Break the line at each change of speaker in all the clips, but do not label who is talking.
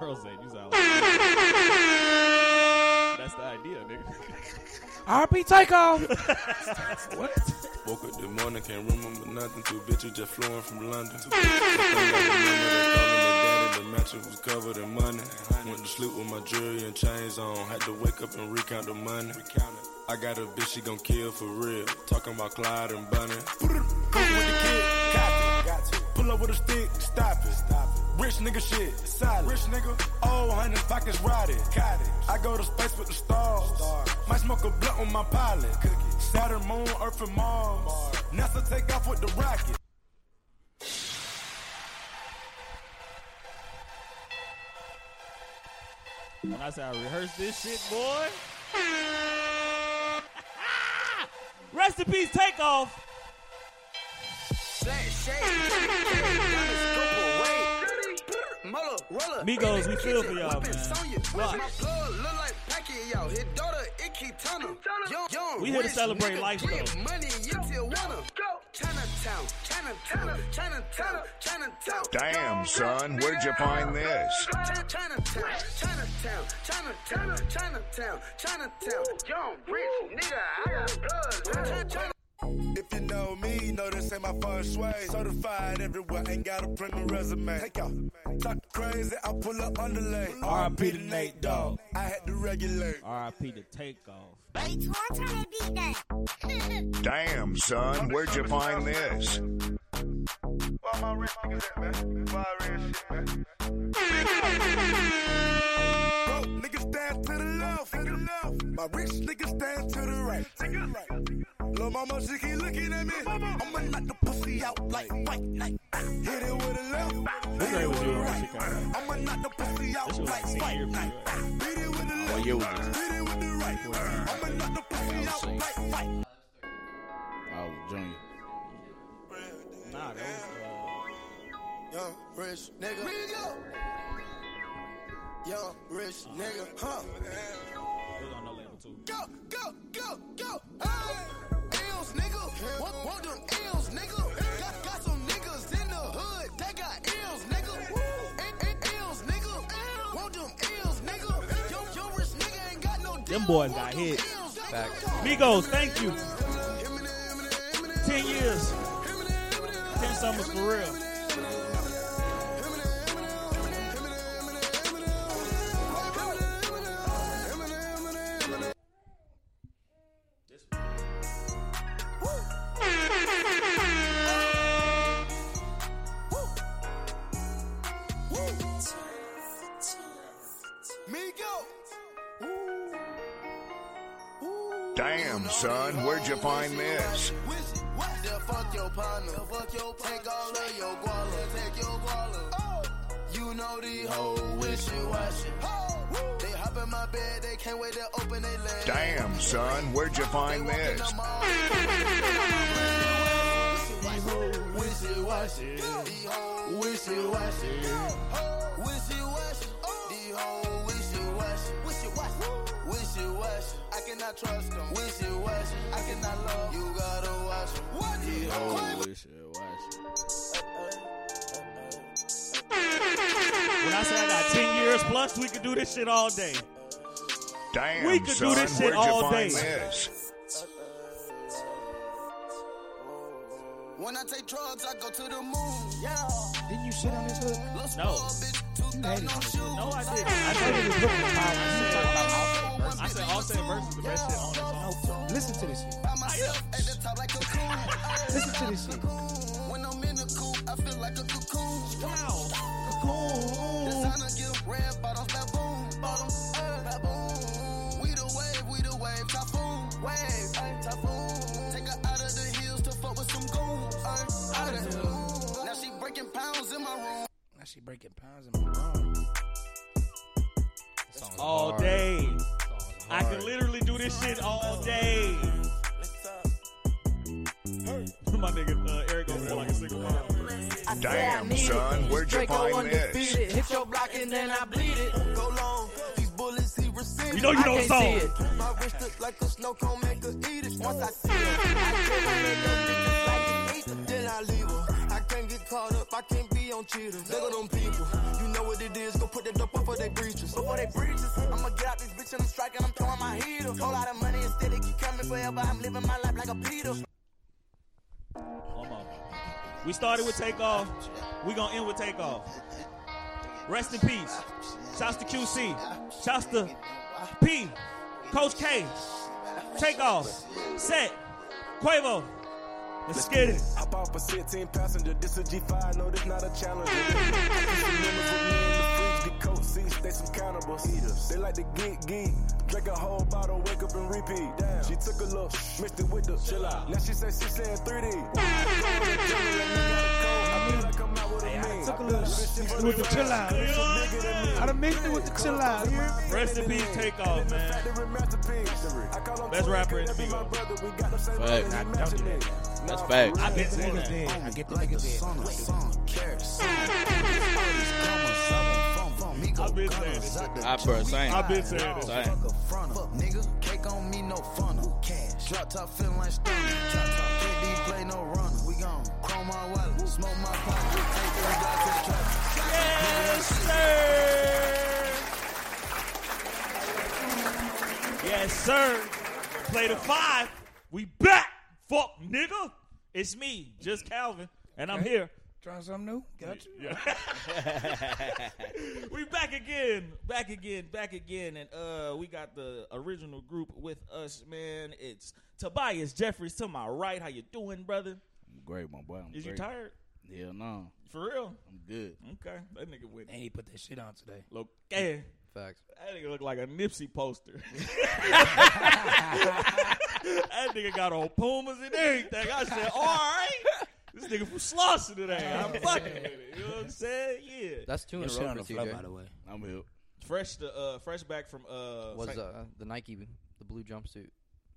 Earl said, "You sound like." That's the idea, nigga.
RP takeoff.
what? Woke up this morning, can't remember nothing. Two bitches just flowing from London. Two bitches, the mattress was covered in money. Went to sleep with my jewelry and chains on. Had to wake up and recount the money. I got a bitch she gon' kill for real. Talking about Clyde and Bunny. Cook with the kid, copy. Pull up with a stick, stop it. Stop it. Rich nigga shit, solid. Rich nigga, old hundred pockets rotted. Cottage. I go to space with the stars. stars. Might smoke a blunt on my pilot. Cookie. Saturn, moon, Earth, and Mars. Mars. NASA take off with the rocket.
When I say I rehearse this shit, boy. Rest in peace, takeoff. Migos, we feel for y'all, man. We here to celebrate life, though.
Damn, son, where'd you find this?
If you know me, know this ain't my first way. Certified everywhere, ain't gotta print a resume. Take out, talk crazy, I pull up underlay.
RP to Nate Dog.
I had to regulate.
R.I.P. to takeoff.
Damn, son, where'd you find this?
Broke niggas stand to the left, to the left. My rich niggas stand to the right. To the right. Lil' mama, she keep looking at me. I'ma knock the pussy out like white night. Hit it with a left,
This ain't what you were in Chicago.
I'ma knock the pussy out
This was
like
like senior year Oh,
white
for
night.
you. right?
What year
Hit it with a left,
was this?
hit it with the right. I'ma knock the pussy out
saying.
like white
I was a junior.
Nah, that was,
Young rich nigga. Young rich nigga. Huh.
uh, we on the level two.
Go, go, go, go. Hey. Ills, nigga. Want, want them ills, nigga. Got, got some niggas in the hood. They got ills, nigga. Woo. In- in- Ills, nigga. Want them ills, nigga. Yo, yo, rich nigga ain't got no
Them
deal.
boys
Want
got
them
hit.
ills, nigga.
Migos, thank you. Ten years. Ten summers for real.
Damn, son, where'd you find this?
Fuck your partner, fuck your take all of your guala, Oh. take your guala. You know the whole wishy washy. They hop in my bed, they can't wait to open their legs.
Damn, son, where'd you find this?
Wishy washy, the whole wishy washy, wishy washy, the whole wishy washy, wishy washy, wishy washy. I cannot trust them. Wishy washy, I cannot love. You gotta watch 'em. The whole
Oh, wish it, watch
When I say I got ten years plus, we could do this shit all day.
Damn,
We could do
son,
this shit
where'd you
all day.
find this?
When I take drugs, I go to the moon. Yeah.
Didn't you shit on this hood?
No,
You hated on this hood.
no, I didn't. I said it was
Look at the power.
I said Offset versus the best shit on this song.
No, listen to this shit. Listen to this shit.
When I'm in the coop, I feel like a cocoon.
Wow.
Designer give red bottoms, baboon, bottoms, uh, baboon. We the wave, we the wave, typhoon, wave, ay, typhoon. Take her out of the hills to fuck with some goons, ay, out of the hills. Now she breaking pounds in my room.
Now she breaking pounds in my arm.
All day. I can literally do this shit all day. My nigga uh, Eric over there like a single mom.
Damn, son, where'd you find this?
Hit your block and then I bleed it.
Go long, these bullets he received.
You know you know the song.
My wrist look like a snow cone, make her eat it. Once I see her, I give her little bitches like an eater. Then I leave her. I can't get caught up, I can't be on cheaters. Look at them people, you know what it is. Go put that dope up
for they bridges. I'ma get out this bitch and I'm striking, I'm throwing my heater. Whole lot of money instead, it keep coming forever. I'm living my life like a Peter.
One more. We started with takeoff. We gonna end with takeoff. Rest in peace. Shouts to QC. Shouts to P. Coach K. Takeoff. Set. Quavo. Let's get it.
I bought for 16 passenger. This a G5. No, this not a challenge. I see some members with me in the fridge, get coat seats, they some cannibals. They like to geek geek. Drink a whole bottle, wake up and repeat. Damn. She took a look, mixed it with the chill out. Now she say she saying 3D. I feel like I'm out with a man.
Took a little shit with the chill out. I done mixed it with the chill out. You hear me?
Rest in peace, takeoff, man.
Factory masterpiece. I call him
Best rapper in the
That be my
Beatles.
brother. We got the same
Fact.
brothers,
I
don't do
imagine
that.
it.
That's fact.
I been saying that.
Niggas dead. I get the niggas dead.
I been saying that.
I bro, same.
I been saying that.
Same.
Fuck nigga, cake on me, no funnel. Cash. Drop top feeling like stunner. Drop top KD play no runner. We gon' chrome my wallet, smoke my pot, take three blocks to the trap.
Yes, sir. Yes, sir. Play the five. We back. Fuck, nigga. It's me, just Calvin, and I'm here.
Trying something new? Got you.
We back again, back again, back again, and uh, we got the original group with us, man. It's Tobias Jeffries to my right. How you doing, brother?
I'm great, my boy. I'm
Is you
great.
tired?
Hell no.
For real?
I'm good.
Okay, that nigga went.
And he put that shit on today.
Look, eh.
Facts.
That nigga look like a Nipsey poster. that nigga got on Pumas and everything. I said, all right, this nigga from Slauson today. I'm fucking with it. You know what I'm saying? Yeah.
That's two in
That
a
shit
row
on
for
the floor,
TJ.
by the way.
I'm here.
Fresh the uh, fresh back from uh.
Was
Saint-
uh, the Nike, the blue jumpsuit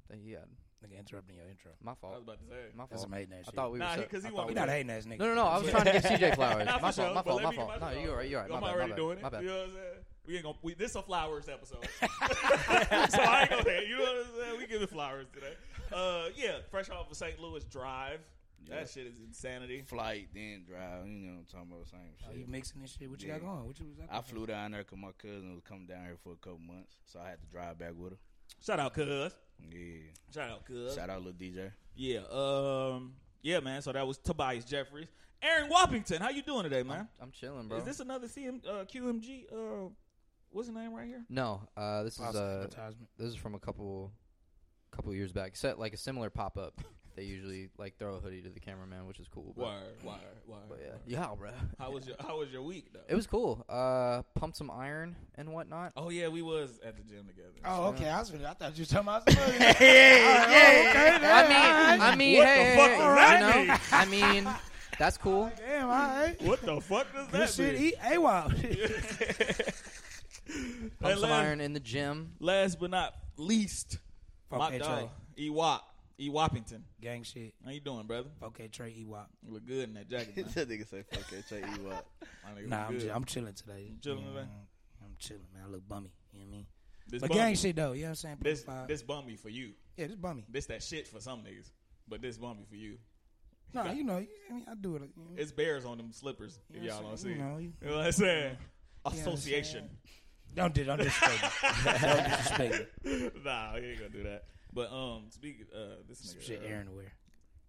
that he had.
Nigga interrupting your intro.
My
I was
fault.
about to say.
My
That's
fault.
some hating ass
I
shit.
thought we were.
Nah,
so-
because he
I
want
thought
me
we
we not
to-
were-
hating ass nigga.
No, no, no. I was trying to give CJ flowers.
Nah, for
My
sure,
fault. My
but let
fault. My
me get
fault.
my
No,
shit
you're
off.
right. You're right.
I'm
My bad.
already
My
doing
bad.
it.
My
You
bad.
know what I'm saying? We ain't gonna. We, this a flowers episode, so I ain't gonna. hate. You know what I'm saying? We giving flowers today. Uh, yeah, fresh off of St. Louis Drive.
Yeah.
That shit is insanity.
Flight, then drive. You know what I'm talking about? Same
Are
shit.
Oh, you mixing this shit? What you got
Yeah.
going? What you was
I flew down there because my cousin was coming down here for a couple months, so I had to drive back with her.
Shout out, Cuz.
Yeah.
Shout out, Cuz.
Shout out, little DJ.
Yeah. Um. Yeah, man. So that was Tobias Jeffries. Aaron Wappington, how you doing today, man?
I'm chilling, bro.
Is this another CM uh, QMG? Uh, what's the name right here?
No, uh, this is
Positive
uh,
advertisement.
this is from a couple, couple years back. Set like a similar pop up. They usually like throw a hoodie to the cameraman, which is cool. But,
Wire, wire, wire.
but yeah, yeah, bro.
How was your How was your week though?
It was cool. Uh, pumped some iron and whatnot.
oh yeah, we was at the gym together.
Oh, okay. I was. finna- I thought you were talking about. something. yeah, yeah, oh, okay,
I
all
mean,
right.
I mean,
What the
hey, hey,
fuck
hey,
does that
you know? I mean, that's cool.
Damn, all right.
What the fuck does
This shit eat AWOW. Shit.
Hey,
Pump some
last,
iron in the gym.
last but not least,
Fuck
my
Trey.
dog E Wop E Wappington.
Gang shit.
How you doing, brother?
Okay, Trey E EWOP.
You look good in that jacket. Man.
that nigga say, fuck it, check you up.
My nigga,
Nah,
look
I'm,
good.
just, I'm chilling today.
chilling
You
today?
know, I'm chilling, man. I look bummy. You know what I mean?
this
but
bummy-
gang shit though. You know what I'm saying?
This
Five.
this bummy for you.
yeah, this bummy.
This that shit for some niggas, but this bummy for you.
Nah, you know, you, I mean, I do it. You know,
It's bears on them slippers. If
Yeah,
y'all don't
so,
see,
you
you know,
know, you-
what I'm saying?
I'm
Association.
don't do, don't disrespect me. don't disrespect me.
nah, he ain't gonna do that. But um, speaking uh, this
Some
nigga,
shit
uh,
Aaron wear.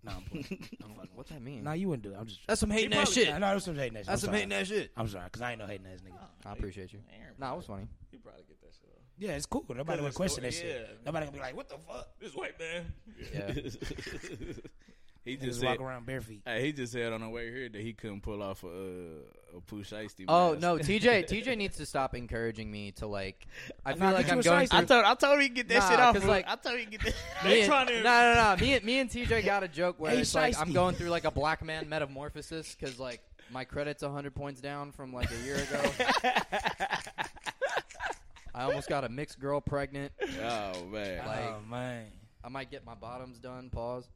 Nah, I'm playing. I'm fucking with
What that mean?
you. Nah, you wouldn't do it. I'm just.
That's some hating ass
Nah,
shit.
no, that's some hating ass. shit. I'm
That's some
sorry.
hating ass shit.
I'm sorry, cause I ain't no hating ass nigga.
I appreciate you.
Aaron
Nah, it was funny.
he probably get that shit off.
Yeah, it's cool. Nobody
Cause
gonna
it's
question
cool,
that shit.
yeah.
Nobody gonna be like, "What the fuck?"
This white man.
Yeah.
he
Just,
just
walk
said,
around barefoot.
hey, he just said on the way here that he couldn't pull off a, uh, a push icy.
Oh
mask.
no, TJ, TJ needs to stop encouraging me to like. I feel
not
like
getting
I'm
you a
going.
size
Through,
thing.
told, I told him he get
Nah, 'cause,
bro.
like-
told him he get that.
They
me and,
trying to-
No, no, no. Me and me and TJ got a joke where
Hey,
it's like I'm
Shiesty.
going through like a black man metamorphosis because like my credit's hundred points down from like a year ago. I almost got a mixed girl pregnant.
Oh man,
Like-
oh man,
I might get my bottoms done. Pause.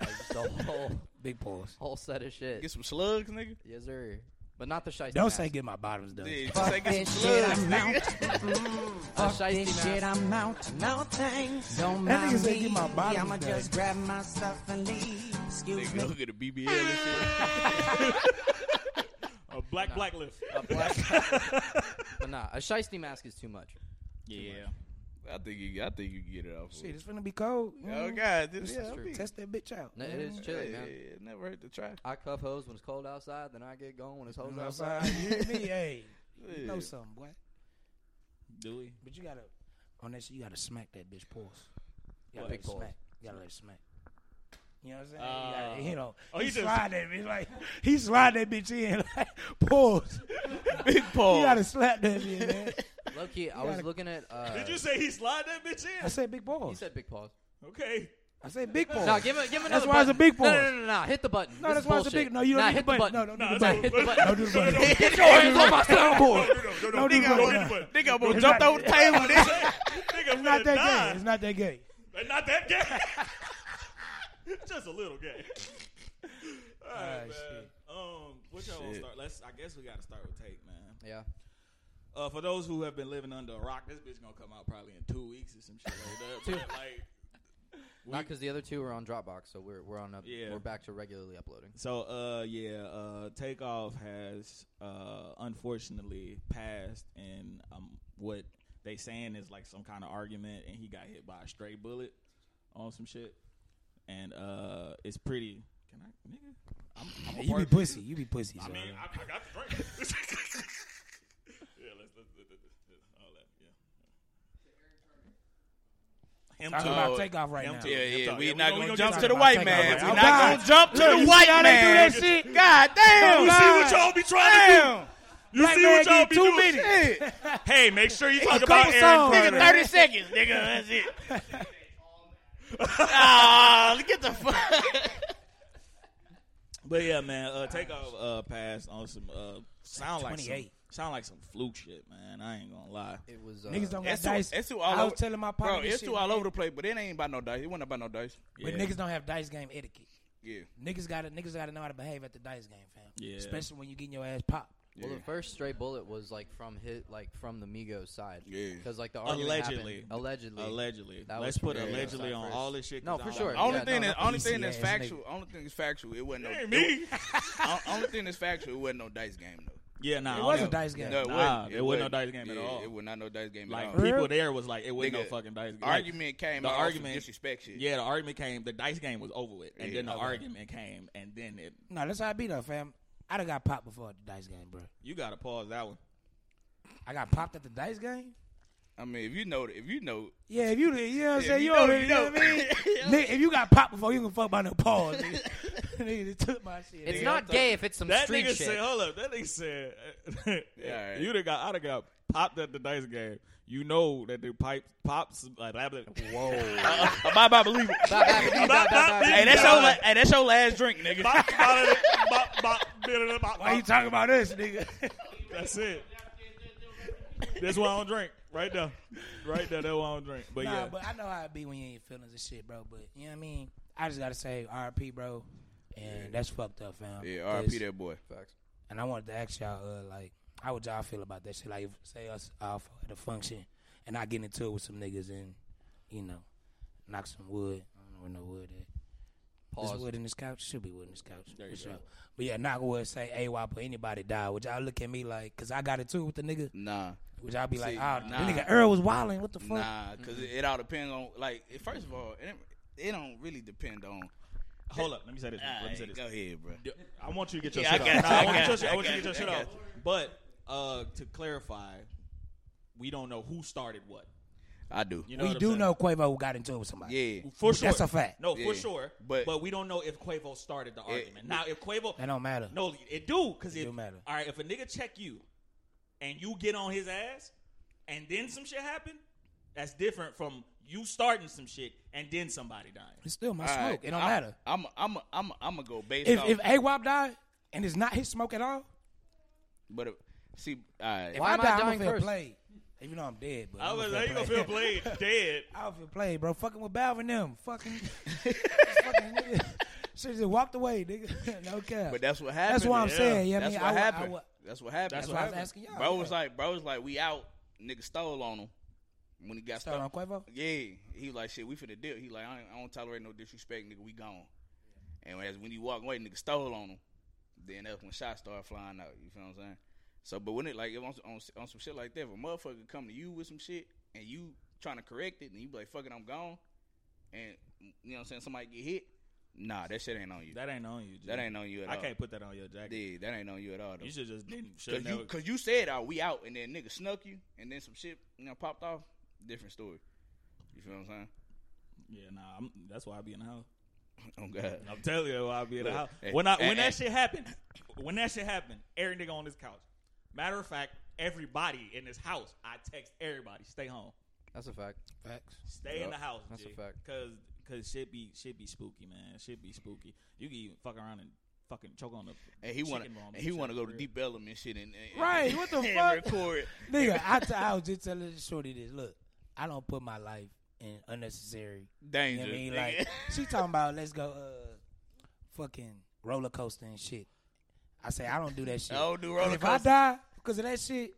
Like just the whole
big pause.
whole set of shit.
get some slugs, nigga.
yes, sir. But not the shiesty.
Don't
mask.
say get my bottoms done.
Yeah, just say get some
shit,
slugs.
I'm out.
the shiesty mask.
Shit, I'm out. No thanks. Don't
That
mind
nigga said
me.
get my bottoms
I'ma
done.
just grab my stuff and leave. Excuse
Nigga, go
me.
get a BBL and shit.
A Black
Nah.
blacklist.
A black, but nah, a shiesty mask is too much.
Yeah. I think you. I think you can get it off.
Shit,
Of.
it's gonna be cold. you
Oh
know?
God, this
Yeah,
yeah,
I'll
I think-
test that bitch out.
No, it is chilly,
Yeah,
man.
it never hurt to try.
I cuff hose when it's cold outside, then I get going when it's
You
hose
know what I'm
outside.
saying? You hear me? Hey, you know
Yeah.
something, boy.
Do we?
But you gotta on that shit. You gotta smack that bitch pulse. You
What?
gotta let it
Big pause.
smack. You gotta let it smack. You know what I'm saying?
Uh,
you, gotta, you know,
oh,
he,
he just-
slide that bitch like he slide that bitch in like pause.
Big pause.
You gotta slap that bitch, man.
Low key, I was
gotta-
looking at. Uh,
Did you say he slide that bitch
I
in?
said big
He
balls.
said big pause.
Okay.
I said big balls.
No, give him, give him
That's
another
why it's a
button.
big
No, no,
pause.
no, no, no, hit the button.
No,
This
that's
is
why it's a
bullshit.
big. No, you don't
nah,
need
hit
the button.
The
No,
button.
no,
Nah,
do the
don't-
button. Don't do the
No, no, no,
button. Don't
no, no, no,
do the
no, no,
button.
no.
Nigga almost
It's
jumped
not-
over the table. nigga.
Nigga,
It's not
finna die.
that gay. It's not that gay.
But not that gay. Just a little gay. All right, man.
Ah, shit.
Um, what y'all want to
Shit.
start? Let's. I guess we got to start with tape, man.
Yeah.
Uh, for those who have been living under a rock, this bitch gonna come out probably in two weeks or some shit like that. But like,
Not because the other two are on Dropbox, so we're we're on up.
Yeah.
We're back to regularly uploading.
so uh, yeah, uh, takeoff has uh, unfortunately passed, and um, what they saying is like some kind of argument, and he got hit by a stray bullet on some shit, and uh, it's pretty. Can I, nigga? I'm, I'm a
You be
word-
pussy. You be pussy.
I
son.
mean, I, I got the drink. yeah, let's, let's, let's, let's- let's- all that. Yeah. Him
Talking
too.
about takeoff right
Him
now.
too.
Yeah,
Him
yeah,
too.
we
Yeah,
not
we gonna get
gonna jump
to
to the
that.
white
Take
man.
off.
We
I'm
not
tired.
gonna jump to
Look,
the
you
white
see how they do
man.
that shit?
God damn.
You see what y'all be trying to
Damn.
do? You
Black
see
man
what y'all
get
be
two
doing?
minutes.
Shit.
Hey, make sure you talk
couple
about
songs.
Aaron.
Nigga,
Carter.
30 seconds, nigga. That's it. Ah, get the fuck.
But yeah, man, uh, takeoff uh, passed on some uh, sound like some,
28.
sound like some fluke shit, man. I ain't gonna lie.
It was uh,
Niggas don't got
It's too,
dice.
it's too all
I was
over.
telling my partner
Bro,
this
it's
shit,
too all over the place, but it ain't about no dice. It wasn't about no dice.
but
Yeah.
niggas don't have dice game etiquette.
Yeah.
Niggas gotta niggas gotta know how to behave at the dice game, fam.
Yeah.
Especially when you getting your ass popped.
Well, the first stray bullet was like from hit, like from the Migos side.
Yeah.
Because like the argument
Allegedly.
happened- allegedly,
allegedly,
That
let's
was
put
from the
allegedly
side
on
first.
all this shit.
No,
'cause
for
I
sure.
don't-
Only
Yeah,
thing
no,
that
no,
only
easy
thing that's
ass
factual, only thing that's factual, it wasn't no.
Hey,
it
me.
wa- only thing that's factual, it wasn't no dice game though.
Yeah, nah,
It
all
was a
that-
dice game.
No, it
Nah,
wasn't.
there wasn't no dice game at
Yeah,
all.
It was not no dice game
Like
at all.
Really?
people there was like, it wasn't no
Nigga,
fucking dice. game. Like,
argument came
the
out argument
argument-
disrespect shit.
Yeah, the argument came. The dice game was over with, and
Yeah,
then the
okay.
argument came, and then it.
No, that's how I beat up, fam. I done got popped before at the dice game, bro.
You gotta pause that one.
I got popped at the dice game?
I mean, if you know, if you know,
Yeah, if you you know what I'm
If
saying,
you
you
know,
already
you
you know what I
know.
mean? Nigga, if you got popped before you can fuck by no pause, nigga. nigga they took my shit.
It's
nigga.
not gay if it's some
That
street
nigga
shit.
said, oh, "Hold up." That nigga said,
Yeah, alright.
"You done got, I done got popped at the dice game. You know that the pipe pops like blah blah." Whoa!
bye bye, believe it.
Bop, bop, bop, bop, bop,
Hey,
Hey,
bop.
that's your, la- hey, that's your last drink, nigga.
Bop, bop, bop, bop, bop, bop,
Why you
bop.
talking about this, nigga?
That's it. That's why I don't drink. Right there, right there. That's why I don't drink. But
nah,
yeah,
but I know how it be when you ain't feelings and shit, bro. But you know what I mean? I just gotta say RP, bro. And that's fucked up, fam.
Yeah, RP
'Cause-
that boy.
Facts.
And I wanted to ask y'all, uh, like, how would y'all feel about that shit? Like, if, say us off at a function, and I get into it with some niggas, and you know, knock some wood. I don't know where no wood at. There's
Pause.
wood in this couch. Should be wood in this couch. for sure. But yeah, knock wood. Say, hey, why but anybody die? Would y'all look at me like, cause I got it too with the nigga?
Nah,
Would y'all be like,
See,
ah,
nah.
the nigga Earl was wilding. What the fuck?
nah, because it, it all depends on like. it- First of all, it, it don't really depend on.
hold up. Let me say this. Let me say
Alright,
this.
go ahead, bro.
Yeah, I want you to get your
Yeah, I
shit
got
off.
you,
Nah,
I
I want you to get your
got you,
shit- I want
I
you to get your
got
shit
you, I
off.
got
But uh, to clarify, we don't know who started what.
I do.
You know
we
what I'm
do
saying?
know Quavo got into it with somebody.
Yeah,
for sure.
That's a fact.
No,
Yeah.
for sure.
But-
But we don't know if Quavo started the argument. now, if Quavo,
That don't matter.
no, it do because
It
it
do matter.
All right, if a nigga check you, and you get on his ass, and then some shit happen, that's different from you starting some shit and then somebody dying.
It's still my
All right,
smoke. It don't
I'm,
matter.
I'm I'm I'm I'm gonna go based
If
off.
if AWAP died and it's not his smoke at all,
but if, see, uh, all right.
If
Why
I
am I
die, I'm
dying
gonna feel
first?
played. Even though I'm dead, but
I
I'm
was like, you gonna
played.
feel played dead.
I don't feel played, bro. Fucking with Balvin and them. Fucking. fucking nigga. Should just walked away, nigga. no cap.
But that's what happened.
That's what I'm
Yeah.
saying. Yeah,
That's
I mean,
what
I,
happened.
I, I,
that's what happened.
that's why I was asking y'all.
Bro
yeah.
was like, bro was like, we out. Nigga stole on him when he got
Start on
stuck.
Quavo.
Yeah, he was like, shit, we finna deal. He like, I, ain't, I don't tolerate no disrespect, nigga. We gone. And as when he walked away, nigga stole on him. Then that's when shots start flying out. You feel what I'm saying? So, but when it like if on, on on some shit like that, if a motherfucker come to you with some shit and you trying to correct it, and you be like, "Fuck it, I'm gone," and you know what I'm saying? Somebody get hit. Nah, that shit ain't on you.
That ain't on you. G.
That ain't on you at
I
all.
can't put that on your jacket.
Yeah, that ain't on you at all. Though.
You should just didn't. Should
Cause you,
never.
cause you said, "Are we out?" And then nigga snuck you, and then some shit you know popped off. Different story. You feel what I'm saying?
yeah, nah. I'm, that's why I be in the house.
Oh God.
I'm telling you, why I be in the
Look, eh,
house.
hey,
When I when
and-
that
and-
shit happened, when that shit happened, every nigga on this couch. Matter of fact, everybody in this house, I text everybody, stay home,
That's a fact.
Facts.
stay in
Yup,
the house.
that's a
G.
fact.
Cause cause shit be shit be spooky, man. Shit be spooky. You can even fuck around and fucking choke on the.
And he want to,
chicken
and he
want
want to go to deep element shit and, and
Right, what the
and
fuck?
Record it.
Nigga, I, t- I was just telling this shorty this. Look, I don't put my life in unnecessary
danger.
You know what I mean?
nigga.
Like she talking about let's go uh fucking roller coaster and shit. I say I don't do that shit.
I don't do roller
If I
coaster.
die because of that shit,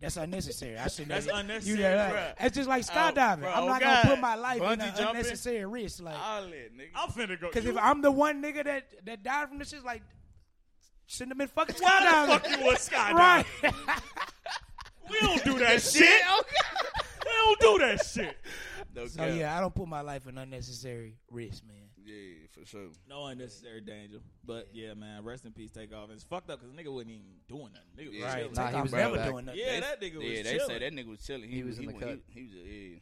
that's unnecessary. I should
That's
never-
unnecessary,
there, like-
bruh.
It's just like skydiving.
bruh,
I'm
oh
not
God.
gonna put my life in
Bungee
an
jumping?
unnecessary risk. Like
All that, nigga.
I'm finna go.
because
you-
if I'm the one nigga that that died from this shit, like shouldn't have been fucking
why the
skydiving.
fuck you was skydiving?
right.
We don't do that shit. we don't do that shit.
No
so
cap.
Oh, yeah, I don't put my life in unnecessary risk, man.
Yeah, for sure.
No unnecessary danger. But yeah, man, rest in peace, take off. It's fucked up because nigga wasn't even doing nothing. Nigga was
Right.
chilling.
Nah, he
I
was
was never
back.
doing nothing.
Yeah, that nigga was
yeah, they
chilling.
say that nigga was chilling. He,
He was in the
wa-
cut.
He, he was yeah.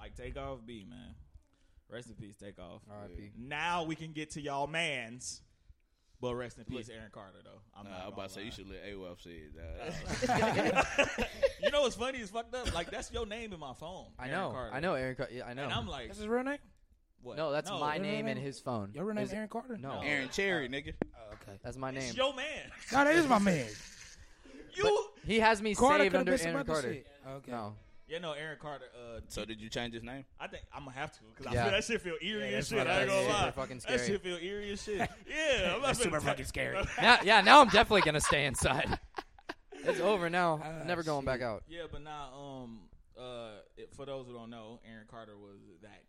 Like take off B, man. Rest in peace, take off.
R.I.P.
Now we can get to y'all man's. But rest in peace, Aaron Carter though. I'm
Nah,
not
I was
gonna
about to say you
lie.
should let AWAP say it. Nah.
You know what's funny is fucked up. Like that's your name in my phone.
I
Aaron
know.
Carter.
I know Aaron. Car- yeah, I know.
And I'm like,
That's his real name.
what?
no, that's my
no, no,
name
no.
and his phone.
Your real name
Is-
is Aaron Carter.
No,
Aaron Cherry, nigga.
Oh, okay.
that's my name.
It's your man.
No, that is my man.
You.
He has me
Carter
saved
could have
under
been some
Aaron
other
Carter.
shit. Okay.
No,
Yeah, no, Aaron Carter. Uh,
So did you change his name?
I think I'm gonna have to because
Yeah.
I feel that shit feel eerie
Yeah,
and
that's
shit.
fucked
I ain't
up.
gonna
That's
lie,
super fucking
that
scary.
shit feel eerie as shit. Yeah, I'm not
That's
finna
super
ta-
fucking scary.
now, yeah, now I'm definitely gonna stay inside. it's over now.
Ah,
Never going
shit.
back out.
Yeah, but now, um, uh, it, for those who don't know, Aaron Carter was that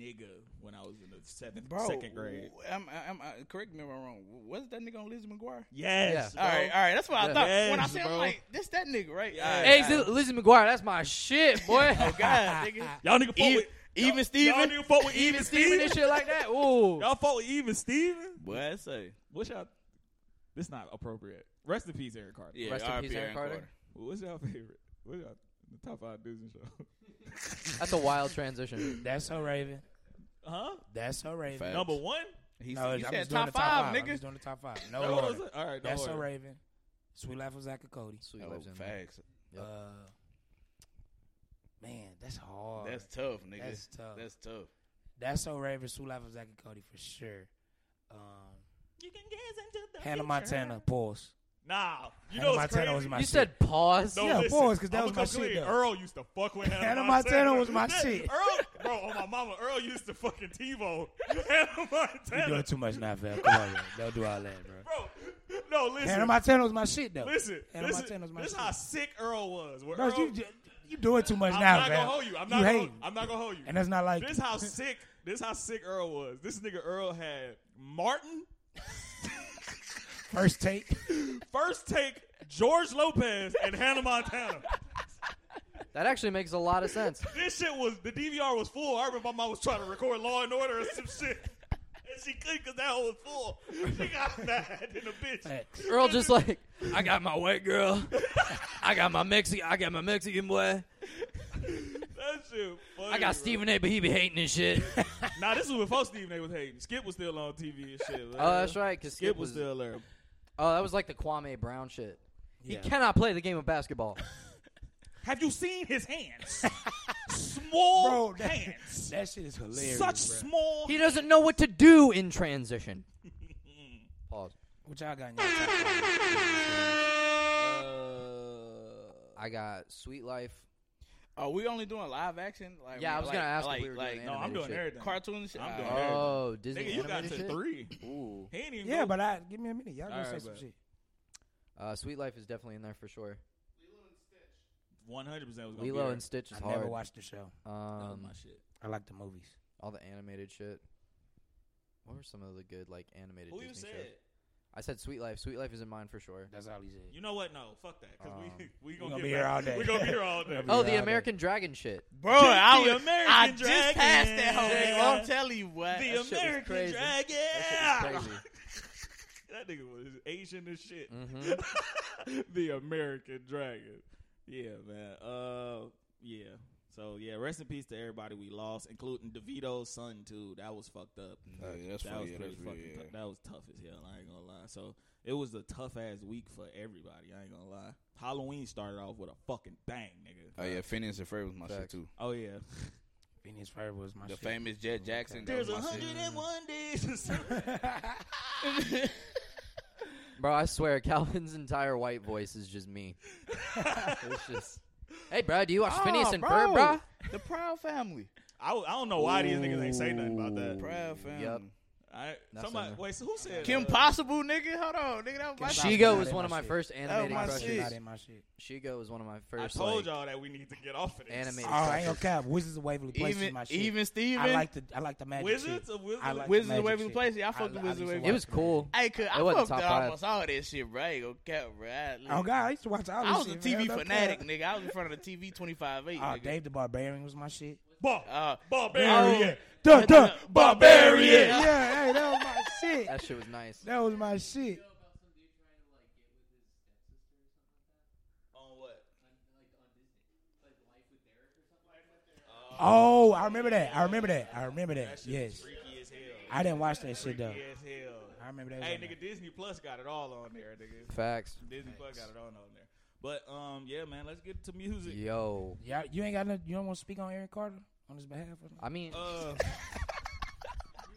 nigga when I was in the seventh, second grade.
w- I'm, I'm, i correct me if I'm wrong. w- Was that nigga on Lizzie McGuire?
Yes,
All right, all right. That's what I
Yeah.
thought. when I
Yes,
said, I'm
bro.
like, this that nigga, right?
Yeah.
All
Hey,
right, all right.
Liz- Lizzie McGuire, that's my shit, boy.
Oh God, nigga.
y'all nigga fought
Even,
with
even
y'all
Steven.
nigga fought with even
Even Steven
Steven.
and shit like that. Ooh.
Y'all fought with even Steven.
What I say?
What's y'all? This not appropriate. Rest in peace, Aaron Carter.
Yeah,
Rest in
R.I.P.
peace, Aaron
Aaron
Carter.
Carter.
What's y'all favorite? What's y'all the top five dudes in show?
That's a wild transition.
That's her Raven.
Huh?
That's her Raven.
Facts.
Uh-huh. Number one.
He,
No,
he
I'm
said
just
top,
doing the
five,
I'm
nigga.
just doing the top five.
That's
No
what I
order.
was- Oh, All right, no
That's her
order.
Raven. Sweet Life of Zakakody.
Sweet
Oh,
lives in there.
facts.
Yep.
Uh, man, that's hard.
That's tough, nigga.
That's
That's
tough.
tough.
That's, her Raven. Sweet Life of Zakakody for sure. Um,
You can gaze into the
Hannah
future.
Montana. Pause.
Nah, you
Hannah
know what's
Montana
crazy?
was my
You
shit.
said pause.
Yeah, boys, 'cause that
I'ma
was my
come
shit,
clean.
though.
Earl used to fuck with Hannah,
Hannah Montana was my shit.
Earl, bro, on my mama, Earl used to fucking TiVo. Hannah
You're doing
Montana,
too much now, fam. Come on, man. Don't do all that, bro.
bro. No, listen,
Hannah Montana was my shit, though.
listen,
Hannah
listen.
Montana was my
This
shit.
how sick Earl was. Where
Bro,
Earl,
you, ju- you doing too much
I'm
now,
not
man.
gonna hold you. I'm
you
not. Gonna,
hating.
I'm not gonna hold you.
and that's not like
This how sick. This how sick Earl was. This nigga Earl had Martin,
first take.
First Take, George Lopez, and Hannah Montana.
That actually makes a lot of sense.
This shit was the DVR was full. I remember my mom was trying to record Law and Order or some shit, and she couldn't because that hole was full. She got mad in a bitch.
Facts.
Earl just like, I got my white girl. I got my Mexican. I got my Mexican boy.
That shit. Funny,
I
bro.
got Stephen A. But he be hating this shit.
Nah, this was before Stephen A. was hating. Skip was still on TV and shit.
oh, that's right. Cause
Skip was still there.
Oh, that was like the Kwame Brown shit.
Yeah.
He cannot play the game of basketball.
Have you seen his hands? small
Bro, that-
hands.
That shit is hilarious.
Such
bro.
small.
he doesn't know what to do in transition. Pause.
What y'all got in your top five?
I got Sweet Life.
Are Oh, we only doing live action? Like,
Yeah, I
we-
was
like,
gonna ask if
Like,
we were
like
doing
no, I'm
animated
doing
shit.
everything.
cartoon and shit.
I'm
Uh,
doing everything.
Oh, Disney
Nigga, you got
animated
to
shit?
three.
Ooh.
He ain't even.
Yeah,
go-
but I give me a minute. Y'all gonna
All right,
say some
bro.
shit.
Uh, Sweet Life is definitely in there for sure.
100 percent was gonna be
Lilo
there.
and Stitch is
I
hard.
never watched the show.
That was
um,
my shit.
I like the movies.
all the animated shit. What were some of the good like animated
Who you
Disney
said?
shows? I said Sweet Life. Sweet Life is in mine for sure.
That's all he said.
You know what? No, fuck that. Cause we
Um,
we gonna,
Uh, gonna
get
be here
back-
all day.
We gonna be here all day.
We're gonna
Oh,
be
the
out there.
American Dragon shit.
Bro, Oh, I,
the
was,
American
I just passed
Dragon.
that whole nigga.
Yeah.
I'm telling you what.
the
shit was
American
crazy.
Dragon.
That shit was crazy.
That nigga was Asian as shit.
Mhm.
Mm-hmm.
the American Dragon. Yeah, man. Uh, yeah. So yeah, rest in peace to everybody we lost, including DeVito's son too. That was fucked up.
Oh, yeah, that's
that
fucked-
was
yeah,
pretty
that's
fucking.
real,
tou-
yeah.
that was tough as hell. I ain't gonna lie. So it was a tough ass week for everybody. I ain't gonna lie. Halloween started off with a fucking bang, nigga.
Oh yeah, Phineas and Ferb was my shit
Facts.
too.
Oh yeah.
Phineas Ferb was my
The
shit.
famous Jet Jackson. that
There's
was my shit.
101 days. of summer.
Bro, I swear, Calvin's entire white voice is just me. it's just. Hey, bro, do you
Ah,
watch Phineas and Ferb, bro?
The Proud Family.
I, I don't know why these niggas ain't say nothing about that.
Proud Family.
Yup.
I,
That's
somebody,
in there.
wait, so who said
Kim
uh,
Possible, nigga. Hold on, nigga. That was my shit.
Shigo was
Not
one
in
of
my
my
shit.
first animated
Oh,
my
crushes.
shit.
Not in my shit.
Shigo was one of my
I
first.
told
like-
y'all that we need to get off of this. Uh,
Animated.
Oh, I ain't gonna cap. Wizards of Waverly Place is
Even
my shit.
even Steven.
I like the I like the magic.
Wizards
shit.
of Wizards
I
of-
like
Wizards of
the magic
Waverly
shit.
Place? Yeah, I fucked
li-
with Wizards of
used to
Waverly
It
Place.
was
watch the
cool.
Hey, cause I
It
fucked
wasn't top
with
five.
almost all that shit, bro. I ain't gonna cap, bro. I,
Oh God, I used to watch all
I
this
was a
shit,
TV
man. No
fanatic,
cap.
nigga. I was in front of the TV 25 8.
Oh, Dave the Barbarian was my shit.
Bar-
Uh,
barbarian.
Oh. Duh, duh,
barbarian.
Yeah, hey, that was my shit.
That shit was nice.
That was my shit.
On what?
Oh, I remember that. I remember that. I remember
shit
that.
was
Yes,
freaky as hell.
I didn't watch that shit though.
Freaky as hell.
I remember that. was
Hey,
on there.
nigga, Disney Plus got it all on there, nigga.
Facts.
Disney Plus got it all on there. But um, yeah, man, let's get to music.
Yo.
Yeah, you ain't got no. You don't want to speak on Aaron Carter on his behalf. Or
I mean,
Uh,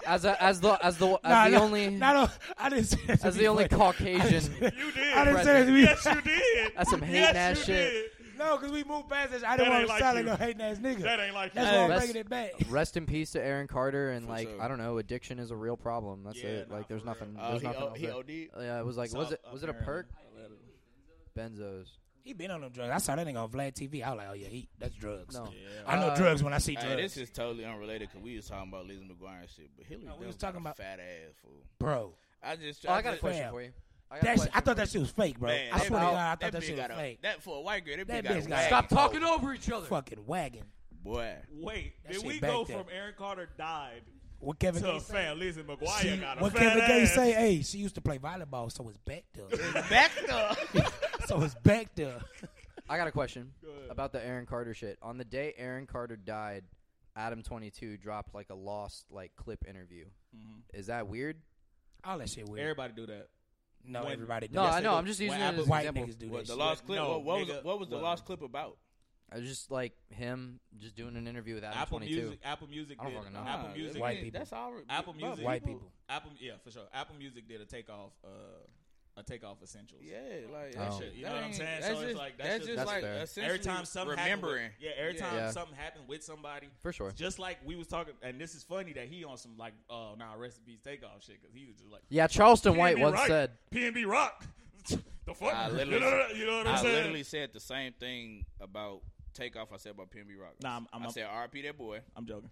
as a, as the as the as
Nah,
the
no,
only
not on, I didn't say that to
as
be
the only
funny.
Caucasian.
you did.
I didn't say that to be.
yes, you did.
That's some
yes,
hating ass
you
shit.
Did.
No, because we moved past this. I didn't want
ain't
to
like
sound like
you.
no hating ass nigga.
That ain't like
That's
you.
why I'm
That's-
bringing it back.
Rest in peace to Aaron Carter and
For
like
sure.
I don't know, addiction is a real problem. That's
Yeah,
it.
nah,
Like there's
for real.
nothing.
uh,
there's
he,
nothing.
o-
else
he
there.
OD.
yeah, it was like was
South
it was it a perk?
Maryland.
Benzos.
He been on them drugs. I saw that nigga on Vlad TV. I was like, oh yeah, he that's drugs.
No.
I know
Uh,
drugs when I see
Hey,
drugs.
this is totally unrelated because we was talking about Lizzie McGuire and shit, but Hillary
No, we
Duff
was talking
got a
about-
fat ass fool.
bro.
I just
Oh, I got a
just-
question
Fam.
for you. I, got a
That shit, I
question
thought
for
that shit was fake, bro.
Man,
I
that
swear to
bitch-
God, I thought that
bitch
shit was
got a-
fake.
That for a white girl, that,
That
bitch
bitch
got
got-
a
you.
Stop
Stop talking over each other.
Fucking wagon.
boy.
Wait,
That
did
shit
we
back
go
there.
from Aaron Carter died
What Kevin
to
Gates say?
fat Lizzie McGuire
She-
got a
what
fat
Kevin Gates
ass?
say? Hey, she used to play volleyball, so it's back there.
Back up.
so it's back there.
I got a question
ahead.
about the Aaron Carter shit. On the day Aaron Carter died, Adam Twenty Two dropped like a lost like clip interview.
Mm-hmm.
Is that weird?
All that shit weird.
Everybody do that.
No,
When-
everybody.
No,
does.
I
they
know.
do.
I'm just using
When
it
Apple-
as an
White
example.
niggas do
Well,
that.
the
shit.
lost clip.
No,
what, what was
nigga.
what was the
Well,
lost clip about?
I was just like him just doing an interview with Adam
Apple
Twenty Two.
Music. Apple Music.
I don't
did-
fucking know.
Apple
Nah,
Music.
that-
White
that-
people.
That's all. re-
Apple
bro,
Music.
White people.
Apple, yeah, for sure. Apple Music did a takeoff, uh, a takeoff essentials.
Yeah, like
Oh.
that shit.
You know what I'm
ain't-
saying?
That's
So it's
just
like- that's
that's
just-
just
That's
like
fair. Every
essentially
Every time something
remembering.
happened with, yeah, every time
Yeah.
something happened with somebody,
For sure.
just like we was talking, and this is funny that he on some like, oh, nah, recipes takeoff shit because he was just like,
Yeah, Charleston White
"P&B
once
right.
said
PNB Rock, the fuck,
I
you,
literally-
know, you know what I'm
I
saying?
literally said the same thing about takeoff. I said about PNB Rock.
Nah, I'm- I'm-
I said RP that boy,
I'm joking.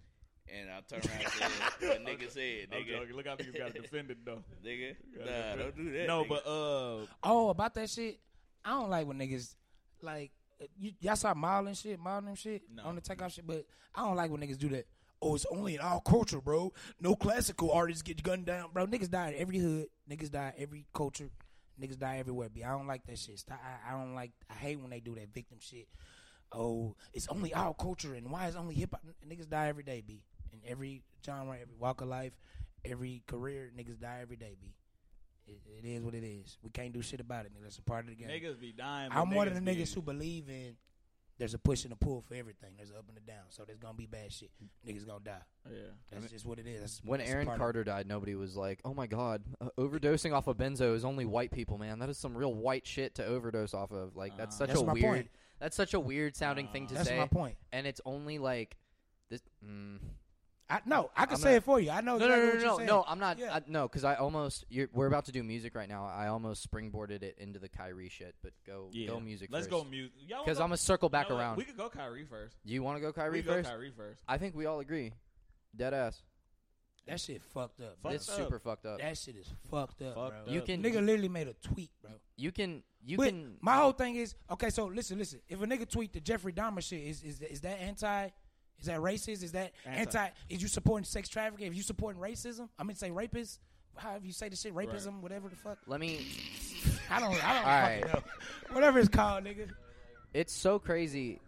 and I turned around and said what nigga said,
I'm
nigga,
joking. Look how you got to defend it though.
nigga. Nah, don't do that.
No,
nigga.
but uh,
Oh, about that shit. I don't like when niggas like you, y'all saw Maul and shit, Maul and them shit
No.
on the takeoff shit. But I don't like when niggas do that. Oh, it's only in our culture, bro. No classical artists get gunned down, bro. Niggas die in every hood. Niggas die in every culture. Niggas die everywhere. B, I don't like that shit. Stop- I, I don't like. I hate when they do that victim shit. Oh, it's only our culture, and why is only hip hop? Niggas die every day, b. In every genre, every walk of life, every career, niggas die every day, b. It, it is what it is. We can't do shit about it, nigga. That's a part of the game.
niggas be dying. but
I'm one of the
be-
niggas who believe in there's a push and a pull for everything. There's a up and a down. So there's gonna be bad shit. Niggas gonna die.
Yeah.
That's just what it is. That's,
when
that's
Aaron
part of-
Carter died, nobody was like, "Oh my God, uh, overdosing off of benzo is only white people, man. That is some real white shit to overdose off of. Like that's
Uh,
such
That's
a
my
weird,
point.
that's such a weird sounding thing to
That's
say.
my point.
And it's only like this. Mm.
I, no, I can
I'm
say
not-
it for you. Oh, I know.
No, no,
exactly
no, no,
what you're
no,
saying.
no. I'm not.
Yeah.
I, no, because I almost you're, we're about to do music right now. I almost springboarded it into the Kyrie shit, but go
Yeah.
go music.
Let's
first.
go music. Y'all wanna
Because
go-
I'm gonna circle back
You know what?
around.
We could go Kyrie first.
Do you want to go
we
Kyrie
could
first?
Go Kyrie first.
I think we all agree. Dead ass.
That shit fucked up. bro.
Fucked
It's
This-
up.
super fucked up.
That shit is fucked up,
Fucked
bro.
up.
You can
Nigga literally made a tweet, bro.
you can you
but
can
my whole thing is okay. So listen, listen. If a nigga tweet the Jeffrey Dahmer shit, is is is that anti? Is that racist? Is that anti?
Anti.
Is you supporting sex trafficking? If you supporting racism, I mean, say rapists. However you say the shit, rapism, whatever the fuck.
let me
I don't. I don't
All
fucking know. Whatever it's called, nigga.
it's so crazy.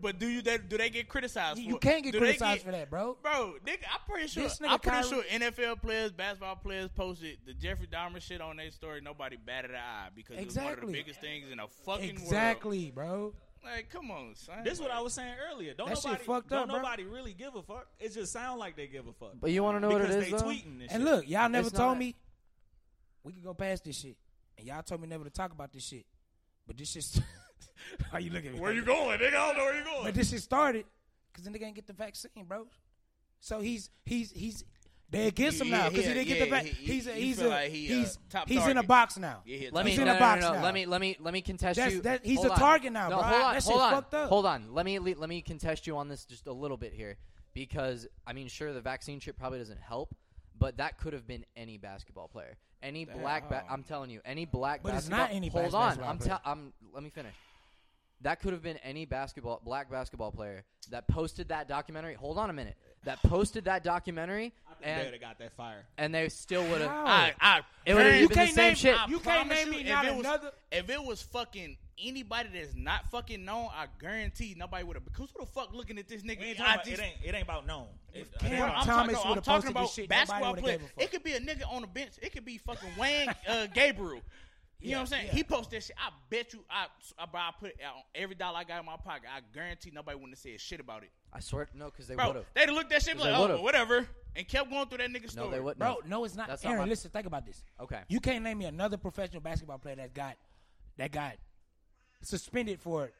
But do you that do they get criticized?
You-
for
you
it?
can't get
Do they
criticized for that, bro.
Bro, nigga, I'm pretty sure.
This nigga
I'm pretty
Kyrie-
sure NFL players, basketball players posted the Jeffrey Dahmer shit on their story. Nobody batted an eye because it was one of
Exactly.
the biggest things in the fucking world.
Exactly, bro.
Like, come on, son.
This is what I was saying earlier. Don't
That shit
nobody,
fucked
don't
up, bro.
nobody really give a fuck. It just sound like they give a fuck.
But you want to know
because
what it is
they
though?
tweeting this
And
shit.
look, y'all never
It's
told
not-
me we could go past this shit, and y'all told me never to talk about this shit. But this shit, why you looking? at me?
where you going, nigga? I don't know where you going.
But this shit started because the nigga ain't get the vaccine, bro. So he's he's he's they against him
Yeah,
now because he
yeah,
didn't get the
yeah,
vaccine.
he- he-
He's a,
he
he's a,
feel like he, uh,
he's
top
he's in a
target.
box now.
Yeah, he a
Let
Let
me
me
he's
no,
in
no,
a
no,
box
no,
now.
Let me let me let me contest
That's-
you.
that- he's
hold
a
on.
target now,
no,
bro.
Hold on,
That shit
hold on,
fucked up.
hold on. Let me le- let me contest you on this just a little bit here because I mean, sure, the vaccine shit probably doesn't help, but that could have been any basketball player, any black. Ba- I'm telling you, any black.
But it's
basketball-
not any
Hold
basketball
on, I'm
player.
tell. I'm. Let me finish. That could have been any basketball black basketball player that posted that documentary. Hold on a minute. That posted that documentary
they would
and
have got that fire.
and they still would have.
I, I,
It would have been
You
the
can't
same
name-
shit.
I
You can't
promise
name
you,
me
if
not
it was,
another-
If it was fucking anybody that's not fucking known, I guarantee nobody would have. Because who the fuck looking at this nigga?
We ain't
in
talking about,
IG
it ain't it ain't about known. It- it
Cam
ain't about-
I'm
Thomas
talking, no, I'm
would've
talking
posted
about
this shit, nobody
basketball
would've
player.
gave a fuck.
It could be a nigga on the bench. It could be fucking Wayne uh, Gabriel. You know what I'm saying? He posted that shit. I bet you, I, I, bro, I put it out. every dollar I got in my pocket. I guarantee nobody wouldn't have said shit about it.
I swear, no, because they would
Bro,
have.
they'd have looked that shit and be
They
like, oh,
would've.
well, whatever, and kept going through that nigga's
No,
story.
they wouldn't.
Bro, no, it's not.
That's not
Aaron,
my-
listen, think about this.
Okay.
You can't name me another professional basketball player that got that got suspended for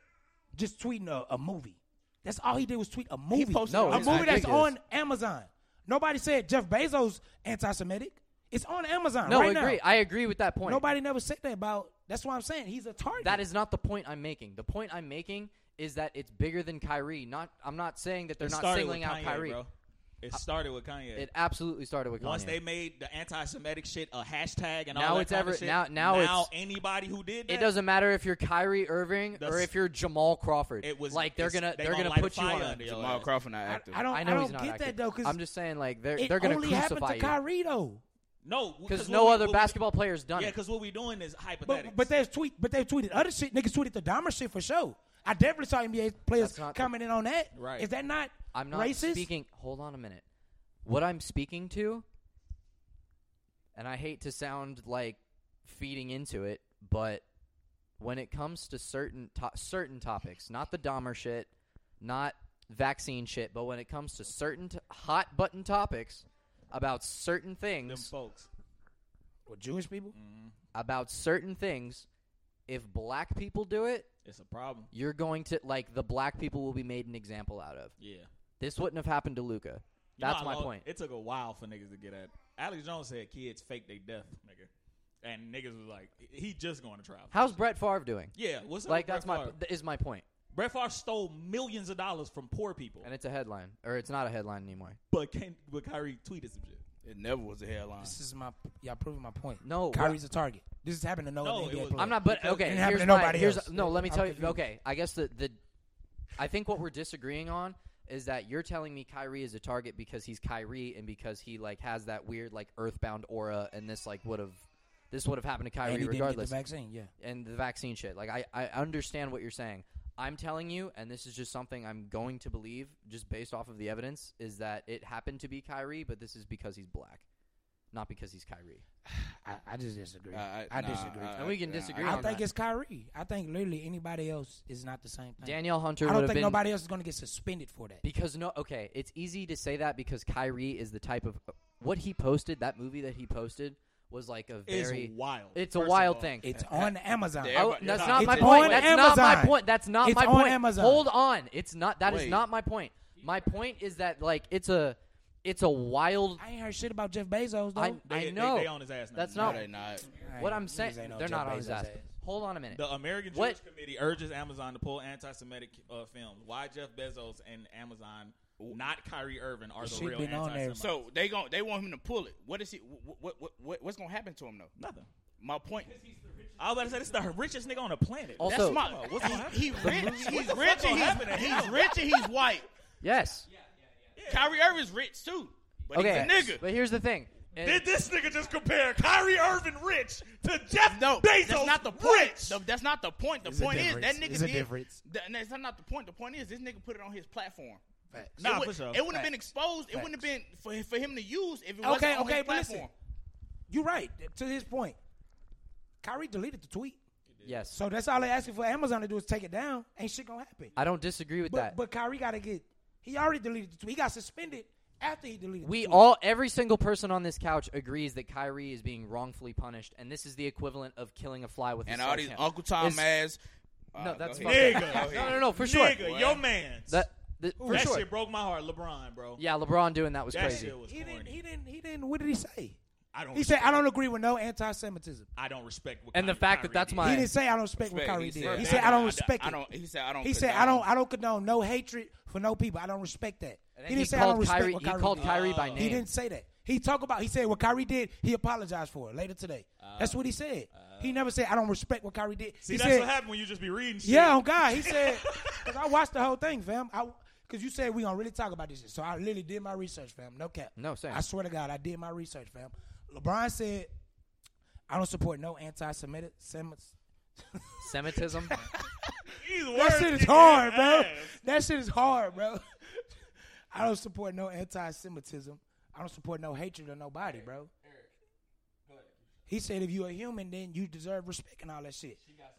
just tweeting a, a movie. That's all he did was tweet a movie.
posted
No,
a
his
movie that's
ideas.
on Amazon. Nobody said Jeff Bezos anti-Semitic. It's on Amazon
No,
right
agree.
now.
I agree with that point.
Nobody never said that about. That's why I'm saying he's a target.
That is not the point I'm making. The point I'm making is that it's bigger than Kyrie. Not, I'm not saying that they're
it
not
started
singling
with
out
Kanye,
Kyrie.
bro. It started with Kanye.
It absolutely started with
Once
Kanye.
they made the anti-Semitic shit a hashtag and
Now
all that
it's
kind
ever-
of shit,
now- now it's-
anybody who did that,
it doesn't matter if you're Kyrie Irving or
That's-
if you're Jamal Crawford.
It was
like they're
it's-
gonna
they
are
gonna
gonna
light a
put you
fire
on.
under your
Jamal
ass.
Crawford not
I,
active.
I don't.
I know
don't
he's not
get
active.
that though. Because
I'm just saying like they're
it
they're gonna
only happened
crucify
to
you
Kyrie though.
No,
because
what
no
we-
other
what we-
basketball player's done
Yeah,
it.
because what we doing is hypothetical.
But but they've tweet but they've tweeted other shit. Niggas tweeted the Dahmer shit for sure. I definitely saw NBA players
That's not the-
commenting on that.
Right.
Is that not
I'm not
racist?
speaking. Hold on a minute. What I'm speaking to, and I hate to sound like feeding into it, but when it comes to certain to- certain topics, not the Dahmer shit, not vaccine shit, but when it comes to certain t- hot button topics about certain
them
things,
folks.
Well, Jewish people?
Mm. about certain things, if black people do it,
It's a problem.
you're going to like the black people will be made an example out of.
Yeah, You
This wouldn't have happened to Luca.
know
That's
how
my
long-
point.
It took a while for niggas to get at. Alex Jones said kids fake their death, nigga, and niggas was like, he just going to trial.
How's Brett Favre doing?
Yeah, what's up
like
with
that's
Brett
my
Favre?
th- is my point,
Brett Favre stole millions of dollars from poor people,
and it's a headline, or it's not a headline anymore.
but can but Kyrie tweeted some shit.
It never was a headline.
This is my y'all proving my point.
No,
Kyrie's a target. This is happening to no,
No,
other
it
NBA
was-
player.
I'm not, but
Because
okay.
it happened
Here's
to
my,
nobody
here's
else.
no. Let me
I'm
tell you.
confused.
Okay, I guess the the, I think what we're disagreeing on is that you're telling me Kyrie is a target because he's Kyrie and because he like has that weird like earthbound aura, and this like would have, this would have happened to
And
Kyrie
he didn't get
regardless.
the vaccine, yeah.
and the vaccine shit. Like I, I understand what you're saying. I'm telling you, and this is just something I'm going to believe, just based off of the evidence, is that it happened to be Kyrie, but this is because he's black, not because he's Kyrie.
I, I just disagree.
Uh, I-
I
nah,
disagree.
uh,
And we can
nah, I-
disagree
I
on
think
that.
it's Kyrie. I think literally anybody else is not the same thing.
Danielle Hunter
I
would
don't
have
think
been
nobody else is going to get suspended for that.
because no. Okay, it's easy to say that because Kyrie is the type of what he posted. That movie that he posted was like a
It's
very.
wild.
It's
First
a
of
wild
all.
thing.
It's on Amazon. Oh,
Yeah,
I-
Everybody-
Oh, that's
it's
not
on-
my
it's
point.
on
That's not my
Amazon.
point. That's not
It's
my
on
point.
Amazon.
Hold on. It's not. That is
Wait.
not my point. My point is that like it's a, it's a wild.
I ain't heard shit about Jeff Bezos though.
I,
They-
I
they-
know.
they on his ass now.
That's
No,
not
they not.
I ain't-
what I'm
niggas
saying.
ain't on
They're
Jeff
not on his
Bezos'
ass. hold on a minute.
The American Jewish
What-
Committee urges Amazon to pull anti-Semitic uh, films. Why Jeff Bezos and Amazon, not Kyrie Irving, are
It
the
should
real
been on there.
anti-Semites?
So they gon' they want him to pull it. What is he? What what, what what's gonna happen to him though?
Nothing.
My point.
I was about to say this is the richest nigga on the planet.
Also-
That's
So-
my.
What's gonna happen?
he, he rich.
What
He's
the
rich
fuck
and
gonna happen to
he's,
him?
he's rich and he's white.
yes.
Kyrie Irving's rich too, but
okay.
he's a nigga.
But here's the thing. And-
Did this nigga just compare Kyrie Irving rich to Jeff
No,
Bezos
that's not the point.
rich?
No, that's not the point. The
It's a
point is that
difference.
nigga
It's a
did.
difference.
That, that's not the point. The point is this nigga put it on his platform.
Facts.
Nah,
it,
for
would,
sure.
it wouldn't have been
Facts.
exposed. It wouldn't have been for for him to use if it wasn't
Okay,
on
okay,
his
but listen.
platform.
You're right. To his point, Kyrie deleted the tweet.
yes.
So that's all they asking for Amazon to do is take it down. Ain't shit gonna happen.
I don't disagree with
But
that.
but Kyrie gotta get. He already deleted the tweet. He got suspended after he deleted.
we
the tweet.
all, every single person on this couch agrees that Kyrie is being wrongfully punished, and this is the equivalent of killing a fly with a
And all these
sledgehammer.
Uncle Tom
It's-
ass. uh,
No, that's
go
fucked
ahead.
up. Nigga.
Go
No,
ahead.
no, no, for sure.
nigga, your man's.
That, that- for
that
sure.
shit broke my heart, LeBron, bro.
yeah, LeBron doing that was
that
crazy.
shit was
He didn't.
corny.
He didn't. He didn't. What did he say?
I don't.
He said,
respect-
"I don't agree with no anti-Semitism."
I don't respect. What
And the
Kyrie-
fact that
Kyrie
that's
did.
my-
He didn't say, "I don't respect what
Respect.
Kyrie
He
did." He
said,
said, "I don't
d-
respect
I
it."
don't. He said I don't.
He said, "I don't. I don't condone no hatred for no people. I don't respect that."
And
He
then he
didn't say, "I don't
called
respect
Kyrie.
what
He
Kyrie
called
did."
Kyrie by name.
He didn't say that. He talked about. He said what Kyrie did. He apologized for it later today. that's what he said. he never said I don't respect what Kyrie did.
See,
he
that's
said,
what happened when you just be reading shit.
Yeah, oh God. He said because I watched the whole thing, fam. I because you said we gonna really talk about this shit. So I literally did my research, fam. No cap.
No, same.
I swear to God, I did my research, fam. LeBron said, "I don't support no anti-Semitic." Semites.
Semitism.
These
That
words
shit is
get
hard,
your
bro.
ass.
That shit is hard, bro. I don't support no anti-Semitism. I don't support no hatred of nobody, bro. He said, if you a human, then you deserve respect and all that shit.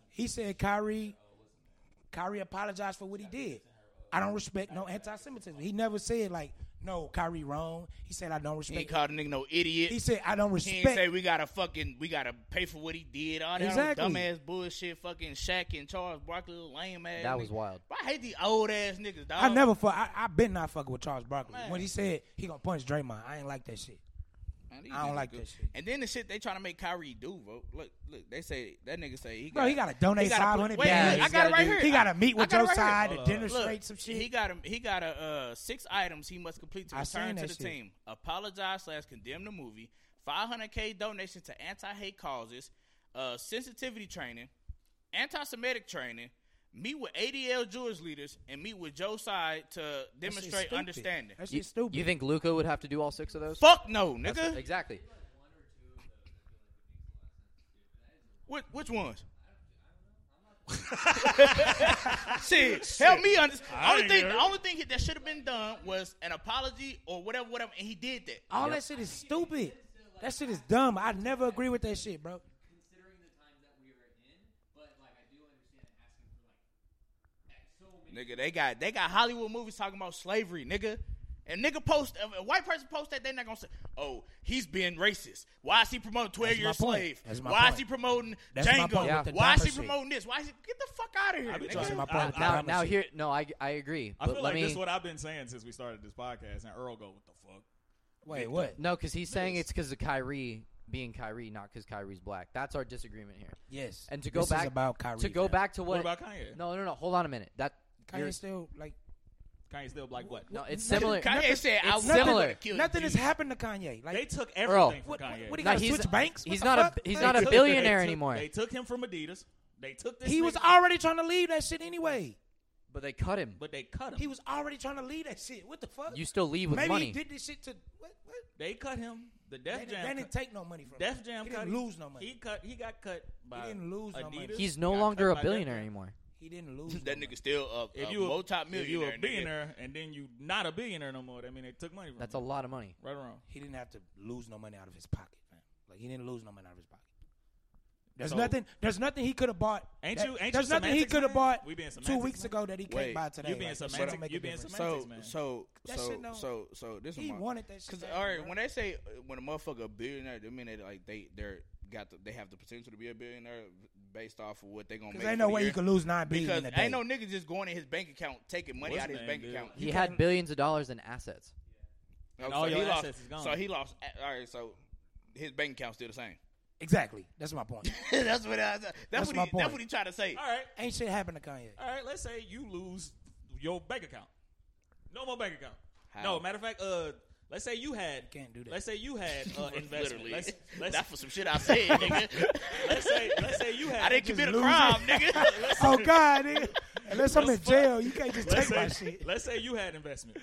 He said, Kyrie, Kyrie apologized for what he did. I don't respect no anti-Semitism. He never said like, no, Kyrie wrong. He said, I don't
He ain't
respect.
called a nigga no idiot.
He said, I don't
He ain't say
respect.
we gotta fucking we gotta pay for what he did. All that
Exactly.
old dumbass bullshit. Fucking Shaq and Charles Barkley, little lame ass.
That was
nigga.
wild.
I hate these old ass niggas. Dog.
I never fuck. I, I been not fucking with Charles Barkley
Man.
when he said he gonna punch Draymond. I ain't like that shit.
Man, these
I don't
niggas
like
good.
that shit.
And then the shit they trying to make Kyrie do, bro. Look, look, they say that nigga say he
Bro, he gotta donate
gotta put-
500
Wait,
bags.
I got
He's gotta
it right
do-
here.
He gotta meet
I
with
got it
your
right here.
side
Hold
to
up.
demonstrate some shit.
He got him. He got a uh, six items he must complete to
I
return
seen
to the
that shit.
team. Apologize slash condemn the movie. Five hundred k donation to anti hate causes. Uh, sensitivity training. Anti Semitic training. Meet with ADL Jewish leaders and meet with Joe side to
That shit's
demonstrate
stupid.
understanding.
That
You,
shit's stupid.
you think Luca would have to do all six of those?
Fuck no,
That's-
nigga.
Exactly.
Which, which ones? Shit, help me understand.
I
Only
ain't
thing,
heard.
the only thing that should have been done was an apology or whatever, whatever, and he did that.
All that shit is stupid. That shit is dumb. I never agree with that shit, bro.
Nigga, they got they got Hollywood movies talking about slavery, nigga. And nigga post if a white person post that they not gonna say, oh, he's being racist. Why is he promoting twelve
That's my
year
point.
slave?
That's my
Why is
point.
he promoting
That's my
Django?
point
with the
Why is he
Dahmer shit.
promoting this? Why is he get the fuck out of here?
I be
nigga.
trying to-
my
I-
point.
I-
Nah,
Uh, Now,
Promise
now
you.
here, no, I, I agree.
I feel
But let
like
me.
that's what I've been saying since we started this podcast. And Earl go, what the fuck?
Wait, what?
No, because he's saying it's because of Kyrie being Kyrie, not because Kyrie's black. That's our disagreement here.
Yes.
And to go
This is
back
about Kyrie,
to go
fam.
back to what?
What about Kanye?
No, no, no. Hold on a minute. That you're-
Kanye still like
Kanye still black what?
no, it's
Nothing-
similar.
Kanye said, I
It's
would
similar.
have killed
nothing
you.
has happened to Kanye.
They
Like
took
Earl.
everything from
What-
Kanye.
what do you
No,
gotta
he's,
switch banks? What
he's
the
not
fuck?
a he's
They
not a
took-
billionaire
they took-
anymore.
They took him from Adidas. They took this.
he was
nigga-
already trying to leave that shit anyway.
but they cut him.
but they cut him.
He was already trying to leave that shit. What the fuck?
You still leave with
Maybe
money.
he did this shit to what? What?
they cut him. The
They,
Def
didn't-
Jam.
they
cut-
didn't take no money from.
Def
him.
Jam
He
cut
didn't lose no money.
He
He,
cut. He got cut by.
didn't lose no
Adidas.
money.
he's no
Got
longer
cut
a
by Def
billionaire
Jam.
anymore.
didn't lose.
That
no
nigga still a, a
If you a
multi
if you
millionaire.
a billionaire and then you not a billionaire no more, that mean they took money from.
That's a
you.
lot of money.
Right or wrong.
he didn't have to lose no money out of his pocket, man. Like he didn't lose no money out of his pocket. There's
So-
nothing. There's nothing he could have bought.
Ain't
that-
you- ain't
there's
you
nothing he
semantics,
could have
man?
bought
We being
two
semantics,
weeks
man?
ago that he
Wait,
can't buy today.
you being
like, that shit
semantic-
don't make a
you being
difference.
semantic. Semantics, man.
So, so,
That
so,
shit don't-
so, so, this is
He
my,
wanted that shit
Cause,
bad,
all right,
bro.
when they say uh, when a motherfucker a billionaire, they mean they like they they're got the, they have the potential to be a billionaire based off of what they gonna make.
Because ain't
for
no
the
way you
year.
could lose nine billion
Because
in a day.
ain't no nigga just going in his bank account taking money
What's
out of
name,
his bank
dude?
account.
He had billions of dollars in assets.
Oh,
all
so
your
he lost,
assets is gone.
So he lost. All right, so his bank account's still the same.
Exactly. That's my point.
that's what I, that's,
That's
what
my
he, that's
point.
what he tried to say.
All right.
Ain't shit happened to Kanye.
All right, let's say you lose your bank account. No more bank account.
How?
No, matter of fact, uh, let's say you had.
Can't do that.
Let's say you had uh, investment.
Literally,
Let's, let's,
that's for some shit I said, nigga.
let's say let's say you had.
I didn't commit a
lose
crime, nigga.
Oh God, nigga. unless I'm in jail, you can't just
let's
take my
say,
shit.
let's say you had investments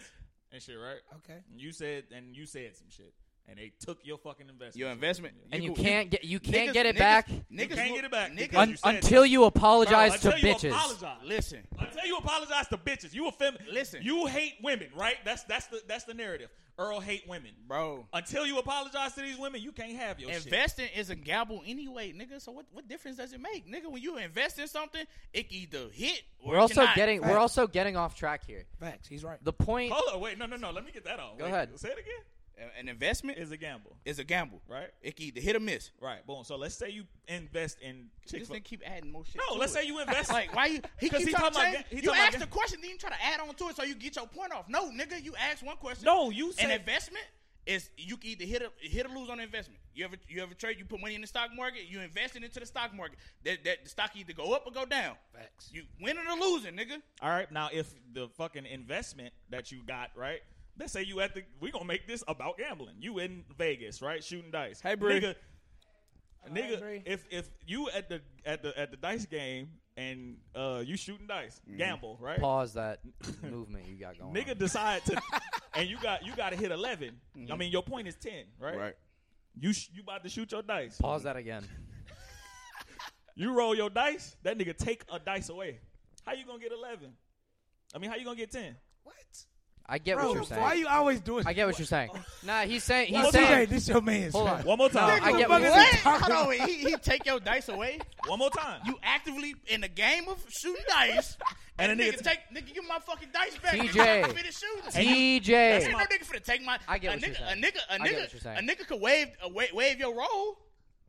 and shit, right?
Okay.
And you said and you said some shit, and they took your fucking investment.
Your investment,
And you
go-
can't get you can't
niggas-
get it
niggas-
back
Niggas
can't
will-
get it back
Niggas,
because
un-
you said
until you
Bro,
apologize
until
to
you
bitches.
Apologize.
listen,
Until you apologize to bitches, you a feminist.
Listen.
you hate women, right? That's that's the that's the narrative. Earl hate women.
bro.
Until you apologize to these women, you can't have your shit.
Investing is a gamble anyway, nigga. So what, what difference does it make, nigga? When you invest in something, it can either hit. Or
We're
it
also
cannot.
getting
Facts.
we're also getting off track here.
Facts. He's right.
The point
Hold on, wait, no, no, no. Let me get that off.
Go
Wait,
ahead.
Say it again.
An- an investment is
Is a gamble,
is a gamble,
right?
It can either hit or miss.
Right. Boom. So let's say you invest in Chick
Just
Fil.
then keep adding more shit.
No,
to
let's
it.
say you invest-
like why you? He
'Cause
keeps
he
trying to
talking
change.
about ga- he
You
talking about
asked
ga-
a question, then you try to add on to it so you get your point off. No, nigga, you ask one question.
No, you
an
said
investment is you can either hit or hit or lose on an investment. You ever you ever trade? You put money in the stock market. You investing into the stock market. That that the stock either go up or go down.
Facts.
You winning or losing, nigga.
All right. Now, if the fucking investment that you got, right? Let's say you at the. We gonna make this about gambling. You in Vegas, right? Shooting dice.
Hey, Bree.
nigga. Nigga,
Bree.
if if you at the at the at the dice game and uh you shooting dice,
Mm-hmm.
gamble, right?
pause that movement you got going.
Nigga
on.
decide to, and you got you got to hit 11
Mm-hmm.
I mean, your point is ten, right? You sh- you about to shoot your dice.
pause that again.
You roll your dice. That nigga take a dice away. How you gonna get eleven? I mean, how you gonna get ten?
What?
I get
Bro,
what you're saying.
why are you always doing?
I get what you're saying. Nah, he's saying he's
Well, TJ,
saying.
this your man's.
Hold
right?
on.
One more time.
No, Oh, I get what you're
Motherfucker,
saying.
Hold on, he, he take your dice away.
One more time.
You actively in the game of shooting dice, and,
And
a
a
nigga,
nigga-
take nigga, give me my fucking dice back.
TJ.
I'm finna shooting. Ain't
TJ.
no nigga finna take my.
I get
a
what you're
nigga,
saying.
A nigga, a
I get what
nigga,
you're saying.
a nigga could wave, a wave, wave your roll.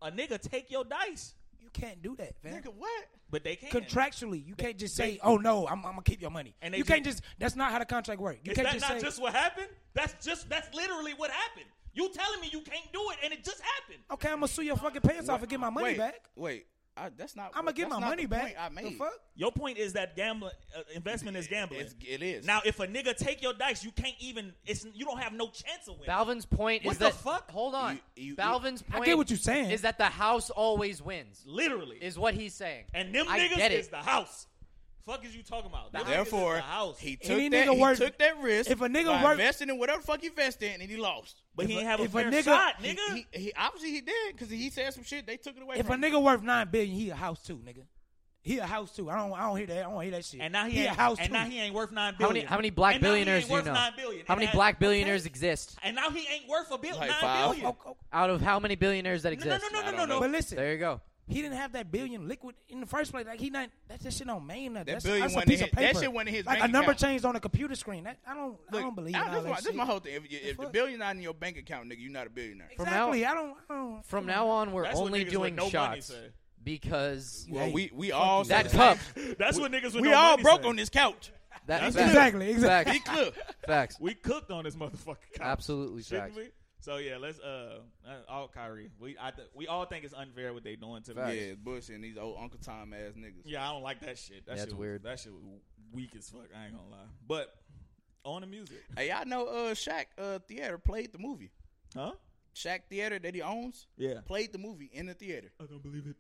a nigga take your dice,
You can't do that, man.
Nigga, what?
but they can't.
Contractually, you can't just say, "Oh no, I'm, I'm gonna keep your money."
And
And
they
you can't
just-
just. That's not how the contract works. You
Is
can't
that
just
not
say.
just what happened? That's just that's literally what happened. You telling me you can't do it, and it just happened.
okay, I'm gonna sue your fucking pants off and get my money
wait,
back.
Wait, I, that's not.
I'm gonna get
that's
my
not
money
the
back.
point I made.
The fuck?
Your point is that gambling uh, investment is gambling.
It's, it is
now, if a nigga take your dice, you can't even. It's you don't have no chance of winning.
Balvin's point
What
is
the
that.
fuck?
Hold on.
You- you-
Balvin's
I
point.
get what you're saying.
Is that the house always wins?
literally,
Is what he's saying.
and them
I
niggas
get
is
it.
the house. Fuck is you talking about? Them niggas is
Therefore,
the house.
he took
Any
that.
nigga
he
worth-
took that risk.
if a nigga
by
worth-
investing in whatever the fuck he invested in, and he lost.
but he
if
ain't
a-
have a
if a
fair
nigga-
shot,
He-
nigga.
He, he obviously he did because he said some shit. They took it away.
If a
from him.
nigga worth nine billion, he a house too, nigga. He a house too. I don't. I don't hear that. I don't hear that shit.
and now he,
a
ain't,
house
and
too.
now he ain't worth nine
How
billion.
many how many black
And now he ain't
billionaires do you
worth
know?
nine billion.
How
And
many
that-
black billionaires
okay.
exist?
And now he ain't worth a bill.
Like
nine
five.
billion.
Oh, oh,
Out of how many billionaires that
No, no,
exist?
no, no,
I
no, no,
don't know.
no.
But listen,
There you go.
he didn't have that billion liquid in the first place. Like he not that, that shit don't mean nothing. That's,
billion
that's a
wasn't in
piece of
his- that
paper.
shit wasn't in his
like
bank
a number
account.
changed on a computer screen. That, I don't. I don't believe. in all
this,
that
my, this
shit.
my whole thing. If, you- if the
fuck?
billion not in your bank account, nigga, you not a billionaire.
From now-
exactly. I don't. I don't.
From now on, we're
That's what
only
niggas
doing
with no money
shots
say.
because
Well,
Hey,
we we all said
that
the
cup.
That's what niggas with
same- We
no
all
money
broke
say.
on this couch.
That,
That's
facts.
exactly. Exactly.
Be clear.
Facts.
We cooked on this motherfucker.
Absolutely
Shouldn't
facts.
we? So yeah, let's uh, uh all Kyrie. We I th- we all think it's unfair what they doing to
Yeah,
the
it's Bush and these old Uncle Tom ass niggas.
Yeah, I don't like that shit. That
Yeah,
shit
it's
was-
weird.
That shit was weak as fuck. I ain't gonna lie. But on the music,
Hey, y'all know uh, Shaq uh, Theater played the movie.
huh?
Shaq Theater that he owns
Yeah.
played the movie in the theater.
I don't believe it.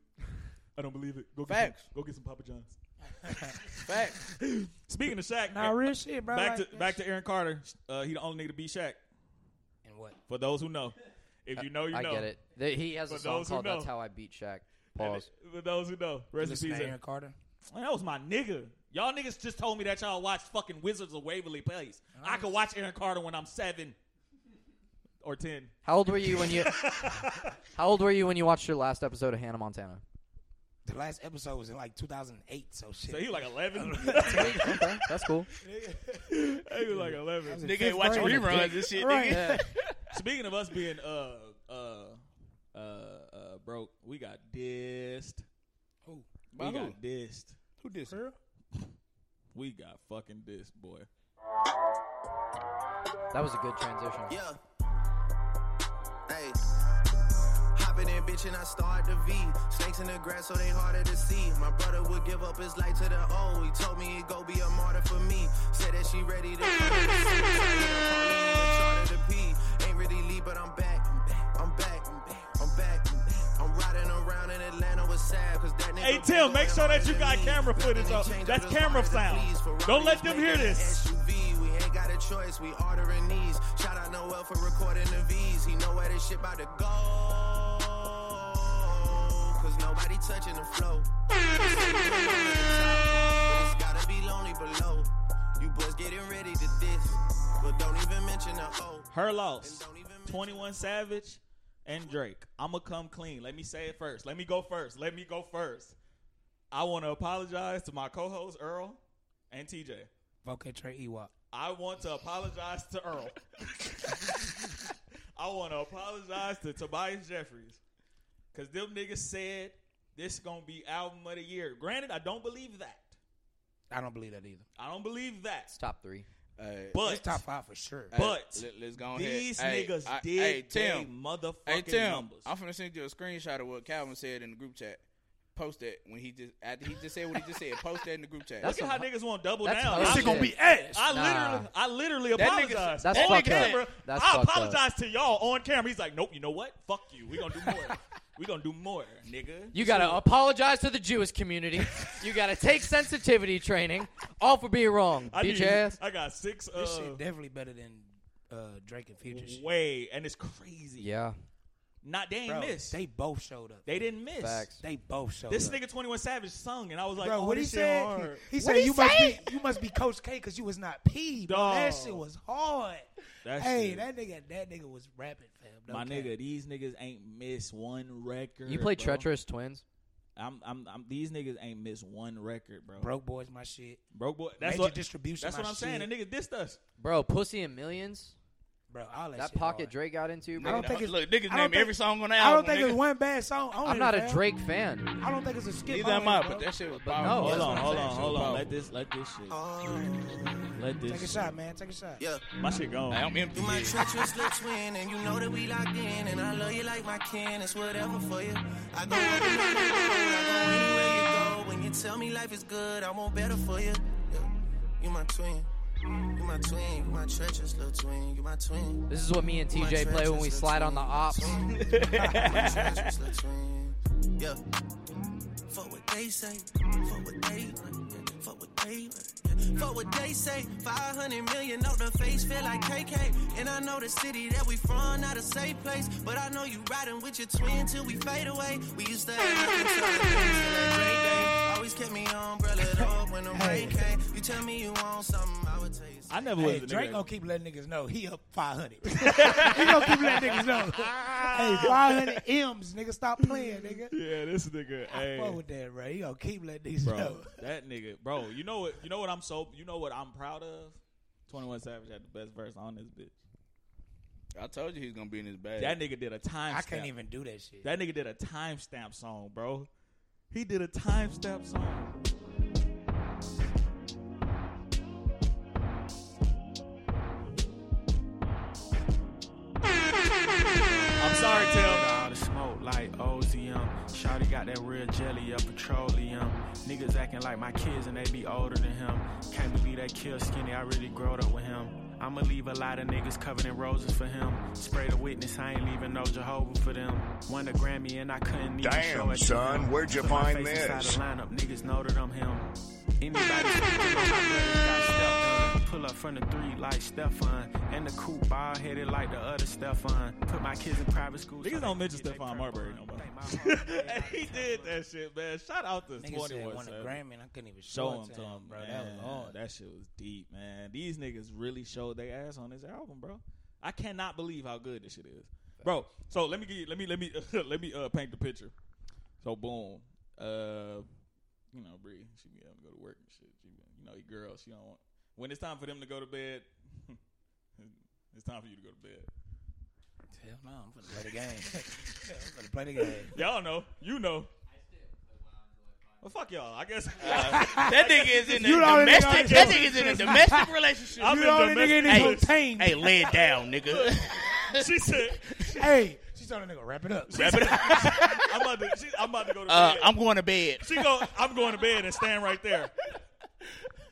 I don't believe it. Go
some- Facts.
Go get some Papa Johns.
Fact.
Speaking of Shaq,
Nah, real shit, bro.
back
like,
to back to Aaron Carter. Uh, he the only nigga to beat Shaq.
And what?
For those who know, if you know, you
I
know.
get it. There- He has a
For
song
those who
called "That's
know.
How I Beat Shaq."
And
Pause.
it- For those who know, rest in
Listen,
peace.
to Aaron
Aaron.
Carter.
That was my nigga. Y'all niggas just told me that y'all watched fucking Wizards of Waverly Place. I could watch Aaron Carter when I'm seven or ten.
How old were you when you? how old were you when you watched your last episode of Hannah Montana?
The last episode was in like 2008. So shit.
So he was like eleven.
Okay, that's cool.
he was like eleven.
Nigga ain't watching
grade.
reruns and shit,
Right.
nigga.
Yeah.
Speaking of us being uh uh uh, uh broke, we got dissed.
Who?
We
By who?
got dissed.
Who did
We got fucking dissed, boy.
That was a good transition.
Yeah. Hey. Hopping in, bitch,
switch and I start the V. Snakes in the grass, so they harder to see. My brother would give up his life to the O. He told me he'd go be a martyr for me. Said that she ready to. Charter to P. Ain't really leave, but I'm back. I'm back. I'm back. I'm riding around in Atlanta with Sab, cause that nigga.
Hey Tim, make sure that you got camera footage up. That's camera sound. Don't let them hear this.
SUV. We ain't got a choice. We ordering these. Shout out Noel for recording the V's. He know where this shit about to go. Cause nobody touching the flow. It's gotta be lonely below. You boys getting ready to diss. But don't even mention the O.
Her loss. 21 Savage and Drake. I'ma come clean. Let me say it first. Let me go first. Let me go first. I want to apologize to my co-host Earl and TJ.
Okay, Trey Ewok.
I want to apologize to Earl. I want to apologize to Tobias Jeffries. Cause them niggas said this gonna be album of the year. Granted, I don't believe that.
I don't believe that either.
I don't believe that.
It's top three.
But
it's top five for sure.
Hey,
But
let, us go ahead.
these
Hey,
niggas
I-
did
hey,
they
Tim.
motherfucking
Hey Tim,
numbers.
I'm finna send you a screenshot of what Calvin said in the group chat. Post that when he just after he just said what he just said. Post that in the group chat.
Look at how niggas want to double
that's
down.
some
I-
shit gonna be
I
ass.
literally, I literally
That nigga-
apologize.
that's
on
fucked up.
camera,
That's
I
fucked up.
apologize to y'all on camera. He's like, nope. You know what? Fuck you. We gonna do more. we gonna do more, nigga.
You gotta apologize to the Jewish community. you gotta take sensitivity training. All for being wrong,
I
bitch
need-
ass.
I got six. Uh,
This shit definitely better than uh, Drake and Future shit.
way, and it's crazy.
Yeah.
Not they ain't
Bro,
miss.
They both showed up.
They didn't miss.
Facts.
They both showed
This
up.
nigga Twenty One Savage sung, and I was like,
Bro,
oh,
what he
this shit
said?
hard.
He, he said you must be you must be Coach K because you was not P. Bro, that
Dog.
shit was hard.
That
hey,
shit-
that nigga, that nigga was rapping, fam.
My
No cap.
nigga, these niggas ain't miss one record.
You play
bro.
Treacherous Twins?
I'm, I'm, I'm. These niggas ain't miss one record, bro.
broke boys, my shit.
Broke boy. That's
Major
what
distribution,
That's
my
what I'm saying. The
shit.
niggas dissed us.
Bro, Pussy and Millions?
Bro, all that,
That
shit
pocket
hard.
Drake got into,
I
bro.
don't think it's
Look, niggas
I don't
name
think-
every song on the
I
album,
don't think
nigga.
it's one bad song. on
I'm
it,
not a
fam.
Drake fan.
I don't think it's a skip.
Neither
on
am I,
it,
but
bro.
that shit was
But
powerful.
no.
Hold
That's
on, hold on,
Shit was
hold on. Let
powerful.
this, let this shit. Let this.
Take a shot, man. Take a shot.
Yeah.
My shit gone.
Hey, I'm empty.
You my treacherous little twin, and you know that we locked in. And I love you like my kin, it's whatever for you. I go, wherever you go, I go anywhere you go. When you tell me life is good, I want better for you. Yeah. You my twin, you my twin, you my treacherous little twin, you my twin.
This is what me and TJ play when we slide on the ops.
Yeah. Fuck what they say. Fuck what they want. yeah. Fuck what they want. yeah. Fuck what they say. 500 million off the face, feel like KK. And I know the city that we from, not a safe place. But I know you riding with your twin till we fade away. We used to have nothing till that day, till that great day. Always kept me umbrellaed up when the rain came. You tell me you want something, I would tell you
I never was
Hey,
a
Drake
nigga.
gonna keep letting niggas know he up 500. he gonna keep letting niggas know. hey, 500 M's, nigga, stop playing, nigga.
Yeah, this nigga.
I
Hey,
fuck with that, bro. He gonna keep letting niggas
bro,
know.
that nigga, bro. You know what? You know what I'm so. You know what I'm proud of. Twenty One Savage had the best verse on this bitch.
I told you he's gonna be in his bag.
That nigga did a time.
I can't even do that shit.
That nigga did a timestamp song, bro. He did a timestamp song. I'm sorry, Tim.
all the smoke like OZM. Shawty got that real jelly of petroleum. Niggas acting like my kids and they be older than him. Can't believe they kill skinny, I really growed up with him. I'ma leave a lot of niggas covered in roses for him. Spray the witness, I ain't leaving no Jehovah for them. Won a Grammy and I couldn't even
Damn,
show it to
son,
them.
where'd you
Put my
find
face inside
this?
the lineup, niggas know that I'm him. Anybody speaking on my brothers got stepped on. Pull up from the three like Stefan. And the coupe ball headed like the other Stefan. Put my kids in private school. so
Niggas don't mention
they
Stephon Marbury no more.
Hey,
Hey, he did that shit, man. Shout out to
Nigga
Twenty
said
One
won a
Savage.
Grammy and I couldn't even show,
Show
it
him to him,
bro. That was hard.
That shit was deep, man. These niggas really showed their ass on this album, bro. I cannot believe how good this shit is, bro. So let me give you, let me let me let me uh, paint the picture. So boom, uh, you know Bree, she be having to go to work and shit. She, be- you know, you girls, she don't want. When it's time for them to go to bed, it's time for you to go to bed.
Hell no, I'm gonna play the game. I'm gonna play the game.
Y'all know, you know. Well, fuck y'all. I guess
That nigga is in a
You the only nigga
domestic.
on
That
this
nigga is in a domestic relationship.
I'm
You the only nigga in this
Hey,
whole team.
Hey, lay it down, nigga.
she said,
Hey, she told that nigga, wrap it up.
Wrap it up. I'm about to. She, I'm about to go to
Uh,
bed.
I'm going to bed.
She go. I'm going to bed and stand right there.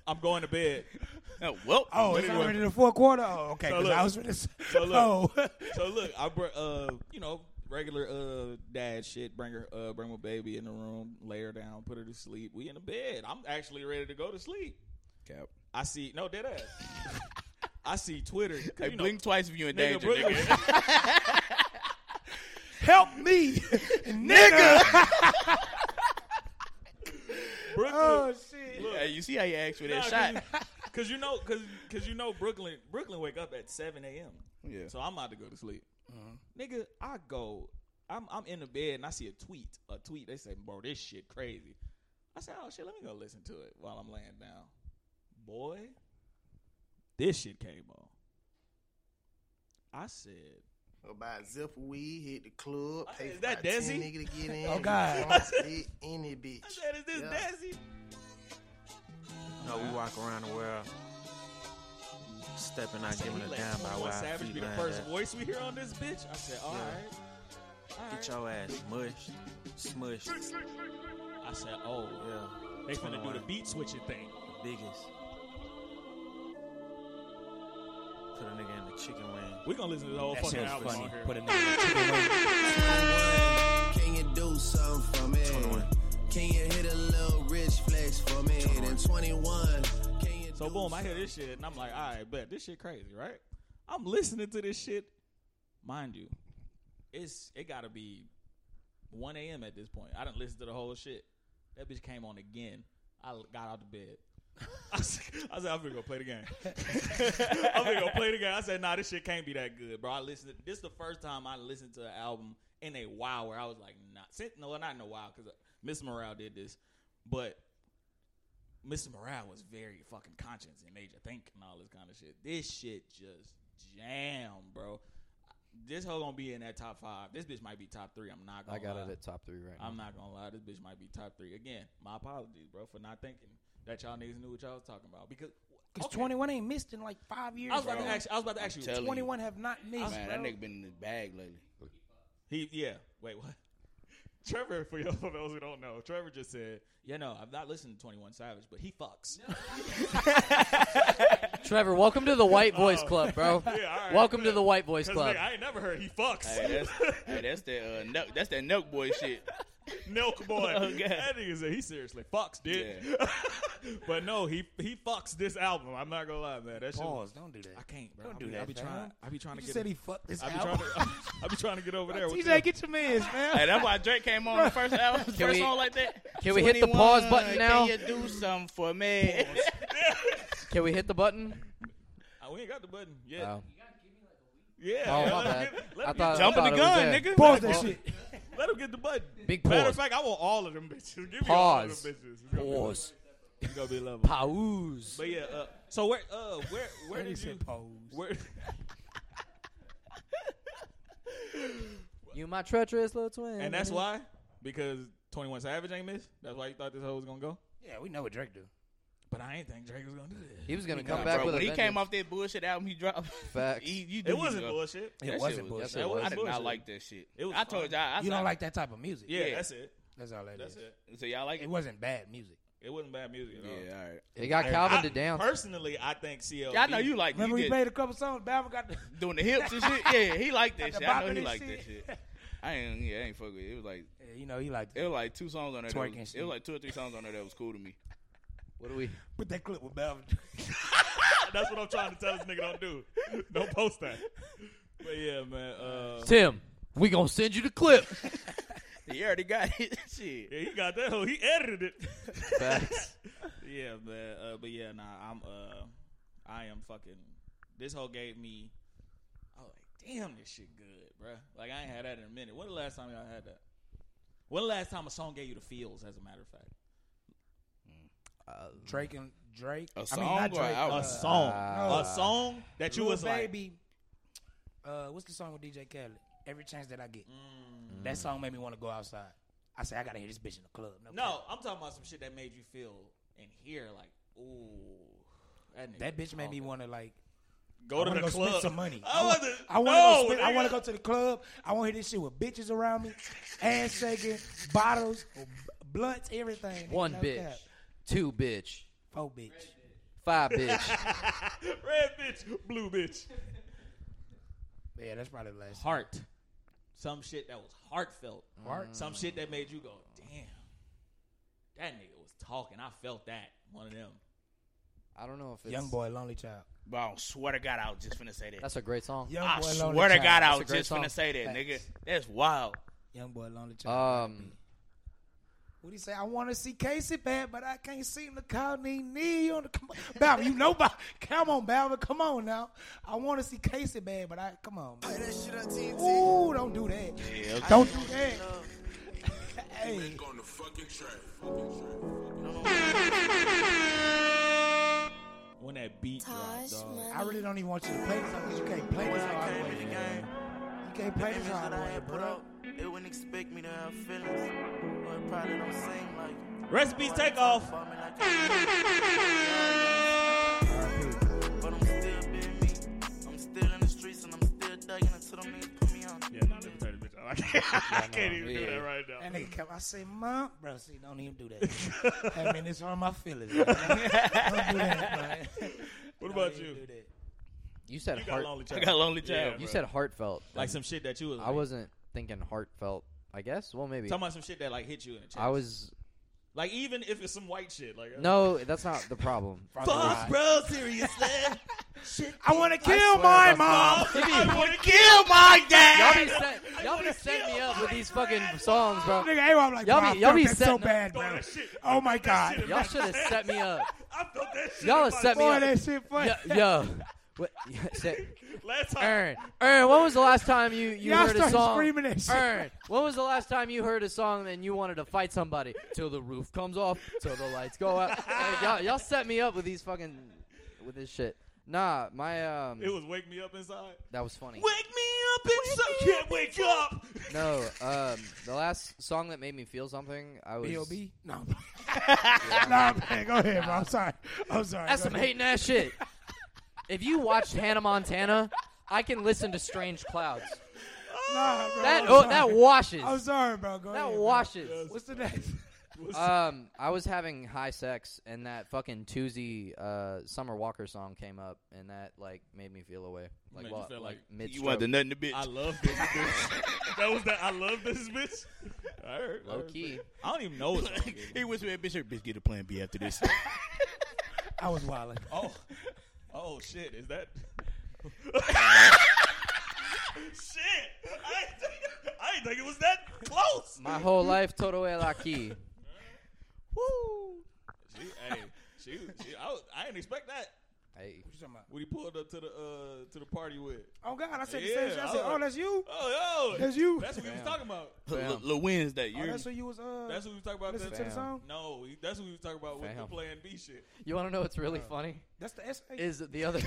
I'm going to bed.
well,
Oh, it's already the fourth quarter. Oh, okay. Because I was for this.
So look,
Oh.
so look, I br- uh, you know, regular uh dad shit. Bring her, uh, bring my baby in the room, lay her down, put her to sleep. We in the bed. I'm actually ready to go to sleep.
Cap.
I see no dead ass. I see Twitter. 'cause,
Hey,
you know,
blink twice if you in
nigga,
danger,
blink-
Help me, nigga.
Brooklyn.
Oh, shit.
Hey, you see how you asked for that
Nah,
shot?
Cause you know, cause, cause you know, Brooklyn, Brooklyn wake up at seven a.m.
Yeah.
So I'm about to go to sleep.
Uh-huh.
Nigga, I go. I'm I'm in the bed and I see a tweet. A tweet. They say, "Bro, this shit crazy." I said, "Oh shit, let me go listen to it while I'm laying down." Boy, this shit came on. I said,
About zip weed, hit the club, pay
is
for
that
about 10
Desi?
nigga to get in.
Oh, God.
You don't hit any bitch.
I said, "Is this
Yeah.
Desi?"
No, we walk around the world. Stepping out, giving a
He let
damn by
21
where our
Savage
feet
be the
land
first
at.
voice we hear on this bitch. I said, "All
Yeah.
right."
Get your ass mushed, smushed.
I said, oh,
yeah.
They finna do the
21.
beat switching thing.
biggest. Put a nigga in the chicken wing.
We gonna listen to the whole
That
fucking
shit's
album
funny.
on here.
Put a nigga in the chicken
Can you do something for me? Can you hit a little rich flex for me? Then 21.
So boom, I hear this shit and I'm like, all right, bet this shit crazy, right? I'm listening to this shit, mind you. It's it gotta be 1 a.m. at this point. I didn't listen to the whole shit. That bitch came on again. I l- got out of bed. I said, I said, I'm gonna go play the game. I'm gonna go play the game. I said, nah, this shit can't be that good, bro. I listened. To, this is the first time I listened to an album in a while where I was like, nah, since, no, not in a while because Miss Morale did this, but Mr. Morale was very fucking conscious and made you think and all this kind of shit. This shit just jam, bro. This hoe gonna be in that top five. This bitch might be top three. I'm not gonna
I got
lie.
it at top three right now.
I'm not gonna lie, this bitch might be top three. Again, my apologies, bro, for not thinking that y'all niggas knew what y'all was talking about. Because
Because 21 ain't missed in like five years.
I was about to
bro.
ask- I was about to ask
I'm you. telling you.
21 have not missed.
Man,
bro.
that nigga been in his bag lately.
he yeah, wait, what? Trevor, for y'all for those who don't know, Trevor just said, Yeah, no, I've not listened to Twenty One Savage, but he fucks.
Trevor, welcome to the White Boys
Oh.
Club, bro.
Yeah, all right,
welcome to
look.
the White Boys
'Cause,
Club.
nigga, I ain't never heard he fucks.
Hey, that's, hey, that's that uh, Nelk- that's that Nelk boy shit.
Milk boy.
Oh, God.
That nigga said he seriously fucks, dude. but no, he he fucks this album. I'm not gonna lie, man. That shit-
Pause. Don't do that.
I can't, bro.
Don't
I
do
be, I
that,
be
fam.
trying. I be trying
You
to
just
get.
said
it-
he fucked this
I be
album.
Trying to, I be trying to get over there. with
TJ,
you.
get your man's, man.
Hey, that's why Drake came on the first album, the
Can
first
we-
song like that.
can we hit the pause
21,
button now?
Can you do something for me?
Can we hit the button?
Uh, we ain't got the button yet.
Oh.
Yeah.
Oh,
yeah,
my
let him
bad.
get- let
I
him
thought-
get-
I Jumping the thought it was gun, there. nigga.
Let
Pause that
him-
shit.
Let him get the button.
Big
Matter of
pause.
fact, I want all of them bitches. Give me all of
Pause.
them bitches. It's gonna be level.
Pause.
It's gonna be level.
Pause.
But yeah, uh, so where uh where where
He
did you
said pause.
where
You my treacherous little twin.
and that's
man.
why because Twenty One Savage ain't miss. That's why you thought this hoe was gonna go.
Yeah, we know what Drake do.
But I ain't think Drake was gonna do that.
he was gonna
Nah,
come back
bro,
with
when
a
he came
vengeance.
off that bullshit album, he dropped.
Facts.
He, you do
It
need
wasn't
to go.
bullshit.
It
That shit
wasn't
was-
bullshit.
Yes, it
that was- I
was.
did not
Bullshit.
like that shit.
It was
I told
fun.
y'all. I,
You don't
I-
like that type of music.
Yeah,
Yeah.
that's it.
That's all that is.
That's it.
So y'all like
It
it?
wasn't bad music.
It wasn't bad music at all.
Yeah, all right.
It got
I-
Calvin
I-
to dance.
Personally, I think CLB.
Y'all know you like
Remember
you
we
did
played a couple songs. Balvin got the
doing the hips and shit. Yeah, he liked that
Got the
shit. I know
bopping
he
and
liked
shit.
that shit. I ain't. Yeah, I ain't fuck with it. It was like
Yeah, you know, he liked
it was like two songs on there. That
Twerking
was, it
shit.
was like two or three songs on there that was cool to me.
What do we?
Put that clip with Balvin.
That's what I'm trying to tell this nigga don't do. Don't post that. But yeah, man. Uh,
Tim, we gonna send you the clip.
You already got it. shit.
yeah, he got that hoe. He edited it.
Facts.
yeah, man. Uh, but yeah, nah. I'm. Uh, I am fucking. This hoe gave me. I was like, damn, this shit good, bruh. Like I ain't had that in a minute. When the last time y'all had that? When the last time a song gave you the feels? As a matter of fact,
Drake and Drake.
A
I mean,
song
not
or
Drake.
out?
a
uh,
song,
no.
a song that you
Lil
was like,
baby. uh, what's the song with DJ Khaled? Every chance that I get. That song made me want to go outside. I said I gotta hear this bitch in the club.
No,
cap.
I'm talking about some shit that made you feel in here like, ooh. That, nigga
that bitch made me
talking.
want to like
Oh. Go to
I wanna
the
go Spend
club.
some money.
I
wa-
wasn't-
I
no,
want to. I
nigga.
want to go to the club. I want to hear this shit with bitches around me, ass shaking, bottles, blunts, everything. nigga,
One
no
bitch,
cap.
two bitch,
four bitch,
five bitch.
Red bitch, blue bitch.
Yeah, that's probably the last.
Heart. Some shit that was heartfelt.
Heart?
Some shit that made you go, damn. That nigga was talking. I felt that. One of them.
I don't know if it's
Young boy, lonely child.
Bro, I swear to God, I was just finna say that.
That's a great song.
Young
I
boy,
swear
lonely
to
child.
God, I
That's
was
a great
just
song.
finna say that,
Facts.
nigga. That's wild.
Young boy, lonely child.
Um,
what he say? I want to see Casey bad, but I can't see him to call me knee on the come on. Balvin, you know, Bal- come on, Balvin, come on now. I want to see Casey bad, but I come on. Man. Ooh, don't do that. Don't do that. hey.
When that beat dropped, dog.
I really don't even want you to play this because you can't play this hard way. man. You can't play this hard way, bro.
They wouldn't expect me to have feelings. Or it probably don't seem like it.
Recipes take off.
But I'm still being me. I'm still in the streets and I'm still thugging until them niggas put me on.
Yeah, nah, let me tell you, bitch. I can't, I can't even do that right now.
That nigga kept, I say, Mom, bro, see, don't even do that. I mean, it's on my feelings. man. Don't do that, bro.
What
Don't
about
even
you?
do that.
you said
You got
heart.
lonely child. I got lonely child,
you
bro.
said heartfelt.
Like
Then
some shit that you was
I
like-
wasn't thinking heartfelt. I guess. Well, maybe.
Talking about some shit that like hit you in the chest.
I was.
like, even if it's some white shit, like uh,
No, that's not the problem.
Fuck, bro, seriously. shit,
I want to
swear
kill
to
my
God,
mom.
I want to
kill my
Y'all
dad.
be set, y'all be setting me up with these fucking songs, bro.
Nigga, hey, I'm like,
Y'all
y'all
be-
I
y'all
felt
be setting up-
that so bad, bro. Oh my god,
Y'all should have set me up.
I felt that shit.
Y'all
in my
have set me
Boy,
up.
that shit funny.
Yo, yo. what? shit.
Last time.
Aaron, Aaron, when was the last time you you
Y'all
heard a
started
song?
screaming that shit.
Aaron, when was the last time you heard a song and you wanted to fight somebody till the roof comes off, till the lights go out? Hey, y'all, y'all set me up with these fucking with this shit. Nah, my um,
It was wake me up inside.
that was funny.
Wake me up inside. Can't wake up.
No, um, the last song that made me feel something, I was.
B.O.B. No, I'm playing. nah, I'm playing. Go ahead, bro. I'm sorry. I'm sorry.
That's
Go
some
ahead.
hating ass shit. If you watched Hannah Montana, I can listen to Strange Clouds.
Nah, bro.
That
I'm
oh,
sorry.
that washes.
I'm sorry, bro. Go
That
ahead, bro.
washes.
What's the next?
Um, I was having high sex, and that fucking Toozy uh, Summer Walker song came up, and that like made me feel away. Like
Made you
what?
feel
like
like-
mid.
You wanted to nothing to bitch.
I love this bitch. that was that. I love this bitch. I heard, I
low
heard-
key.
I don't even know. What song it is.
he was with bitch. Her bitch get a plan B after this.
I was wilding.
oh, oh shit! Is that? shit! I didn't, think, I didn't think it was that close.
My whole life, todo el aquí.
Woo! She, hey, she, she I, was, I didn't expect that.
Hey,
What you talking about?
When he pulled up to the uh to the party with.
Oh God, I said the
Yeah,
same shit. I
I
said,
was-
oh, that's you.
Oh yo,
That's you.
That's what we was
Damn.
talking about.
Little Lil Wednesday.
Oh,
You
that's what you was. Uh,
That's what we was talking about.
listen
that-
to the
Fam.
song.
No, he- that's what we was talking about with the
Fam.
Plan B shit.
you want to know what's really funny?
That's the S. I
Uh, Is the other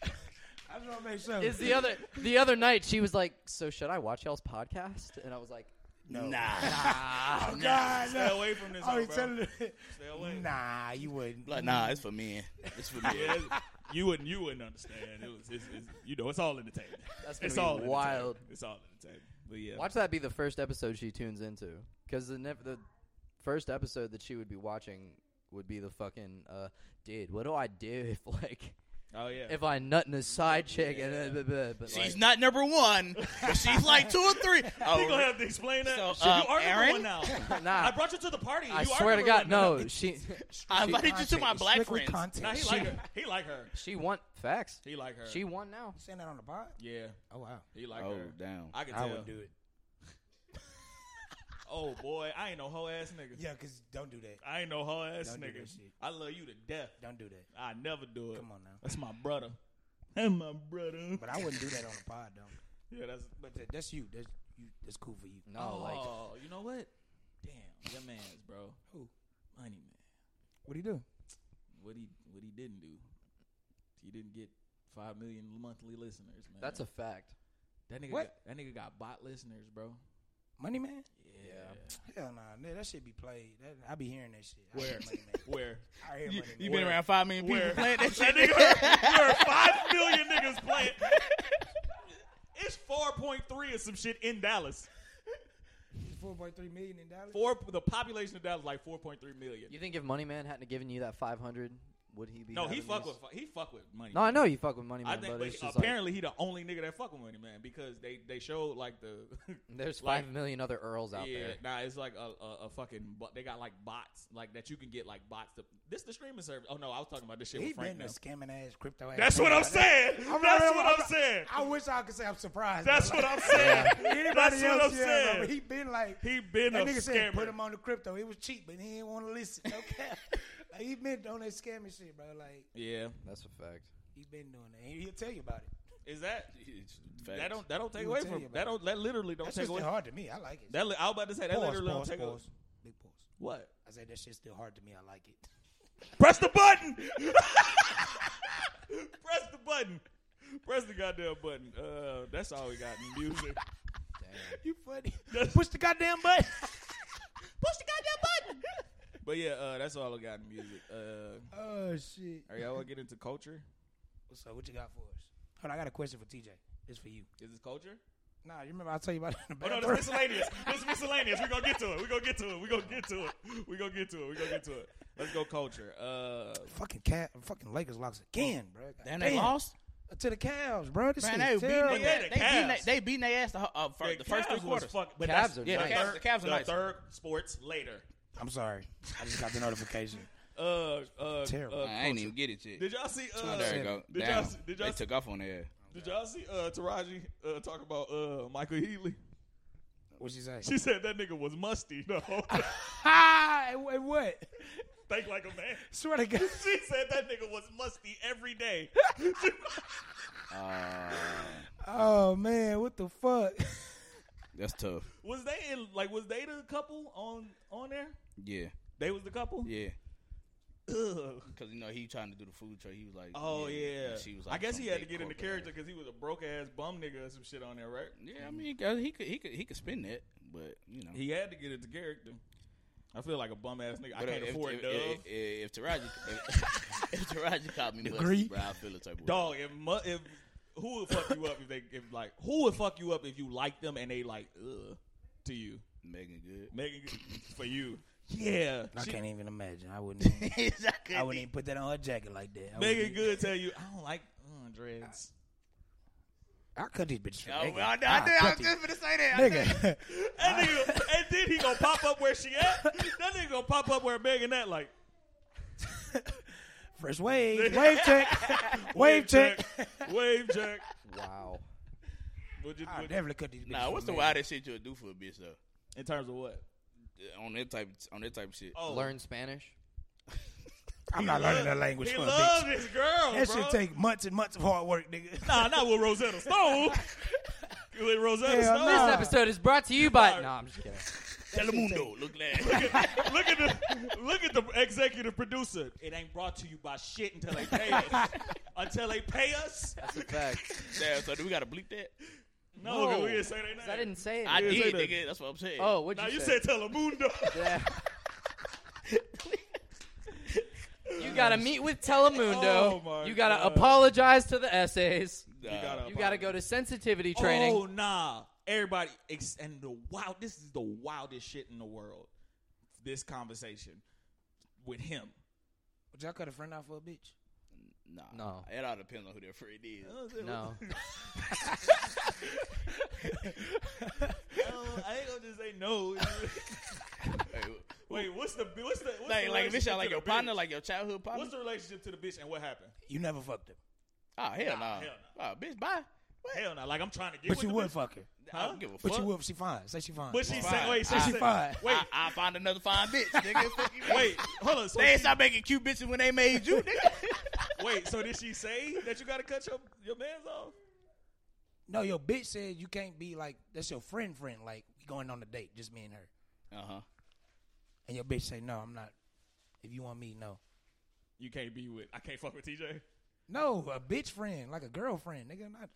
just want to make sure.
is the other the other night she was like, so should I watch y'all's podcast? And I was like,
nah.
Oh God,
Stay
no.
away from this,
Oh,
hoe,
he
bro.
telling it.
Stay away.
Nah, you wouldn't.
Like nah, it's for men. It's for men.
Yeah, it's- you wouldn't. You wouldn't understand. It was. It's, it's, you know, it's all entertainment.
That's gonna
it's
be
all entertainment.
wild.
It's all entertainment. But yeah,
watch that be the first episode she tunes into, because the nev- the first episode that she would be watching would be the fucking uh, dude. What do I do if like?
Oh yeah.
if I nut in a side chick and uh, blah, blah, but
She's
like,
not number one, but she's like two or three.
you
Oh,
gonna have to explain that.
So,
Shit,
um,
you are
Aaron?
number one now.
Nah.
I brought you to the party.
I
you are
swear to
number
God,
one now.
no. She
I invited you to
Content.
my
It's
black
strictly
friends.
Content.
Nah, he
Shit.
like her. He like her.
she won facts.
He like her.
She won now.
Saying that on the pod?
Yeah,
Oh wow.
he like
Oh,
her.
damn.
I can
I
tell.
wouldn't do it.
Oh boy, I ain't no hoe ass nigga.
Yeah, cause don't do that.
I ain't no hoe ass
Don't do
nigga.
that shit.
I love you to death.
Don't do that.
I never do it.
Come on now.
That's my brother. That's my brother.
But I wouldn't do that on the pod, though.
yeah, that's.
But that, that's you. That's you. That's cool for you.
No, like
oh, you know what? Damn, your man's bro.
Who?
Money man.
What do you do?
What he what he didn't do? He didn't get five million monthly listeners, man.
that's a fact.
that nigga.
What?
Got, that nigga got bot listeners, bro.
Money Man? Yeah. Hell nah, nigga, that shit be played. That, I be hearing that shit. I hear
Where?
Money Man.
Where?
I hear
You-
Money
you
Man.
been around five million people
Where?
playing that shit?
nigga heard, you heard five million niggas playing. It's four point three or some shit in Dallas.
Four point three million in Dallas.
Four the population of Dallas is like four point three million.
You think if Money Man hadn't given you that five hundred, would he be?
No, he
having
fuck
these-
with he fuck with money.
No, I
Man.
know you fuck with Money
I
Man,
think,
but
but
it's just like-
apparently he the only nigga that fuck with money man because they they showed like the
There's
like,
five million other Earls out
yeah,
there.
Nah, it's like a, a, a fucking but they got like bots like that you can get like bots. To, this the streaming service. Oh no, I was talking about this shit
He
with Frank.
been a
now.
scamming ass crypto. ass
That's what I'm
nigga.
saying.
not-
That's
not-
what I'm saying.
I wish I could say I'm surprised.
That's
though.
what I'm saying.
Anybody
That's what
else,
I'm
yeah,
saying.
bro, he been like
He been
that
a
nigga said put
scammer.
him on the crypto. It was cheap, but he didn't want to listen. Okay, like, he been on that scamming shit, bro. Like
Yeah,
that's a fact.
he been doing that. And He'll tell you about it.
Is that
facts.
that don't that don't take
He will
away
tell
from
you about
that don't that literally don't
That's
take
just
away.
still hard to me. I like it.
That li- I was about to say that
Pause,
literally
pause,
don't take
pause.
away.
Big pause.
What?
I said that shit's still hard to me. I like it.
Press the button. Press the button. Press the goddamn button. Uh, that's all we got in music.
You funny. Push the goddamn button.
Push the goddamn button. But yeah, uh, that's all I got in music. Uh,
Oh shit.
are y'all want to get into culture?
So what you got for us? Hold on, I got a question for TJ. It's for you.
Is this culture?
Nah, you remember I tell you about it in the
Oh no,
bathroom.
this miscellaneous. This miscellaneous. We're gonna get to it. We're gonna get to it. We're gonna get to it. We're gonna get to it. We're gonna get to it. Let's go culture. Uh
fucking cat, fucking Lakers lost again, bro.
Damn, they lost?
to the Cavs, bro. This
Man,
is
they was beating
terrible.
they, they, beating they, they beating their ass the, ho- uh, fir-
The
the first
Cavs
three
was
quarters.
fuck- but
Cavs
that's-
are
yeah, the
nice.
Cavs, the Cavs are
the
nice.
third sports later.
I'm sorry, I just got the notification.
Uh, uh,
Terrible.
uh,
I ain't
culture.
even get it yet.
Did y'all see? Uh,
there you go.
Did
Damn.
y'all see? Did
they
y'all see?
took off on there.
Did y'all see uh, Taraji uh, talk about uh, Michael Healy?
What she say?
She said that nigga was musty. No,
ha! And, and what?
think like a man.
Swear to God.
She said that nigga was musty every day.
uh,
Oh man, what the fuck?
That's tough.
was they in like? Was they the couple on on there?
Yeah.
They was the couple.
Yeah.
Ugh.
Because you know he trying to do the food truck. He was like,
Oh yeah.
She was.
I
like
guess
some
he had to
big
get into
corporate
character because he was a broke ass bum nigga or some shit on there, right?
ass. Yeah, I mean he could, he could he could he could spin that, but you know.
He had to get into character. I feel like a bum ass nigga. I
But uh,
can't
if,
afford
if,
Dove.
If, if, if Taraji, if, if Taraji caught me,
Agree.
musty, bro, I feel the type of way.
Dog, if, mu- if who would fuck you up if they if like who would fuck you up if you like them and they like ugh to you?
Megan Good.
Megan for you. Yeah.
I
She-
can't even imagine. I wouldn't. Even, I wouldn't even put that on her jacket like that. I wouldn't
Megan
even-
Good tell you, I don't like mm, dreads.
I cut these bitches. from
Oh,
Megan.
I know, I
I'll
knew- I was
cut these-
just finna say that, I
Nigga, Ah.
And, nigga, and then he gonna pop up where she at. That nigga gonna pop up where Megan at like
fresh wave, wave check, wave check.
Wave check.
Wow.
Would you,
I
would-
definitely cut these. bitches
Nah,
from
what's the
Megan.
wildest shit you'll do for a bitch though?
in terms of what?
On that type, on that type of shit.
Oh,
Learn Spanish.
I'm not learning that language
he
for a
loves
bitch.
his girl.
That
bro.
should take months and months of hard work, nigga.
Nah, not with Rosetta Stone. with Rosetta
Hell
Stone.
nah.
This episode is brought to you by. No, I'm just kidding.
Telemundo, look at that.
look, at, look at the look at the executive producer. It ain't brought to you by shit until they pay us. until they pay us.
That's a fact.
Damn, so do we gotta bleep that?
No, 'cause
No.
we didn't say their name.
I didn't say it.
I
Yeah, say
did,
that.
nigga. That's what I'm saying.
oh, what'd
Now
you
you
say?
said Telemundo.
Yeah. you gotta meet with Telemundo.
Oh, my
you gotta
God.
apologize to the essays.
Nah.
gotta-
You gotta go to sensitivity training.
Oh nah, everybody. ex- And the wild. This is the wildest shit in the world. This conversation with him.
Would y'all cut a friend out for a bitch?
nah.
No.
It all depends on who their friend is.
No.
Oh, I ain't gonna just say no.
Hey,
Wait, what's the what's the what's
like,
the
like if
relationship
it's your, like
to
your
the
partner,
bitch?
like your childhood partner.
what's the relationship to the bitch and what happened?
You never fucked her,
oh hell no.
hell
Oh bitch, bye. What?
Hell no, like I'm trying to get.
but
with
you
the
would
bitch.
fuck her.
I
Huh?
don't give a
But
fuck.
you would. She fine. Say she fine.
But she
Fine.
said, wait, she
I-
said,
fine.
wait,
I, I'll find another fine bitch, nigga. Fuck you,
wait, hold on. So
They
she-
ain't stop making cute bitches when they made you, nigga.
wait, so did she say that you gotta cut your your man's off?
No, your bitch said you can't be like that's your friend friend. Like we going on a date, just me and her.
Uh huh.
And your bitch say, no, I'm not. If you want me, no.
You can't be with. I can't fuck with TJ.
No, a bitch friend, like a girlfriend, nigga. Not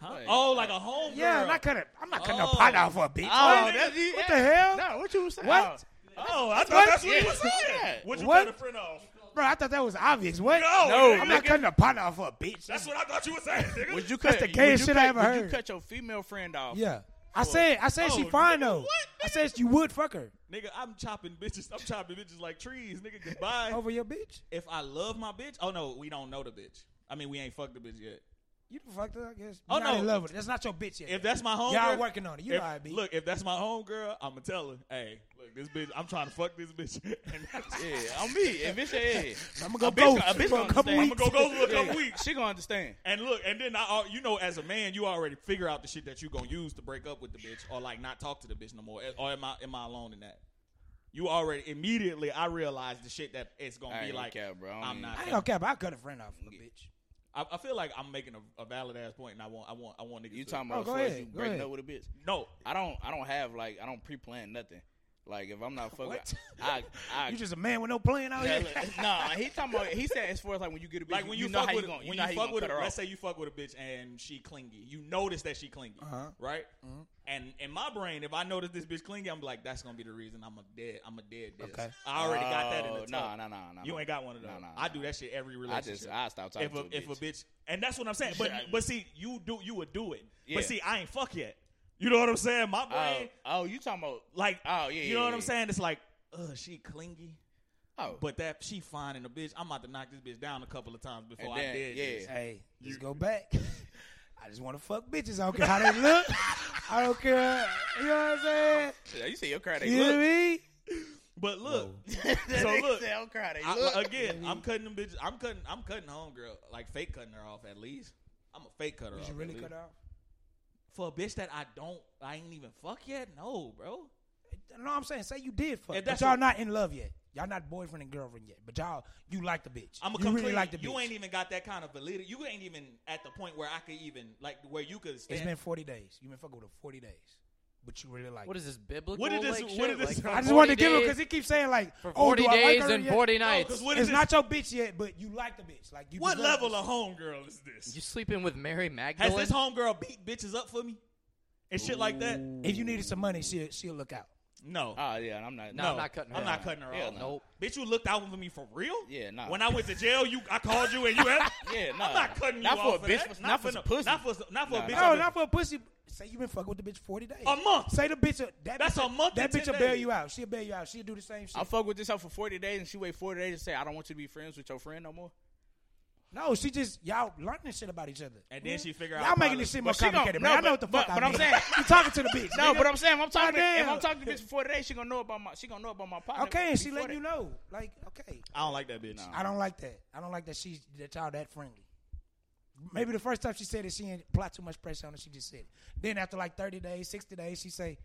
Huh? Oh, like a home
Yeah,
girl.
I'm not cutting. I'm not cutting
Oh.
a pot out for a bitch.
Oh,
what
that's-
what the hell?
No,
what you was saying? What?
Oh, I thought
What?
that's what he was
Yeah.
saying. What you
What?
cut a friend off?
Bro, I thought that was obvious. What?
No,
I'm not
nigga.
cutting a pot out for a bitch.
That's what I thought you were saying, nigga.
Would you cut?
That's the gayest
would you
shit
cut,
I ever
would You
heard.
cut your female friend off?
Yeah. I said, I said she fine though. I said you would fuck her.
Nigga, I'm chopping bitches. I'm chopping bitches like trees. Nigga, goodbye.
Over your bitch?
If I love my bitch, oh no, we don't know the bitch. I mean, we ain't fucked the bitch yet.
You done fucked her, I guess.
Oh
You're not
no,
in love with her. That's not your bitch yet.
If that's my home,
y'all working on it. You
if,
alright, B.
Look, if that's my home girl, I'ma tell her, hey, look, this bitch, I'm trying to fuck this bitch. And that's-
Yeah, I'm me. If it's yeah,
I'ma
a
go
bitch
ghost
gonna- A bitch
for a
gonna
couple
understand.
weeks. I'ma go ghost for a couple
Yeah.
weeks.
She gonna understand.
And look, and then I, al- you know, as a man, you already figure out the shit that you gonna use to break up with the bitch, or like not talk to the bitch no more. Or am I am I alone in that? You already immediately, I realize the shit that it's gonna
I
be
ain't
like.
gonna cap, bro. I don't
I'm
even-
not.
I ain't
capping.
gonna cap. I cut a friend off for a bitch.
I, I feel like I'm making a, a valid ass point, and I want, I want, I want niggas.
You
to-
talking about as far as you breaking up with a bitch?
No,
I don't. I don't have like I don't pre-plan nothing. Like if I'm not fucking,
What?
I, I
You just a man with no plan out
Yeah,
here.
look, no, he talking about. He said as far as like when you get a bitch,
like when you,
know
fuck
how
with,
you gonna,
when
know how
you fuck
gonna
with,
cut
a,
her
let's
off.
say you fuck with a bitch and she clingy, you notice that she clingy,
Uh-huh.
right?
Mm-hmm.
Mhm.
And in my brain, if I notice this bitch clingy, I'm like, that's gonna be the reason I'm a dead, I'm a dead. This.
Okay.
I already got that in the
Oh,
tub.
nah, nah, nah, nah,
You
nah.
ain't got one of those.
Nah, nah,
I
nah.
do that shit every
I just-
relationship.
I stop talking
if a,
to a
if a bitch, and that's what I'm saying. But but see, you do you would do it.
Yeah.
But see, I ain't fuck yet. You know what I'm saying? My brain,
Oh, oh, you talking about
like,
oh yeah,
you know
yeah,
what
yeah.
I'm saying? It's like, ugh, she clingy.
Oh.
But that she fine in a bitch. I'm about to knock this bitch down a couple of times before
And
I
then-
did.
oh, yeah.
this.
Hey, just go back. I just want to fuck bitches. I don't care how they look. I don't care. You know what I'm saying?
Yeah, you see your cry, they
You know what I
look.
mean?
But look,
That
so
nigga
look,
said, "I'll cry, they
I-
look."
again, I'm cutting them bitches. I'm cutting. I'm cutting homegirl like fake cutting her off at least. I'm a fake cutter.
Would
off
you
at
really
least.
cut her off?
for a bitch that I don't. I ain't even fuck yet. No, bro.
No, I'm saying say you did fuck,
If
but
that's
y'all
what-
not in love yet. Y'all not boyfriend and girlfriend yet. But y'all, you like the bitch.
I'm a
you really
complete.
like the bitch.
you ain't even got that kind of validity. You ain't even at the point where I could even like where you could stand.
It's been 40 days. You've been fucking with her 40 days, but you really like.
What is this biblical?
What did this-
like,
what did
shit?
this-
Like, for
I just
40
wanted to give it
days-
because he keeps saying like,
for
"Oh,
40
do I like
days
her
and
yet?"
40 nights.
No, 'cause
what
it's
is
not your bitch yet, but you like the bitch. Like you.
what
deserve
level
this.
of homegirl is this?
You sleeping with Mary Magdalene?
Has this homegirl beat bitches up for me and shit like that?
If you needed some money, she she'll look out.
No.
Oh yeah, and I'm not.
No,
no,
I'm not cutting her
I'm
off.
not cutting her
Yeah,
off.
no.
Nope.
Bitch, you looked out for me for real.
Yeah, nah.
When I went to jail, you I called you and you. Had,
Yeah, nah.
I'm not cutting you
Not for
off
a bitch,
that.
for- not for
no-
some pussy.
Not for some- not for
Nah.
a bitch.
No,
I've
not for a pussy. Say you been fucking with the bitch 40 days.
been- a month.
Say the bitch. uh, That
That's
bitch,
a month
That
and
bitch
10
will bail
days.
you out. She'll bail you out. She'll do the same shit.
I fuck with this out for 40 days, and she wait 40 days and say, "I don't want you to be friends with your friend no more."
No, she just y'all learning shit about each other.
And then she figure
Y'all
out
making
probably-
this shit more
But she gon-
complicated,
no,
man. I know what the
but-
fuck
but- but
I
I'm
mean.
saying-
you talking to the bitch.
No,
nigga.
but I'm saying, if I'm talking. To, if
Goddamn.
I'm talking to bitch for 40 days, she gonna know about my. She gonna know about my partner.
Okay, and she
before
let
that.
you know. Like, okay,
I don't like that bitch.
I don't like that. I don't like that she's that y'all that friendly. Maybe the first time she said it, she didn't apply too much pressure on her. She just said it. Then after like thirty days, sixty days, she say,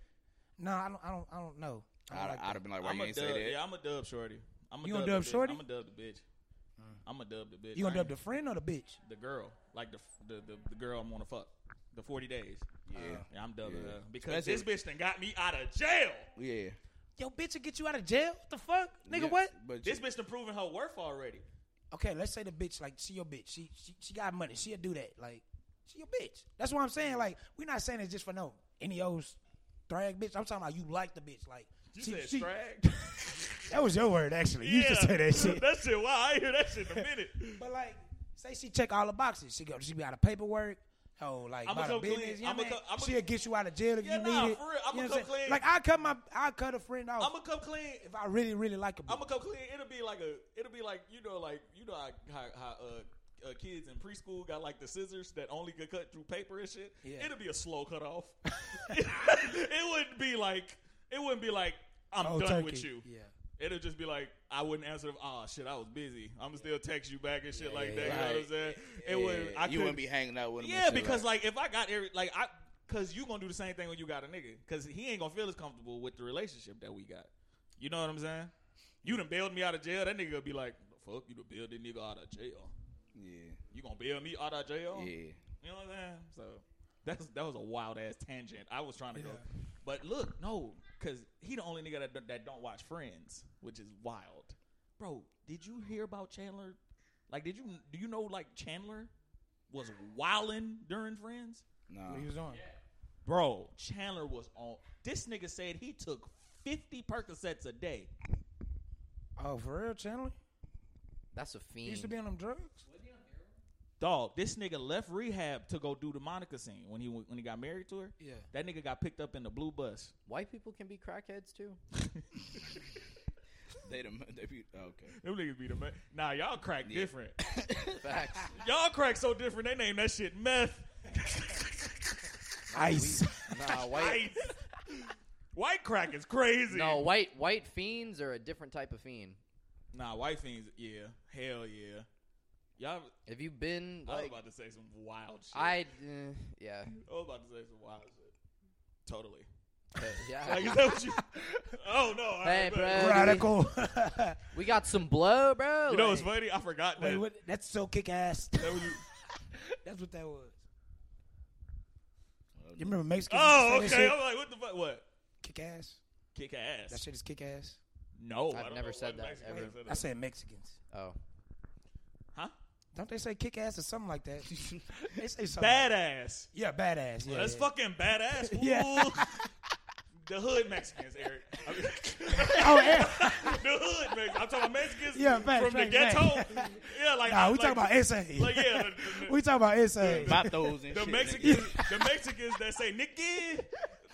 "No, I don't, I don't, I don't know." I don't
I'd,
like
I'd have
that.
been like, "Why
I'm
you
a
ain't
dub.
say that?"
Yeah, I'm a dub shorty. I'm a
You gonna
the
dub
bitch.
shorty? Mm.
I'm a dub the bitch. I'm a dub the bitch.
You gonna
I
dub
ain't-
the friend or the bitch?
the girl, like the the the, the girl I'm gonna fuck, the 40 days. Yeah, I'm dubbing
Yeah.
her because
Especially-
this bitch done got me out of jail.
Yeah,
Yo, bitch, will get you out of jail. What the fuck, nigga?
Yeah,
What?
But
This bitch done proven her worth already.
Okay, let's say the bitch, like she your bitch. She she, she got money. She'll do that. Like she your bitch. That's what I'm saying. Like we're not saying it's just for no any old drag bitch. I'm talking about you like the bitch. Like
You
she-
said
she-
drag.
That was your word actually. You used to say that shit.
That shit. Wow, I ain't hear that shit in a minute.
But like, say she check all the boxes. She go. She be out of paperwork. Oh, like
I'ma
about her
come clean.
business. You know
I'ma
what I mean?
come- I'ma-
She'll get you out of jail if
Yeah,
you need
nah,
it.
for real. I'ma
You know what
come
I'm saying?
clean.
Like I cut my, I cut a friend off
I'm gonna come clean.
if I really, really like a bitch.
I'm gonna come clean. It'll be like a. It'll be like you know, like you know how how, how uh, uh, kids in preschool got like the scissors that only could cut through paper and shit.
Yeah.
It'll be a slow cut off. it wouldn't be like it wouldn't be like I'm
Oh,
done
turkey.
with you.
Yeah.
It'll just be like I wouldn't answer. If, oh shit, I was busy. I'm still text you back and shit like that. You know what I'm saying? It would. I
you wouldn't
couldn't-
be hanging out with him. and
Yeah,
shit
because like if I got every like I because you gonna do the same thing when you got a nigga because he ain't gonna feel as comfortable with the relationship that we got. You know what I'm saying? You done bailed me out of jail. That nigga gonna be like, "Fuck, you done bailed that nigga out of jail.
yeah,
You gonna bail me out of jail?
yeah.
You know what I'm saying? So that's that was a wild ass tangent. I was trying to go, but look, no, because he the only nigga that that don't watch Friends, which is wild. Bro, did you hear about Chandler? Like, did you do you know like Chandler was wilding during Friends?
Nah.
What he was on?
Bro, Chandler was on. This nigga said he took 50 Percocets a day.
Oh, for real, Chandler?
That's a
He
fiend.
used to be on them drugs.
Dog, this nigga left rehab to go do the Monica scene when he went- when he got married to her.
Yeah.
That nigga got picked up in the blue bus.
White people can be crackheads too.
They the they be okay.
Them niggas be the man. Nah, y'all crack
Yeah.
different.
Facts.
Y'all crack so different. They name that shit meth.
Ice.
Nah, white.
Ice. White crack is crazy.
No, white white fiends are a different type of fiend.
Nah, white fiends. Yeah, hell yeah. Y'all.
Have you been
I was
like?
about to say some wild shit.
I uh, yeah
I was about to say some wild shit. Totally.
yeah.
Like, is that what you? Oh no. I
Hey,
remember.
bro.
Radical.
We got some blow, bro.
You know
like-
what's funny? I forgot that.
Wait, what? That's so kick ass.
that was you-
That's what that was. You remember Mexicans?
Oh,
used to say
okay.
that
I'm like, what the fuck? What?
shit? Kick ass.
Kick ass.
That shit is kick ass.
No, I
I've
don't
never
know
said
what
that
Mexican
ever.
nigga said
I
that.
said Mexicans.
Oh,
Huh?
Don't they say kick ass or something like that? they say something. like-
Badass.
yeah, badass. Yeah,
That's
yeah.
fucking badass. Ooh.
Yeah.
the hood Mexicans, Eric. I mean-
Oh, yeah.
the hood Mexicans. I'm talking about Mexicans
Yeah, facts,
from the
facts,
ghetto.
facts.
Yeah, like
Nah, we
like,
talking about SA.
Like yeah, the, the,
we talking about SA.
Vatos and
the
shit.
Mexicans, the Mexicans that say nigga,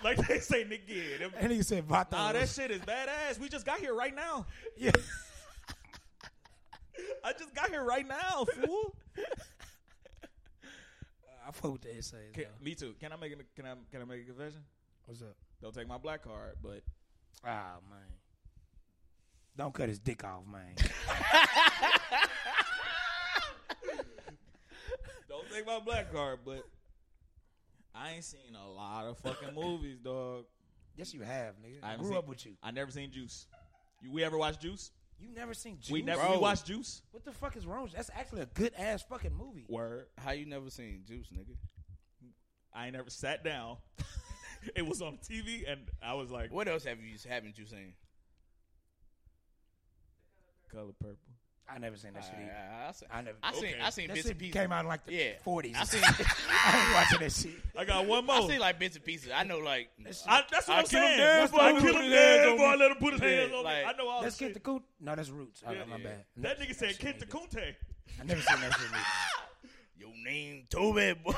like they say nigga. Them-
And he said Vato.
Nah, that shit is badass. We just got here right now.
yeah.
I just got here right now, fool.
I fuck with the SAs.
Can,
though.
me too. Can I make a can I can I make a confession?
What's up?
Don't take my black card, but
Oh man. Don't cut his dick off, man.
don't take my black card, but I ain't seen a lot of fucking movies, dog.
yes, you have, nigga.
I
I
haven't
grew
seen-
up with you.
I never seen Juice. You, we ever watched Juice?
You never seen Juice?
We never we
Bro.
watched Juice.
What the fuck is wrong? with you? That's actually a good ass fucking movie.
Word.
How you never seen Juice, nigga?
I ain't never sat down. it was on TV, and I was like,
What else have you haven't you seen?
color purple?"
I never seen that shit. Either.
I, I, seen-
I never.
I seen
Okay.
I seen
that
bits and
shit
pieces.
came out in like the
Yeah.
40s.
I seen
I ain't watching that shit.
I got one
I
more.
seen like bits and pieces. I know like
I, that's what
I
I'm
kill him
saying.
dead,
boy.
I
I
kill
put
him
his
dead,
hands
boy.
on
I let him put his
Yeah,
hands on me.
like,
I know all
Let's
this
get the
Oh, shit.
coot. No, that's Roots. Oh, my bad.
That nigga said,
shit
"Kid to
ain't good.
Kunte."
I never seen that shit. either.
your name Toby boy.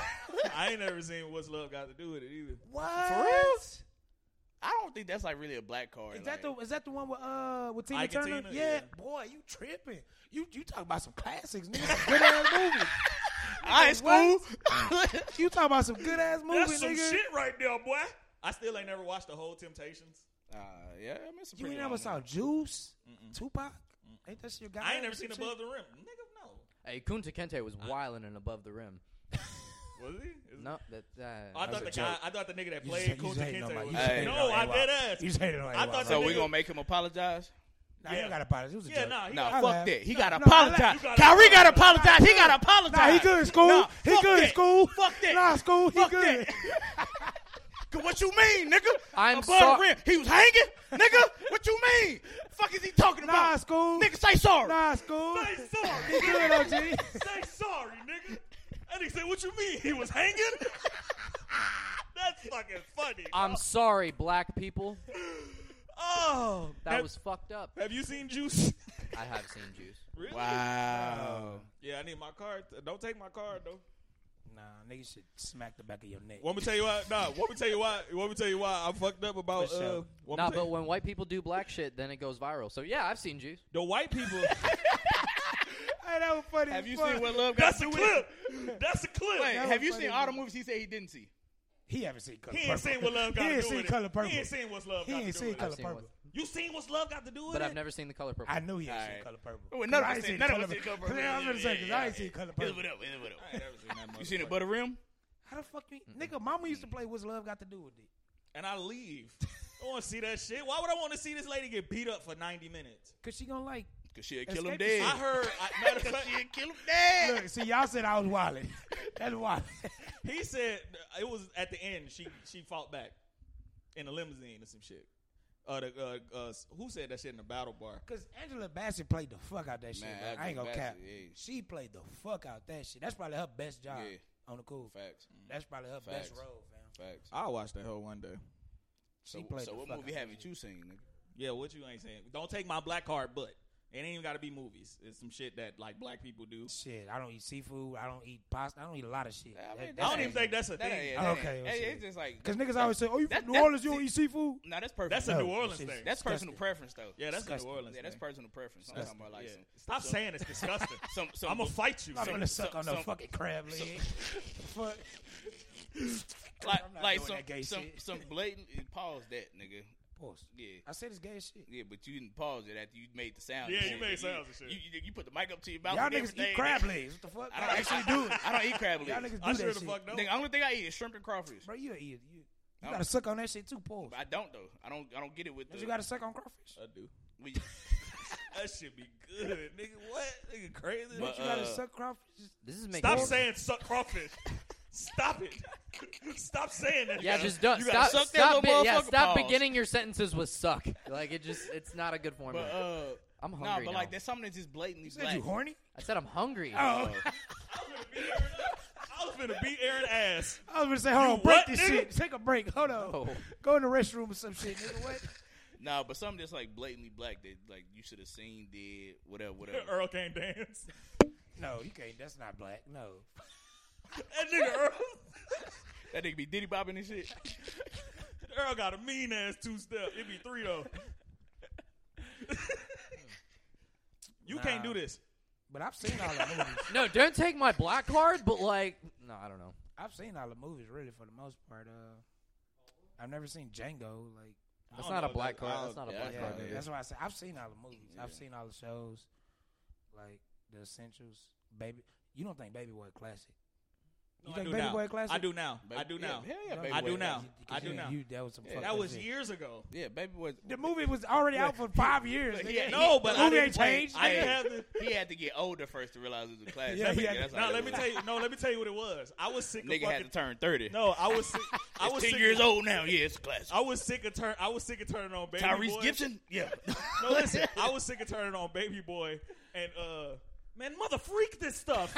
I ain't never seen what's love got to do with it either.
What?
For real? I don't think that's like really a black card.
Is that the
like-
is that the one with uh with Tina
Ike and
Turner?
Tina,
yeah.
yeah.
boy, you tripping? You you talking about some classics, nigga? Good ass movies.
high school?
You talking about some good ass movies,
That's some
nigga?
shit right there, boy. I still ain't never watched the whole Temptations.
uh, yeah, I mean, it's a
You
pretty
ain't
long
never
one.
saw Juice, Tupac? Ain't that your guy?
I ain't never seen
Shit?
Above the Rim. Nigga,
hey, Kunta Kente was wilding and above the rim.
no. Was he? Is-
No, that uh,
I
was
thought the
a
guy.
joke.
I thought the nigga that
You
played
just- you
Kunta
just hating on
Kente
my-
was.
you just hating
No,
on
I
AWOP.
did ask.
You just hated on
I
AWOP.
thought
So
that
we
nigga-
gonna make him apologize?
Nah, you
Yeah.
don't gotta apologize. It was a
Yeah,
joke.
nah. he
Nah,
got-
fuck
laugh.
that. He gotta
Nah, I laugh.
apologize.
You gotta
Kyrie gotta
apologize.
apologize. He gotta apologize.
Nah, he good in school.
Nah,
he
fuck
good in
that.
school.
Fuck that.
Nah, school. He
Fuck
good.
that. Cause what you mean, nigga?
I'm
Above
so-
the rim. He was hanging, nigga. What you mean? Fuck is he talking about?
Nah, school.
Nigga, say sorry.
Nah, school.
Say sorry.
He good,
nigga.
OG.
Say sorry, nigga. And he said, "What you mean? He was hanging." That's fucking funny.
I'm
dog.
sorry, black people.
Oh,
That
have,
was fucked up.
Have you seen Juice?
I have seen Juice.
really?
Wow.
Yeah, I need my card. Don't take my card though.
Nah, nigga should smack the back of your neck.
Want me to tell you why? Nah. Want me to tell you why? Want me to tell you why I fucked up about?
For sure.
Uh, want me
Nah,
to tell
but
you-
when white people do black shit, then it goes viral. So yeah, I've seen Juice.
the white people.
Hey, that was funny.
Have
as
you
fuck.
seen what love got
that's
to
a
do with
clip.
it?
That's a clip.
Wait,
That
have
was
you
funny,
seen all the
dude.
movies he said he didn't see?
He haven't seen color.
He ain't
Purple.
seen what love got
He
to
ain't
do
seen
with it.
color purple.
He ain't seen what's love
He
got
ain't
to do
seen
with
color
I've seen what-
purple.
it. You seen what's love got to do with
But
it?
I've never seen the color purple.
I knew he ain't seen
Alright.
color purple.
Well, none of
I
us
ain't
seen-
seen
none of
color
us seen color
purple.
purple.
I'm gonna say because
Yeah,
I ain't
yeah,
seen
yeah.
color
It's
purple.
what up, it's what up.
I ain't never seen that
You seen it,
motherfucker.
butter rim?
How the fuck you, nigga? Mama used to play. What's love got to do with it?
and I leave. I want to see that shit. Why would I want to see this lady get beat up for 90 minutes?
Cause she gonna like.
Cause she'll kill him
Escape
dead.
I heard, I, matter of
Cause
fact,
she'll kill him dead.
Look, see, y'all said I was wilding. That's wild.
he said uh, it was at the end. She she fought back in a limousine or some shit. Uh, the, uh, uh, who said that shit in the battle bar?
Cause Angela Bassett played the fuck out that shit.
Man,
bro. I ain't
Angela
gonna cap.
Bassett, yeah.
She played the fuck out that shit. That's probably her best job.
Yeah.
on the cool.
Facts.
That's probably her best
Facts.
role, fam.
Facts.
I'll watch that whole one day.
So,
She played
so
the
what
fuck
movie
out
haven't you seen, nigga?
Yeah, what you ain't saying? Don't take my black card, but it ain't even got to be movies. It's some shit that like black people do.
Shit, I don't eat seafood. I don't eat pasta. I don't eat a lot of shit.
I mean, I don't even think that's a
That
thing.
ain't- that ain't-
okay,
that-
shit.
it's just like
Cause niggas always say, "Oh, you
That-
from New
that-
Orleans? You don't eat seafood."
No, that's perfect.
That's a New Orleans
shit is
thing.
That's
disgusting.
personal preference, though.
Yeah, that's a New
Disgusting.
Orleans
Yeah, that's
thing.
personal preference. I'm talking
Disgusting.
about like
Yeah.
some-
Stop
some-
saying it's disgusting.
Some, some
I'ma
bu-
fight you.
I'm
some-
gonna suck
some-
on no
some-
fucking crab leg. Fuck.
like,
I'm not
like
doing
some,
that gay
some,
shit.
some blatant. Pause that, nigga.
Pause.
Yeah.
I said it's gay as shit.
Yeah, but you didn't pause it after you made the sound.
Yeah,
and
you
shit.
made sounds and shit.
You, you, you put the mic up to your mouth.
Y'all
and
niggas
everything,
eat crab
nigga.
legs. What the fuck?
I don't actually do it. I don't eat crab legs.
Y'all niggas do
I
that
sure the
shit.
fuck don't. Nigga, only thing I eat is shrimp and crawfish.
Bro, you a idiot. You,
I
you
don't-
gotta suck on that shit too, Paul.
But I don't though. I don't. I don't get it with.
Don't
the-
you gotta suck on crawfish?
I do.
we-
That should be good, nigga. What, nigga? Crazy.
Don't you
uh,
gotta suck crawfish?
This is making
Stop
me-
saying suck crawfish. Stop it. Stop saying that.
Yeah,
You gotta-
just don't
you
stop.
gotta
Stop,
suck that
be-
little
yeah,
motherfucker
stop
paws.
beginning your sentences with "suck." Like it just—it's not a good formula.
But, uh,
I'm
nah,
hungry
but
now.
like there's something that's just blatantly
said
black.
you horny? I said I'm hungry.
I
Oh.
was finna beat Aaron ass.
I was gonna say, hold
You
on, break
what,
this
nigga?
shit. Take a break. Hold on. Go in the restroom or some shit, nigga. What?
Nah, but something that's like blatantly black that like you should have seen, did whatever, whatever.
Earl can't dance.
No, you can't. That's not black. No.
That nigga Earl.
that nigga be diddy bobbing and shit.
Earl got a mean ass two step. It be three though. you can't
Nah.
do this.
But I've seen all the movies.
no, don't take my black card. But like, no, I don't know.
I've seen all the movies, really, for the most part. Uh, I've never seen Django. Like
That's I don't not a know, black that's- card. I That's don't- not a yeah, black
Yeah,
card, nigga.
That's why I said I've seen all the movies. I've
Yeah.
seen all the shows, like the essentials. Baby, you don't think Baby Boy a classic?
No,
You
I
think
do
Baby
now.
Boy a classic?
I do now. I do now. I do now. I do now.
You, that was some
Yeah,
fucked
that
up
was
shit.
years ago.
Yeah, baby was.
The movie was already out for five years.
Yeah,
nigga.
he-
No, but
the
I
movie
didn't
ain't
play-
changed.
I
nigga.
didn't have the-
He had to get older first to realize it was a class.
Yeah,
nigga,
he had
that's
to,
all
no,
it
let me
was.
tell you. No, let me tell you what it was. I was sick.
Nigga
of
had
fucking,
to turn thirty.
No, I was. Sick, I
It's
was
10
sick
years
of,
old now. Yeah, it's a classic.
I was sick of turn. I was sick of turning on baby
Tyrese
boy.
Gibson? Yeah.
no, listen. I was sick of turning on baby boy and uh, man, mother freak this stuff.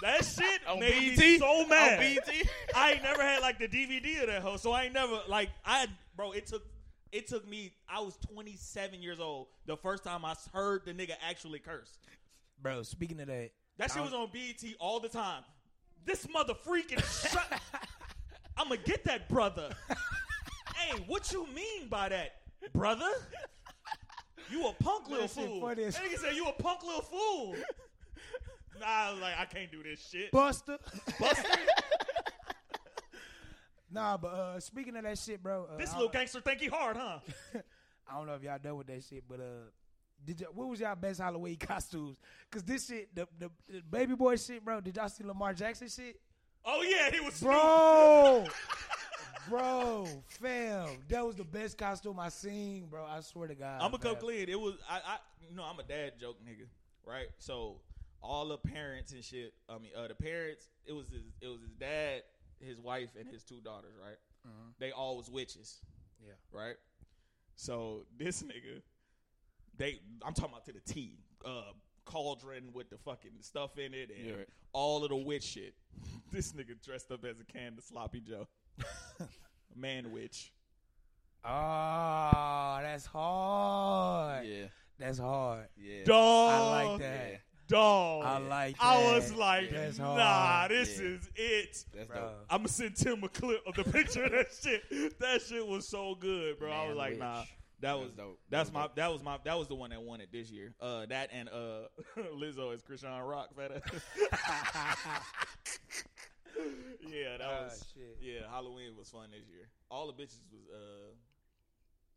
That shit
On
made me
BET?
so mad.
On BET?
I ain't never had like the DVD of that hoe, so I ain't never like I bro. It took it took me. I was 27 years old the first time I heard the nigga actually curse.
Bro, speaking of that,
That shit
I
was on BET all the time. This mother freaking shut. I'ma get that brother. hey, what you mean by that, brother? You a punk little
That shit
fool. That
funny as-
nigga said you a punk little fool. Nah, I was like I can't do this shit.
Buster. Buster. nah, but uh, speaking of that shit, bro. Uh,
this
I-
little gangster think he hard, huh?
I don't know if y'all done with that shit, but uh, did y'all, what was y'all best Halloween costumes? Cause this shit, the, the, the baby boy shit, bro. Did y'all see Lamar Jackson shit,
Oh yeah, he was
bro? bro, fam, that was the best costume I seen, bro. I swear to God,
I'm gonna come
fam.
clean. It was I, I you know I'm a dad joke nigga, right? So all the parents and shit. I mean, uh, the parents. It was his. It was his dad, his wife, and his two daughters. Right?
Mhm.
They all was witches.
Yeah.
Right. So this nigga, they. I'm talking about to the T. Uh, cauldron with the fucking stuff in it and
Yeah, right.
all of the witch shit. this nigga dressed up as a can of sloppy Joe, man witch.
Oh, that's hard.
Yeah.
That's hard.
Yeah.
I
Dog.
like that.
Yeah.
Dog.
I like
I
that.
was like,
That's
nah,
hard.
this
Yeah.
is it.
That's
Bro.
dope.
I'm gonna send Tim a clip of the picture of that shit. That shit was so good, bro. I
Man,
was like,
witch.
nah. That
That's
was
dope.
That's
That was
my
dope.
that was my that was the one that won it this year. Uh, that and uh, Lizzo as Krishan Rock. That yeah, that
Ah,
was
shit.
yeah. Halloween was fun this year. All the bitches was uh,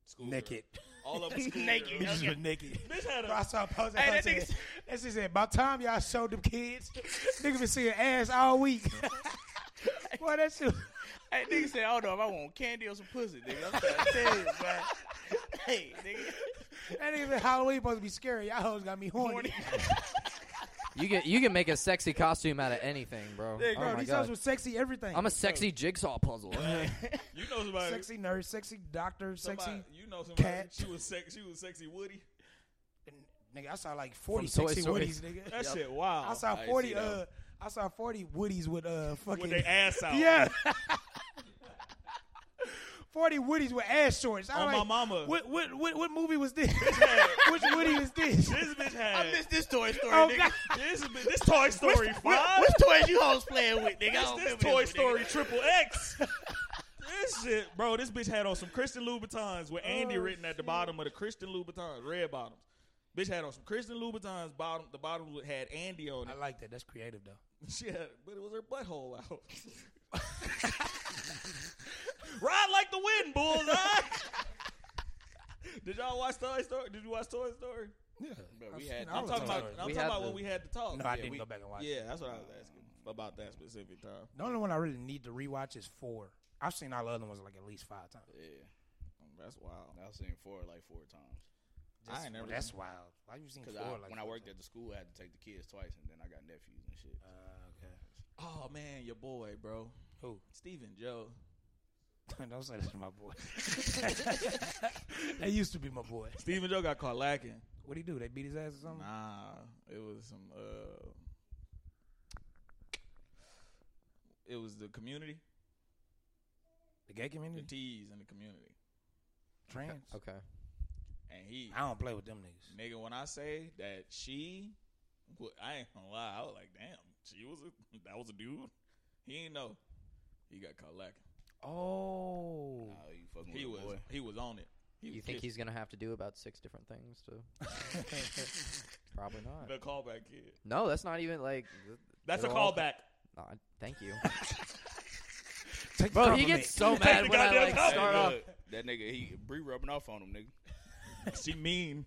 school
Naked.
All of them school
Naked.
girls.
Bitches were naked.
Bitch had a-
Bro, I saw a post.
Hey,
Hey,
that
that said,
nigga's-
that shit said, by the time y'all showed them kids, niggas been seeing ass all week. Boy, that shit.
Hey, nigga said, "Hold up, I want candy or some pussy, nigga." I'm trying to tell you, bro. Hey, nigga.
That nigga been Halloween supposed to be scary. Y'all hoes got me horny.
You can you can make a sexy costume out of anything, bro.
Bro,
oh my
these hoes
god.
were sexy everything.
I'm a sexy jigsaw puzzle.
You know somebody
sexy nurse, sexy doctor,
Somebody,
sexy.
you know somebody.
cat.
She was sex. She was sexy Woody.
Nigga, I saw like 40
From Toy
sexy
Story.
Woody's, nigga.
That shit wow.
I saw
I see
40
that.
uh I saw forty Woodies with uh fucking
With their ass out.
Yeah. Forty Woodies with ass shorts. I
On my
like,
mama.
What what what, what movie was this? Which Woody was this?
This bitch had. I missed
this Toy Story,
nigga.
This is this Toy Story
Which-
five.
which toys
you hoes playing with, nigga? I
This,
don't
this
remember this
Toy
one, nigga.
Story Triple X. This shit, bro. This bitch had on some Christian Louboutins with Andy
Oh,
written at the bottom of the Christian Louboutins, red bottoms. Bitch had on some Christian Louboutins. Bottom, the bottom had Andy on it. I
like that. That's creative though.
She had, but it was her butthole out. Ride like the wind, bullseye. Did y'all watch Toy Story? Did you watch Toy Story?
Yeah,
But we had.
I'm talking about. I'm talking about when we had the talk.
No,
Yeah,
I didn't
we-
go back and watch
Yeah,
it.
that's what I was asking about that specific time.
The only one I really need to rewatch is four. I've seen all the other ones like at least five times.
Yeah.
That's wild.
I've seen four like four times.
That's- well, that's wild. Why you seen
Because
four,
I,
like,
when I
four
worked at the school, I had to take the kids twice, and then I got nephews and shit.
uh, okay.
Uh, Oh man, your boy, bro.
Who?
Steven Joe.
Don't say that's my boy. that used to be my boy.
Steven Joe got caught lacking.
What would he do? They beat his ass or something?
Nah, it was some. Uh, it was the community,
the gay community,
the T's in the community,
Trans.
Okay.
and he.
I don't play with them niggas.
Nigga, when I say that she, well, I ain't gonna lie. I was like, damn, she was a, that was a dude. He ain't know. He got caught lacking.
Oh.
Nah, you fucking
He
with
was
a boy.
he was on it. He
You
was
think
kissing.
he's gonna have to do about six different things to? Probably not.
the callback kid?
No, that's not even like. th-
That's
it'll
a
all co-
callback.
Nah, thank you.
Take
Bro, he gets so mad when I like
Hey,
start off.
look, That nigga, he Bree rubbing off on him, nigga.
she mean.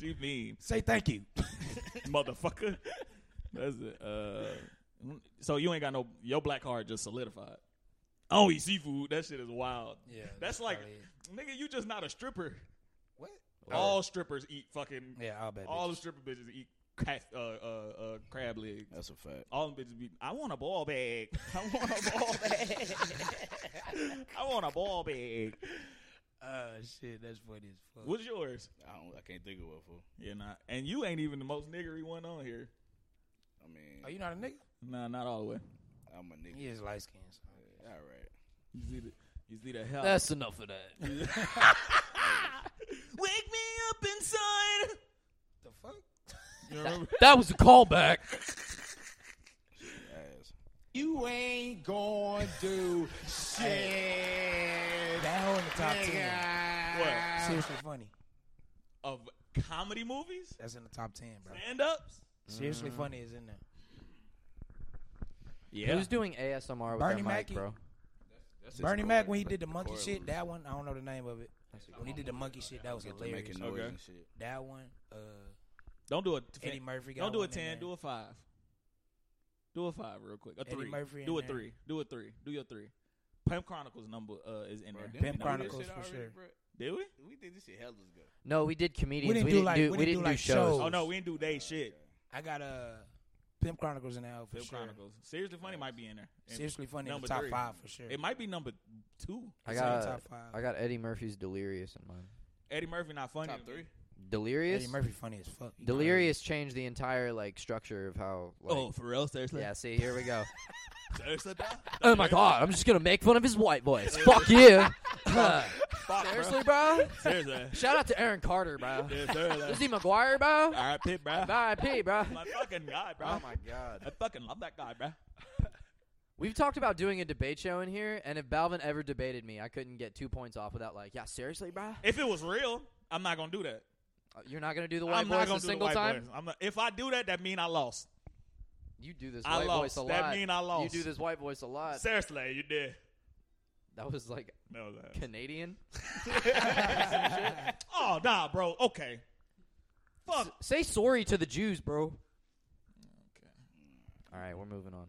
she mean.
Say thank you,
motherfucker. That's it. Uh, so you ain't got no your black card just solidified. I don't eat seafood. That shit is wild.
Yeah,
that's
that's
like,
probably
nigga, you just not a stripper.
What?
All strippers eat fucking.
Yeah, all bad
All the stripper bitches eat cat, uh, uh, uh, crab legs.
That's a fact.
All them bitches be. I want a ball bag. I want a ball bag. I want a ball bag.
Uh, shit, that's funny as fuck.
What's yours?
I don't. I can't think of what for.
You're not, and you ain't even the most niggery one on here.
I mean,
Are Oh, you not a nigga?
Nah, not all the way.
I'm a nigga.
He is light skinned. So.
All right.
You see the, you see the hell.
That's enough of that.
Wake me up inside.
The fuck?
You remember?
That was a callback.
Ass.
You ain't going to shit.
That hoe in the top
nigga.
ten. Seriously funny.
of comedy movies,
That's in the top ten, bro.
stand ups.
Seriously
Mhm.
funny is in there.
Yeah.
Who's doing ASMR with that
Bernie
mic,
Mackey.
bro?
That's
Bernie
his
Mac
cord,
when he
but
did the monkey
cord
shit, that one I don't know the name of it. When he did the monkey shit, that was
get to
hilarious.
making noise and shit.
That one, uh,
Don't do a
Eddie Murphy. Got
Don't do a
one in
ten.
there.
Do a five. Do a five real quick. A
Eddie
three.
Murphy in
do a
there.
three. Do a three. Do your three. Pimp Chronicles number uh, is in there.
Bro, didn't
Pimp
we do this
Chronicles
shit
for
already,
sure.
bro?
Did we?
We did this shit hell as good.
No, we did comedians.
didn't
We
do
didn't
like-
do,
we
we
didn't
didn't
do
do
like
shows.
shows.
Oh no, we didn't do they shit.
I got uh, Pimp Chronicles in there for
Pimp
sure.
Chronicles. Seriously funny might be in there. And
Seriously Funny in the
number
top
three.
five for sure.
It might be number two.
I
It's in the
got
top five.
I got Eddie Murphy's Delirious in mind.
Eddie Murphy not funny.
Top three.
Delirious.
Eddie Murphy funny as fuck. He
Delirious changed the entire like structure of how. Like,
Oh, for real, seriously.
yeah. See, here we go.
Seriously, dog?
oh my god, I'm just gonna make fun of his white voice. Fuck you.
Fuck,
Seriously, bro.
Seriously.
Shout out to Aaron Carter, bro.
Yeah, seriously.
Lizzie McGuire, bro.
All right, Pip, bro.
R.I.P., bro.
My fucking guy, bro.
Oh my god.
I fucking love that guy, bro.
We've talked about doing a debate show in here, and if Balvin ever debated me, I couldn't get two points off without like, yeah, seriously, bro. Uh,
If it was real, I'm not gonna do that.
You're not gonna do the white
I'm not
voice
gonna
a
do
single
the white
time.
voice. I'm not, if I do that, that mean I lost.
You do this
I
white
lost.
voice a lot.
That mean I lost.
You do this white voice a lot.
Seriously, you did.
That was like
That was ass.
Canadian.
oh nah, bro. Okay. Fuck.
Say sorry to the Jews, bro. Okay. All right, we're moving on.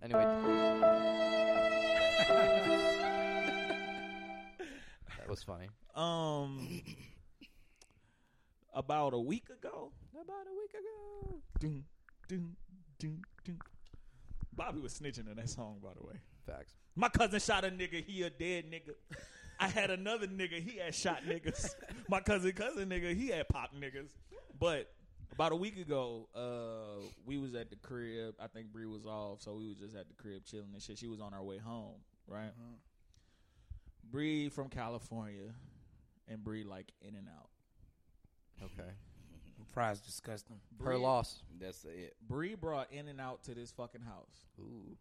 Anyway. that was funny.
Um. About a week ago.
About a week ago.
Dun, dun, dun, dun. Bobby was snitching in that song, by the way.
Facts.
My cousin shot a nigga, he a dead nigga. I had another nigga, he had shot niggas. My cousin cousin nigga, he had pop niggas. But About a week ago, uh, we was at the crib. I think Bree was off, so we was just at the crib chilling and shit. She was on her way home, right?
Uh-huh.
Bree from California, and Bree like in and out.
Okay. Fries disgusting.
Bree-
That's it.
Bree brought In and Out to this fucking house.
Ooh.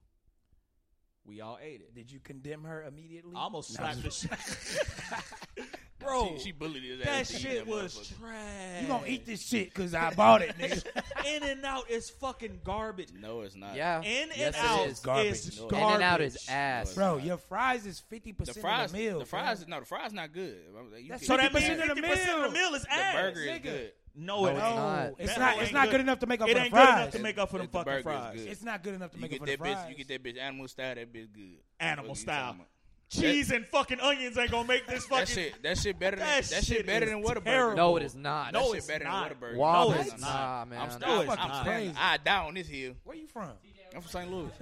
We all ate it.
Did you condemn her immediately?
I almost
No.
slapped the shit. Bro,
She- she bullied his
Oh, That
ass to eat
shit
that
was
motherfucker.
trash.
You gonna eat this shit 'cause I bought it, nigga.
In and out is fucking garbage.
No, it's not.
Yeah.
In and
Yes, it
out
is.
is
Garbage.
garbage.
No, In and Out is ass.
Bro, your fries is fifty
The
percent
fries,
of the meal.
the fries, no, the fries not good. I'm like, you
That's
can-
So that 50% means of the 50%
of the meal. meal is ass,
The burger
nigga.
is good.
No, No, it it's ain't. not.
It's
That
not-
ain't
it's not good enough to make up
it
for the
ain't good enough
fries.
to make up for them
The
fucking
burger is
fries.
good. It's not good enough to
You
make
get
up for the
that bitch-
fries.
You get that bitch animal style. That bitch good.
Animal
What you
style.
talking about?
Cheese and fucking onions ain't gonna make this fucking.
That shit, that shit better than
That
that,
shit
shit better
is
than Whataburger.
terrible.
No, it is not.
No,
That
it's
shit's
better
not.
than Whataburger.
Wow,
no,
it's not, man.
I'm
That
still,
is
I'm
fucking
standing-
crazy.
I die on this hill.
Where you from?
I'm from St. Louis.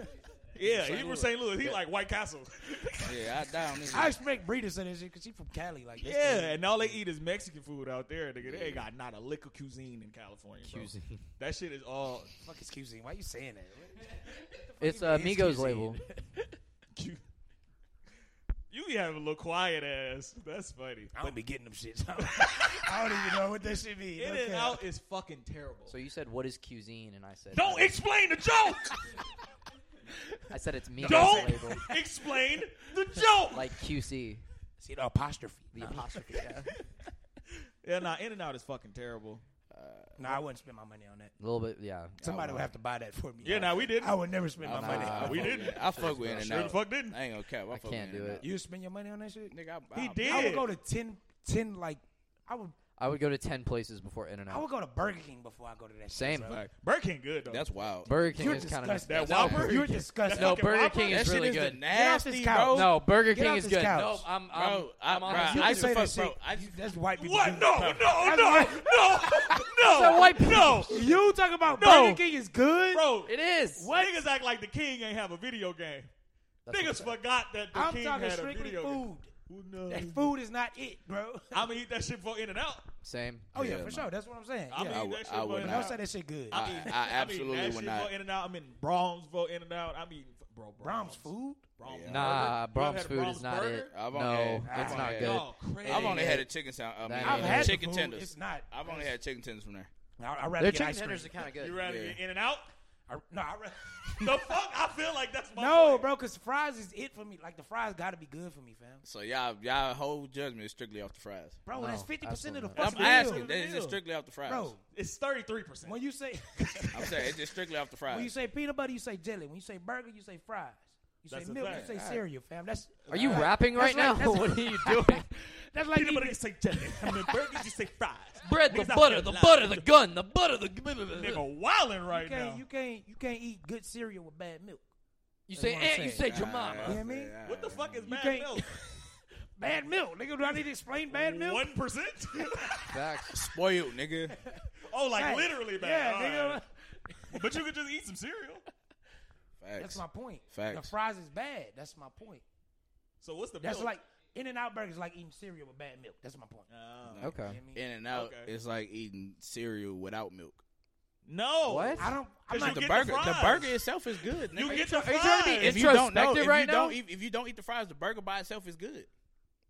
Yeah, he from St. Louis. He like White Castle.
yeah, I die on this.
I expect Bree to say this shit because she from Cali. Like that's
Yeah,
the-
and all they eat is Mexican food out there, nigga. They ain't got not a lick of cuisine in California. Bro.
Cuisine.
That shit is all.
Fuck is cuisine. Why you saying that?
It's
Even
uh,
his
Migos
cuisine.
label.
You be having a little quiet ass. That's funny.
I
But
don't be getting them shit. I don't even know what that shit means.
In and Out is fucking terrible.
So you said what is cuisine, and I said
Don't explain the joke.
I said it's Migos
Don't
label.
explain the joke.
like QC.
See the apostrophe.
The apostrophe. Yeah.
yeah, nah. In and Out is fucking terrible.
No, I wouldn't spend my money on that.
A little bit. Yeah.
Somebody
I
would have to buy that for me.
Yeah, nah, we didn't.
I would never spend
Nah,
my money.
nah, we didn't.
I fuck with In and
Sure the
Out.
fuck didn't.
I ain't gonna cap. I, fuck with
can't do
In-N-Out.
it.
You spend your money on that shit?
Nigga, I,
He
I,
did.
I would go to 10, 10 like I would
I would go to ten places before In and
I would
Out.
go to Burger King before I go to that.
Same.
Shit, bro.
Fuck.
Burger King good though.
That's wild.
Burger King
You're
is kind of
disgusting.
that
That
Whopper.
You're disgusting.
No,
fucking
Burger
Whopper?
King
That
is
shit
really
is
good.
the nasty,
Get off this
bro.
couch.
No, Burger
Get
King
off
is
this
good.
couch.
No, I'm, I'm,
Bro, I-
I'm on
bro,
this.
You
I
can
used to
say that
fuck- bro,
shit.
I-
You- that's white people.
What?
do.
No, no, no, no,
that
no,
white people-
no,
You talking about
No.
Burger King is good?
bro.
It is.
What? Niggas act like the king ain't have a video game.
That's
Niggas forgot that the
I'm
king
talking
had a
strictly
video game.
food.
Who knows?
That food is not it, bro.
I'm gonna eat that shit for In and Out.
Same.
Oh yeah,
Yeah,
for
man.
sure. That's what I'm saying.
I
yeah.
mean,
would-
that shit
I would
for In-N-Out.
not.
Don't say that shit good.
I- I absolutely
I'm eating that
would
shit
not.
For In and Out, I'm in Brownsville In and Out. I'm eating bro.
Brahms food.
Brahms
Yeah.
Nah,
burger. You ever
Brahms
had a
food
Brahms
is not
burger?
it.
I've only
No,
had-
it's
I've
not
only
good.
Y'all crazy.
I've
It
only
ain't
had
good.
a chicken sandwich. I
That
mean,
ain't
I've had
chicken
the food.
tenders.
It's not.
I've only had chicken tenders from there.
I- I'd rather
Their
get
chicken
ice cream.
tenders are kind of
You
good.
rather
Yeah.
get In and Out?
I, no, I rather.
The fuck? I feel like that's my
No,
point.
bro, because fries is it for me. Like the fries got to be good for me, fam.
So y'all, y'all whole judgment is strictly off the fries.
Bro,
No,
that's fifty percent of the
absolutely
I'm
fucking
asking.
meal.
That is just strictly off the fries.
Bro,
It's 33 percent.
when you say
I'm saying it's just strictly off the fries.
when you say peanut butter, you say jelly. When you say burger, you say fries. You say
That's a
milk,
fact.
you say cereal, fam. That's
Are you
that's like-
rapping right
that's
now?
like- that's-
What are you doing?
That's like
peanut butter,
eating-
you say jelly. I mean, burgers, you say fries.
Bread, the
Niggas out
butter,
here
the
lying.
butter, the gun, the butter, the.
Nigga, wildin'
you
right
can't,
now.
you can't you can't eat good cereal with bad milk.
You
That's
say
what I'm
aunt, you say
saying.
your
Nah,
mama.
You hear me?
nah,
What the
nah.
fuck is bad
can't-
milk?
Bad milk, nigga. Do I need to explain bad milk?
One percent?
Facts.
Spoiled, nigga.
Oh, like
Right.
literally bad.
Yeah,
All
nigga.
right. But you could just eat some cereal.
Facts.
That's my point.
Facts.
The fries is bad. That's my point.
So what's the
That's
milk?
like In and Out Burger is like eating cereal with bad milk. That's my point.
Oh.
Okay.
You know what I mean?
In and out
Okay.
it's like eating cereal without milk.
No.
What?
I don't.
'Cause you
I'm not
the
get the
burger, the,
fries.
burger itself is good.
You
nigga.
get the
you trying to be
fries.
if you don't know,
Introspective
if
right
you
now?
don't, if, if you don't eat the fries, the burger by itself is good.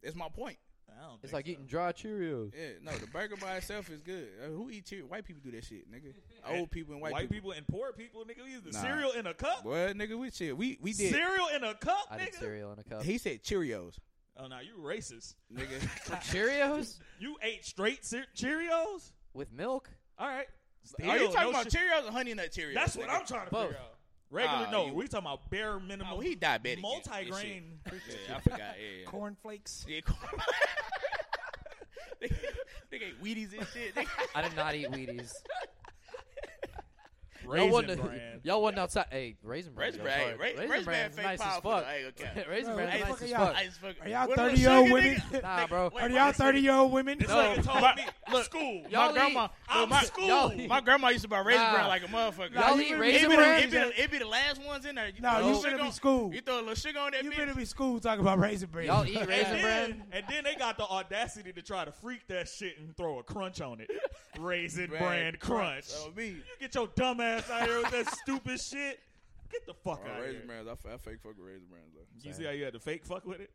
That's my point.
I don't
It's
think
like
so.
eating dry Cheerios.
Yeah, no, the burger by itself is good. Uh, who eat Cheerios? White people do that shit, nigga. Old people and white, people.
and poor people, nigga. We used the
Nah.
cereal in a cup.
Well, nigga, we shit. We we did.
Cereal in a cup,
I did
nigga.
cereal in a cup.
He said Cheerios,
Oh no, you racist.
nigga.
Cheerios
You ate straight cer- Cheerios.
with milk?
All right.
Are you
Still,
talking
no
about
shit.
Cheerios or honey nut Cheerios?
That's what
nigga?
I'm trying to
Both.
figure out. Regular?
Ah,
no,
you-
we talking about bare minimum.
Oh, he diabetic.
multigrain.
Yeah, I forgot. Yeah, yeah.
cornflakes.
Yeah, corn. nigga, nigga ate Wheaties and shit. Nigga,
I did not eat Wheaties. y'all
Raisin
wasn't,
Bran.
y'all wasn't outside. Hey, Raisin Bran.
Raisin Bran, hey, Ra- Raisin Bran fake
nice as
powerful,
fuck.
though. Hey, okay.
Raisin
Bro, what
Bran
the
nice
fuck
as
are y'all-
fuck.
Ice fuck-
Are y'all
What little
30 year old
sugar
women?
nigga?
Nah, bro.
Are y'all 30 year old women?
This nigga told me
look, school.
My
Y'all
grandma,
eat-
well,
I'm
my
school.
school.
Y'all eat-
My graisin grandma used to buy raisin
Nah.
bran like a motherfucker.
Y'all Y'all eat eat Raisin
it be the-
Bran?
It be, the- it be the last ones in there. You
No,
throw a
you
little
finna
sugar
be
on-
school.
You throw a little sugar on that
You
bitch.
better be school talking about raisin bread.
and then, And then they got the audacity to try to freak that shit and throw a crunch on it. Raisin
Bran
brand crunch.
Crunch. That was me.
You get your dumb ass out here with that stupid shit. Get the fuck
Oh,
out of
Raisin
here.
Bran's. I, f- I fake fuck with Raisin Bran's though.
You see how you had to fake fuck with it?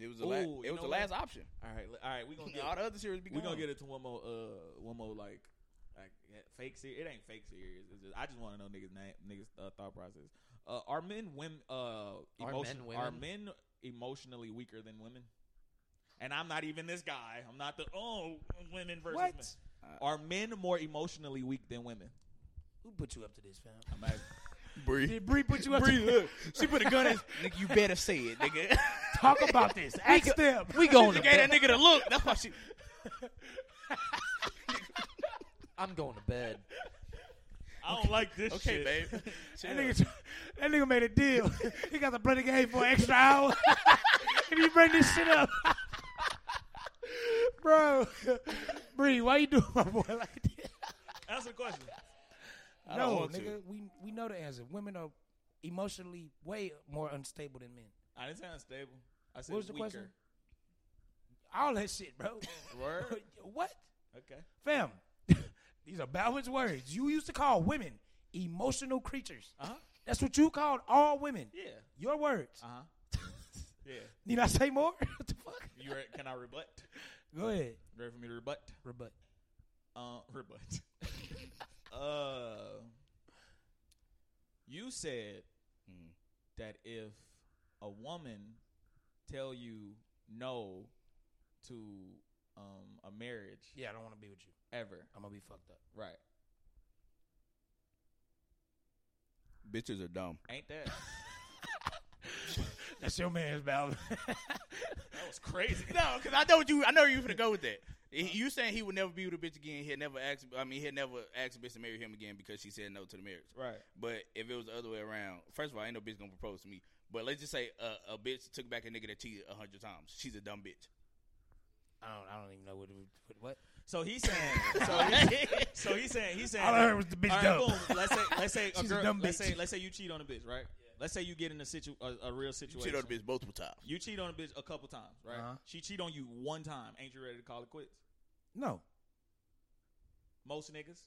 It was the la-
Ooh,
it
you
was
know
the
what?
last option.
All right, all right. We gonna get
all the other series. Be
we gonna
gone.
get it to one more, uh, one more like, like yeah, fake series. It ain't fake series. It's just I just want to know niggas' name, niggas' uh, thought process. Uh, are men women? Uh,
men
emotion, are
women?
men emotionally weaker than women?
And I'm not even this guy. I'm not the oh women versus men.
What? Are men more emotionally weak than women?
Who put you up to this, fam?
I'm asking.
Bree.
Did
Bree put you up
Bree,
to-
look, she put a gun in. nigga, you better say it, nigga.
Talk about this. Ask
we go-
them.
We going to
to
gave that
bed.
nigga the look. That's why she.
I'm going to bed.
I don't like this
Okay,
shit.
babe.
That nigga, that nigga made a deal. he got the bloody game for an extra hour. if you bring this shit up. Bro, Bree, why you doing my boy like that?
Answer the question.
I don't
no,
want
nigga,
to.
we we know the answer. Women are emotionally way more unstable than men.
I didn't say unstable. I said
What was the
weaker.
question? All that shit, bro.
Word?
what,
Okay.
fam? These are balanced words. You used to call women emotional creatures.
Uh-huh.
Uh huh.
That's what you called all women.
Yeah.
Your words.
Uh huh. yeah.
Need I say more? what the fuck?
You re- can I rebut?
Go ahead.
You ready for me to rebut?
Rebut.
Uh, rebut. uh, you said that if a woman tell you no to um, a marriage
Yeah, I don't want to be with you.
ever,
I'm gonna be fucked up.
right?
Bitches are dumb.
Ain't that?
That's your man's battle.
That was crazy.
No, because I know what you. I know you finna go with that. He- You saying he would never be with a bitch again? He'd never ask. I mean, he'd never ask a bitch to marry him again because she said no to the marriage.
Right.
But if it was the other way around, first of all, ain't no bitch gonna propose to me. But let's just say uh, a bitch took back a nigga that cheated a hundred times. She's a dumb bitch.
I don't. I don't even know what. What? what?
So he's saying. So, he, so he's saying. He's saying.
All I heard was the bitch
All
dumb.
boom. Let's say. Let's say a
She's a
girl.
dumb
let's
bitch.
say. Let's say you cheat on a bitch, right? Let's say you get in a situ a, a real
You
situation.
cheated on a bitch multiple times.
You cheat on a bitch a couple times, right?
Uh-huh.
She cheat on you one time. Ain't you ready to call it quits?
No.
Most niggas.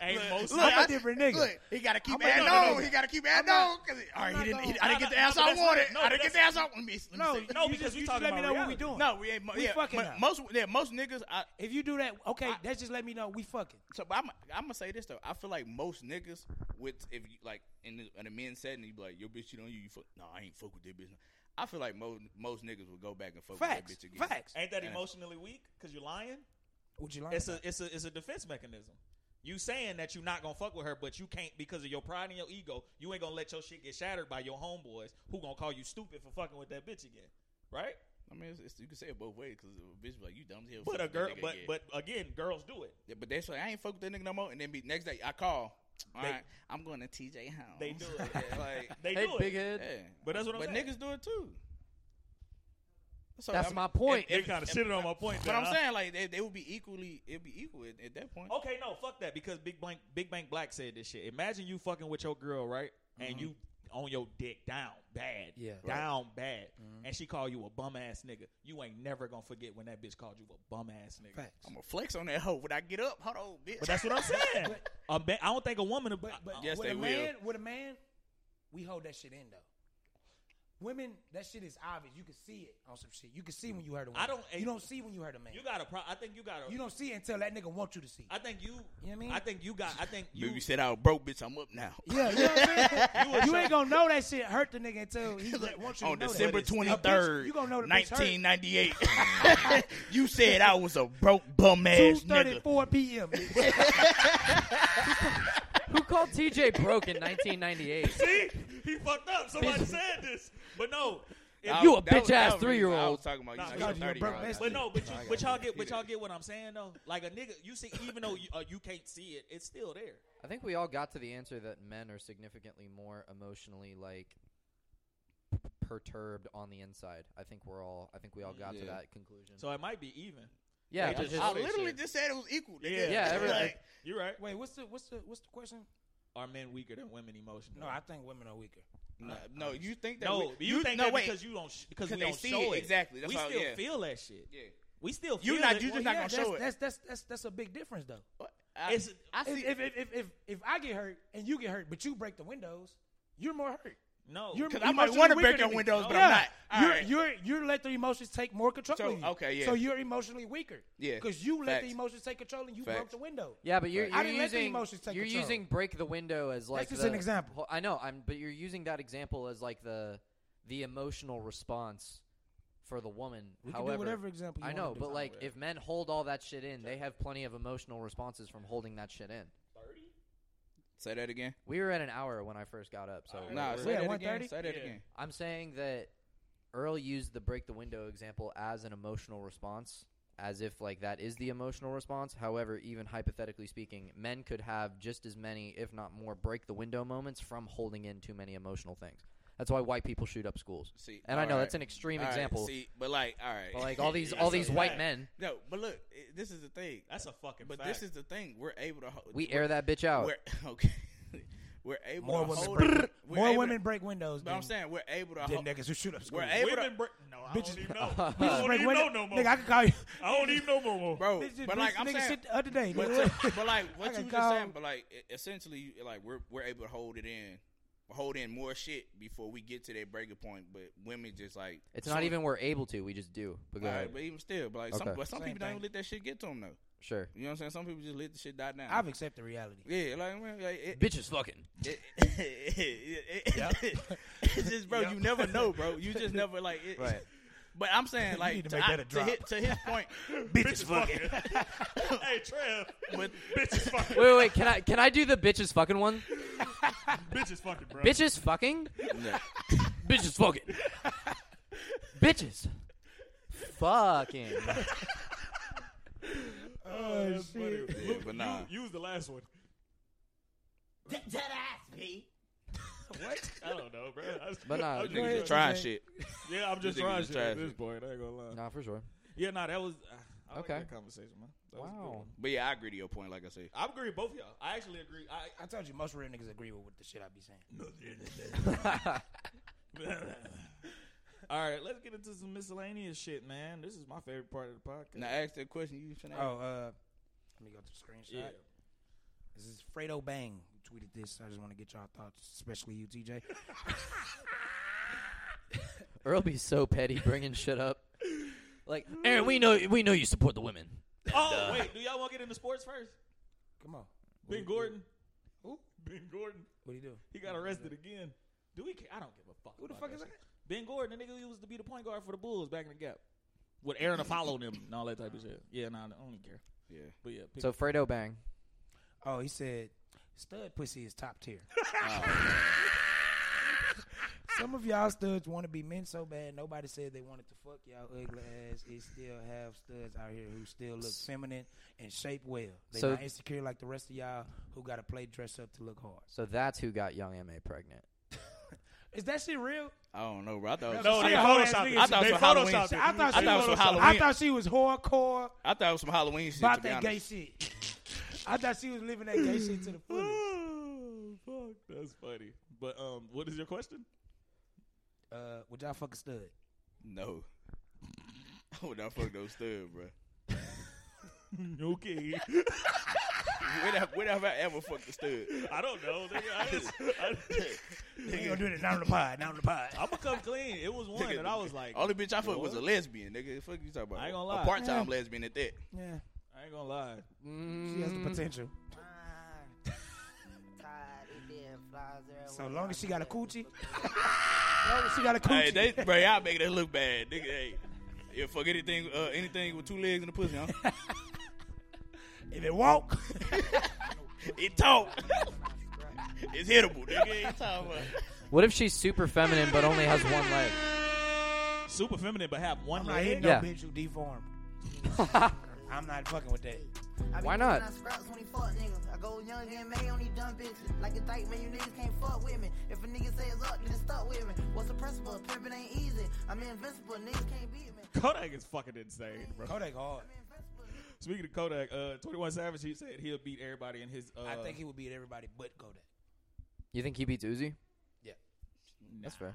Ain't
Look,
most.
look,
niggas.
I'm a different nigga.
Look, he gotta
I'm
keep
a
adding
dumb
on.
nigga.
He gotta keep
I'm
adding
not-
on. Cause he- all right,
I'm
he
not
didn't.
gonna-
He, I didn't
No,
get the
no,
answer
no,
I
that's what-
wanted.
no,
I didn't get the
that's-
answer. I, let me, let me
No,
say-
No,
you just-
because we
you just
talking
let me
about
know what we
reality.
doing.
No, we ain't. mo-
We
yeah,
fucking
but
now.
most yeah, most niggas. I,
If you do that, okay, that just let me know we fucking.
so, but I'm I'm gonna say this though. I feel like most niggas with if you like in the, in the men's setting, you be like, "Your bitch, you know you, you fuck." No, I ain't fuck with that bitch. I feel like most most niggas would go back and fuck
Facts.
with that bitch again.
Facts.
Ain't that emotionally weak? Cause you're lying.
Would you like?
It's a it's a it's a defense mechanism. You saying that you're not gonna fuck with her, but you can't because of your pride and your ego. You ain't gonna let your shit get shattered by your homeboys who gonna call you stupid for fucking with that bitch again, right?
I mean, it's, it's, you can say it both ways because a bitch be like, "You dumb as hell." fuck
But a
with that
girl,
nigga
but
again."
but again, girls do it.
Yeah, but they say I ain't fuck with that nigga no more. And then be next day I call. All
They-
right, I'm going to TJ House.
They do it.
Yeah, like
They
Hey,
do
big
it.
head.
yeah.
But that's what I'm
But
saying.
niggas do it too. So,
That's my point.
They kinda shitted on my point
But
there,
I'm
huh?
saying like they, they would be equally it'd be equal at, at that point.
Okay, no, fuck that because Big Blank Big Bang Black said this shit. Imagine you fucking with your girl, right? And you on your dick down bad,
Mm-hmm. Yeah. Right. Mm-hmm.
down bad, and she call you a bum ass nigga. You ain't never gonna forget when that bitch called you a bum ass nigga.
Facts.
I'm gonna flex on that hoe when I get up. Hold on, bitch.
But that's what I'm saying. A man- I don't think a woman. But,
But
Yes,
with
they
a
will.
man, with a man, we hold that shit in though. Women, that shit is obvious. You can see it on some shit. You can see when you hurt a woman.
I don't-
You don't see when you hurt a man.
you got a pro- I think you got a.
You don't see it until that nigga wants you to see.
I think you.
You know what I mean?
I think you got. I think you.
Baby said I was broke, bitch. I'm up now.
yeah, you know what I'm saying?
you was
You
trying-
ain't gonna know that shit hurt the nigga until he let- wants you
on
to know
December
that. A bitch-
twenty third,
You gonna know the bitch hurt.
nineteen ninety eight. You said I was a broke bum ass nigga.
2:34 p.m.
Who called TJ broke in 1998?
See, he fucked up. Somebody said this, but no, if-
you a
that was-
bitch ass
that was
three year old.
Nah, but- But no, but you, but y'all get, but y'all get what I'm saying though. Like a nigga, you see, even though you, uh, you can't see it, it's still there.
I think we all got to the answer that men are significantly more emotionally like perturbed on the inside. I think we're all. I think we all got to
Yeah.
that conclusion.
So it might be even.
Yeah,
They
I
just-
just-
I literally just said it was equal. nigga.
Yeah, every-
Like,
You're right.
Wait, what's the what's the what's the question?
Are men weaker than women emotionally?
No, I think women are weaker.
No, no, you think that
No,
we-
you,
you-
think
no,
that
wait.
because you don't sh- because we
They
don't
see
show
it,
it.
exactly. That's
we
how-
still
yeah.
feel that shit.
Yeah.
we still
You
feel
not-
it.
you just not gonna
that's,
show it.
That's that's that's that's a big difference though.
I-
It's-
I
if-
see-
if, if, if if if I get hurt and you get hurt, but you break the windows, you're more hurt.
No,
you're
'Cause I might
emotionally
wanna
weaker
break
than
your
me.
windows, but
Yeah.
I'm not. All
You're,
right.
you're you're let the emotions take more control.
So-
of you.
okay, yeah.
So you're emotionally weaker.
Yeah.
because you let the
Facts.
emotions take control and you
Facts.
broke the window.
Yeah, but you're, you're
I didn't let the
using
emotions take
you're
control.
using break the window as like
just
the-
an example.
ho- I know, I'm but you're using that example as like the the emotional response for the woman.
We can do
However,
whatever example you
I
wanna
know,
do.
but like if men hold all that shit in, they have plenty of emotional responses from holding that shit in.
Say that again.
We were at an hour when I first got up, so
Nah, say that again. Say that again.
I'm saying that Earl used the break the window example as an emotional response, as if like that is the emotional response. However, even hypothetically speaking, men could have just as many, if not more, break the window moments from holding in too many emotional things. That's why white people shoot up schools.
See,
and I know
alright.
that's an extreme
Alright,
example.
See, but like, all right,
But, like all these all these white men.
No, but look, it- this is the thing.
That's a fucking
But
fact.
this is the thing. We're able to. Ho-
We
we're-
air that bitch out.
We're, okay. We're able
More
to
women
hold
break-
we're
more
able
women
to-
break windows
But I'm
than-
saying we're able to.
than
hold-
niggas who shoot up schools.
Uh-huh. We're able
Women
to.
break- no, I
Bitches-
don't even know. I
Bitches
don't
break
even know
window-
no more.
Nigga, I can call you.
I don't even know no more.
Bro,
Bitches-
but like
bitch
I'm
nigga
saying,
shit the other day,
But,
nigga.
but like
I
what
got
you was just saying,
called.
but like e- essentially, like we're we're able to hold it in, hold in more shit before we get to that breaking point. But women just like
It's not
so-
even we're able to. We just do. But go
All right,
ahead.
but even still, but like
Okay.
some, but some
Same
people don't
thing.
even let that shit get to them though.
Sure.
You know what I'm saying? Some people just let the shit die down.
I've accepted reality.
Yeah, like, man, like it,
Bitches fucking.
It, it- it's just, bro, you never know, bro. You just never like it.
Right.
But I'm saying, like,
need to
to,
make
I-
that a
to hi-
drop.
to his point,
Bitches fucking.
hey, Trev,
but
bitches fucking.
Wait, wait, wait, can I can I do the bitches fucking one?
Bitches fucking, bro.
Bitches fucking? Bitches fucking. Bitches. Fucking.
Oh, that's funny.
Yeah,
Luke,
but nah.
you- Use the last one.
Dead ass, P.
What? I don't know, bro. I was-
But nah,
I was
Niggas
niggas
trying
just trying
to-
shit.
Yeah, I'm just
Niggas
trying
just
shit at
trying
this
shit.
point. I ain't gonna lie.
Nah, for sure.
Yeah, nah, that was. Uh,
I like
Okay.
that conversation, man. That was a good
Wow.
one.
But yeah, I agree to your point. Like I said,
I agree with both of y'all. I actually agree. I,
I told you most real niggas agree with what the shit I be saying.
all right, let's get into some miscellaneous shit, man. This is my favorite part of the podcast.
now ask that question. You finna
Oh, uh, let me go to the screenshot.
Yeah.
This is Fredo Bang who tweeted this. I just want to get y'all thoughts, especially you, TJ.
Earl be so petty bringing shit up. Like, Aaron, we know we know you support the women.
Oh, wait, do y'all want to get into sports first?
Come on,
Ben Gordon.
Who?
Ben Gordon.
what do you do?
He got arrested again. Do we? Care? I don't give a fuck.
Who the
about
fuck is that?
shit. Ben Gordon, the nigga who used to be the point guard for the Bulls back in the gap.
With Aaron to follow them and all that type of shit. Yeah, nah, I don't care.
Yeah.
But yeah, pick
So Fredo Bang.
Oh, he said stud pussy is top tier. Some of y'all studs want to be men so bad nobody said they wanted to fuck y'all ugly ass. It still have studs out here who still look feminine and shape well. They
So-
not insecure like the rest of y'all who got to play dress up to look hard.
So that's who got young MA pregnant.
Is that shit real?
I don't know, bro. I thought it was,
No,
I,
they
a whole ass
photoshopped
nigga.
it.
I thought it
they
was Halloween
photoshopped
shit.
it.
I thought
I
she
thought it
was,
was
I
Halloween.
thought she was hardcore
I thought it was some Halloween shit. To
about
be
that
honest.
gay shit. I thought she was living that gay shit to the fullest.
Oh, fuck, that's funny. But um, what is your question?
Uh, would y'all fuck a stud?
No. I would not fuck those stud, bro.
okay,
When have, when have I ever fucked a stud?
I don't know. nigga. I just, I
We ain't gonna do that now on the pod, now on the pod.
am gonna come clean. It was one
Nigga,
that I was like,
Only bitch I fucked was a
what?
lesbian, nigga. Fuck you talking about?
I ain't gonna lie.
A part time lesbian at that.
Yeah,
I ain't gonna lie.
she has the potential. So long as she got a coochie, long as she got a
Hey,
coochie.
they, bro, y'all making it look bad, nigga. Hey, yeah, fuck anything, uh, anything with two legs and a pussy, huh?
if it walk,
it talk. it's hittable, nigga. Ain't talking about.
What if she's super feminine but only has one leg?
super feminine, but have one
I'm not
leg.
hitting no bitch who deformed. I'm not fucking with that.
Why not?
I go young and may on these dumb bitches. Like a dyke, man, you niggas can't fuck with me. If a nigga say it's up, then it's stuck with me. What's the principle? Pimpin' ain't easy. I'm invincible, niggas can't beat me.
Kodak is fucking insane, bro.
Kodak hard.
Speaking of Kodak, uh, 21 Savage, he said he'll beat everybody in his. Uh,
I think he would beat everybody but Kodak.
You think he beats Uzi?
Yeah.
That's fair.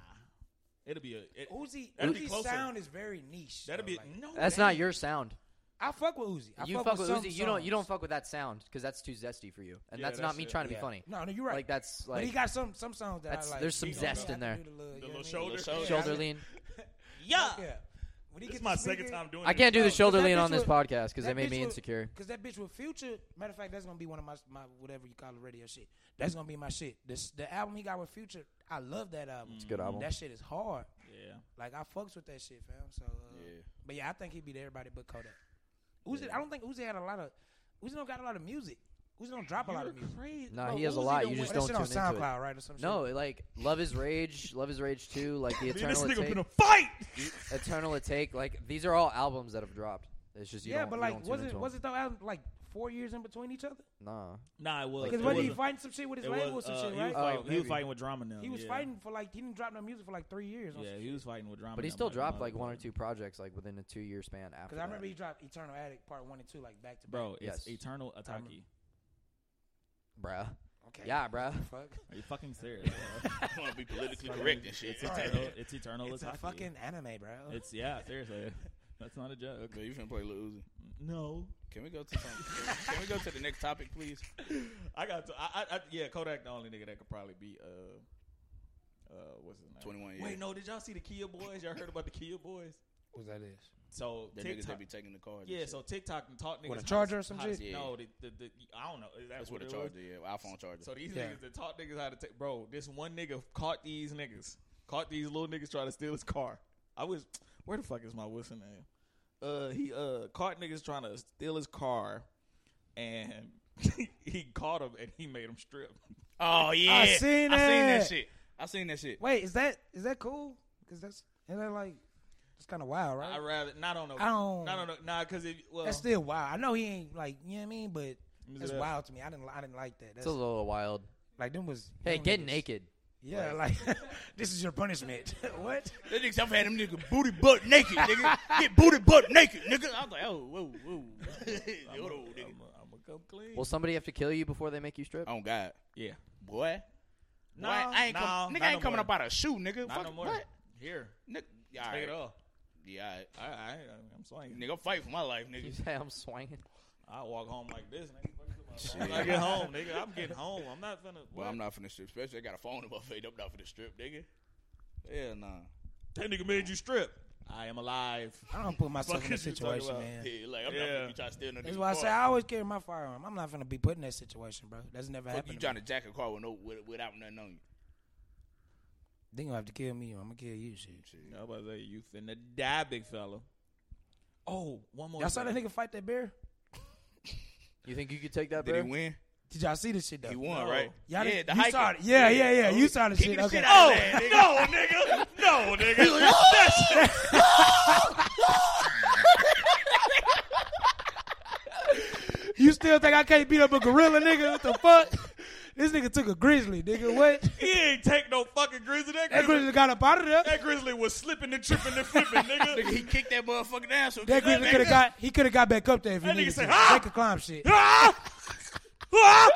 It'll be a. It,
Uzi,
that'd be
Uzi's
closer.
sound is very niche.
That'd
though,
be
like-
no.
That's
way.
not your sound.
I fuck with Uzi. I
you
fuck,
fuck, with,
some
Uzi. You don't. You don't
songs.
fuck with that sound because that's too zesty for you, and
Yeah,
that's not
that's
me
it.
trying to
Yeah.
be funny.
No, no, you're right.
Like that's like.
but he got some some songs that
that's-
I like.
there's some
He gonna
zest
go
in
have
there.
to do
The
you know
little
what I
shoulder.
mean?
Little
Yeah, I
shoulder
mean-
lean.
Yeah.
Yeah. When he
This
gets
is my
the
second
speaker-
time doing
I can't do the shoulder
Cause that
lean
bitch
on this
with-
podcast because they
that
made
bitch
me
with-
insecure.
Cause that bitch with Future, matter of fact, that's gonna be one of my my whatever you call it radio shit. That's gonna be my shit. This the album he got with Future. I love that album.
It's a good album.
That shit is hard.
Yeah.
Like I fucks with that shit, fam. So uh,
Yeah.
But yeah, I think he beat everybody but Kodak. Uzi, I don't think Uzi had a lot of. Uzi don't got a lot of music. Uzi don't drop a lot of music.
Crazy.
No,
Bro,
he has a
Uzi done
lot. Oh, You
went-
just
that
don't
shit
tune
on
into
SoundCloud,
it.
right, or some shit?
No, like Love Is Rage, Love Is Rage Two, like the
Man, this
Eternal It
nigga
Take,
finna fight.
Eternal It Take. Like these are all albums that have dropped. It's just you
yeah,
don't-
but
you
like,
don't
was
tune
it
into
was it though? Album, like four years in between each other?
them. Nah.
Nah, it was.
Because
it
wasn't he
wasn't.
fighting some shit with his
It
label or
was,
some
uh, he
shit,
was
right?
Oh,
fighting- he was
maybe.
fighting with drama now.
He was
yeah.
fighting for like he didn't drop no music for like three years.
Yeah, he was fighting with drama.
But he
now,
still
like,
dropped like
motherfucker.
one or two projects like within a two year span after.
Because I
that.
remember he dropped Eternal Addict Part One and Two like back to back.
Bro, it's
Yes.
Eternal
I'm-
Ataki.
bruh.
Okay.
Yeah, bruh.
Fuck.
Are you fucking serious? bro?
I want to be politically correct and shit.
It's Eternal. It's Eternal
It's a
Ataki.
fucking anime, bro.
It's yeah, seriously. That's not a joke.
Bro, you finna play Lil Uzi.
No.
Can we go to some, Can we go to the next topic, please?
I got to. I, I, I, yeah, Kodak the only nigga that could probably be. Uh, uh, what's his name?
21 years.
Wait, no. Did y'all see the Kia Boys? Y'all heard about the Kia Boys?
Was that is?
So
The niggas
TikTok.
that be taking the cars. and
yeah,
shit.
so TikTok and talk niggas.
With a
hot as-
charger or some
hot as-
shit?
No, the, the, the, I don't know. Is that
that's
what
what a
it was?
charger. Yeah, iPhone charger.
So these
Yeah.
niggas that taught niggas how to take, bro. This one nigga caught these niggas, caught these little niggas trying to steal his car. I was, where the fuck is my what's his name? Uh, he uh caught niggas trying to steal his car, and he caught him and he made him strip.
oh yeah, I
seen
that
it.
shit. I seen that shit.
Wait, is that is that cool? Because that's is that like it's kind of wild, right?
I rather, not on no,
I don't-
not on no, nah, because it well,
that's still wild. I know he ain't like you know what I mean, but
me
that's
see that.
wild to me. I didn't I didn't like that.
It's
That's,
a little wild.
like them was
Hey,
them
get
niggas.
naked.
Yeah, like this is your punishment. what?
That niggas, I've had them niggas booty butt naked, nigga. Get booty butt naked, nigga. I was like, oh, whoa, whoa. Hold on, nigga.
I'm gonna come clean.
Will somebody have to kill you before they make you strip?
Oh God,
yeah,
boy.
No,
Boy, I ain't come,
no,
nigga.
not
I ain't
no
coming
more.
up out of shoe, nigga.
not
Fuck,
no more.
What?
Here,
Nigga, yeah, all
take it
right.
off.
yeah, all right.
I, I, I'm swinging.
nigga, I'm fighting for my life,
You
nigga.
say I'm swinging.
I walk home like this, nigga. Fuck you,
Shit.
my- When I get home, nigga. I'm getting home. I'm not finna.
Well,
Well,
I'm not finna strip. Especially, I got a phone in my face. I'm not finna strip, nigga. Yeah, nah.
That nigga made you strip. I am alive.
I don't put myself in
Fuck
a
is you talking
situation,
about?
man.
Yeah, like I'm
Yeah.
not finna be trying to steal no
That's
nigga's
why I
car.
say I always carry my firearm. I'm not gonna be put in that situation, bro. That's never
Fuck
happened.
you
to me.
trying to jack a car with no with, without nothing on you.
They gonna have to kill me. or I'm gonna kill you, shit.
I was about to say you finna die, big fella. Oh, one more.
Y'all saw that
thing.
nigga fight that bear?
You think you could take that,
Did he
bro?
win?
Did y'all see this shit though?
He won, right? yeah,
Y'all didn't-
the
you
hiker.
saw it. Yeah, yeah, yeah. You saw the
Keep
shit.
the
Okay.
shit out of
Oh,
that, nigga.
No, nigga. No, nigga.
You still think I can't beat up a gorilla, nigga? What the fuck? This nigga took a grizzly, nigga. What?
he ain't take no fucking grizzly. That
That
grizzly,
grizzly got up out of there.
that grizzly was slipping and tripping and flipping,
Nigga,
nigga.
he kicked that motherfucker down. So
That grizzly could have got. He could have got back up there if he
That nigga
needed
said,
to.
"Ah!"
They could climb shit.
Ah! Ah!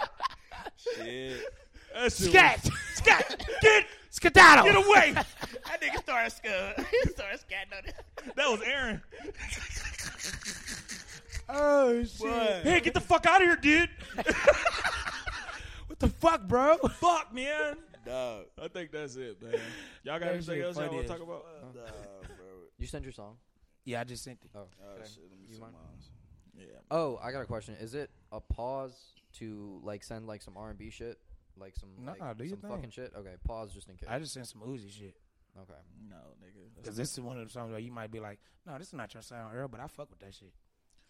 Shit.
That shit
Scat, scat, get skedaddle.
was- Get away.
That nigga started scat. He started scatting on it.
That was Aaron.
Oh shit!
Hey, get the fuck out of here, dude.
What the fuck, bro?
fuck, man.
Dog.
I think that's it, man. Y'all got anything
shit
else y'all
funny
want to
as
talk about?
Nah, bro.
You send your song.
Yeah, I just sent it.
Oh.
Oh,
okay.
shit. Let me
You
see
mind?
mine.
Oh, I got a question. Is it a pause to like send like some R and B shit, like some
Nah,
like,
do your
some
thing.
fucking shit? Okay, pause just in case.
I just sent some Uzi shit.
okay.
No, nigga.
Cause this is one of the songs where you might be like, "No, this is not your sound, Earl," but I fuck with that shit.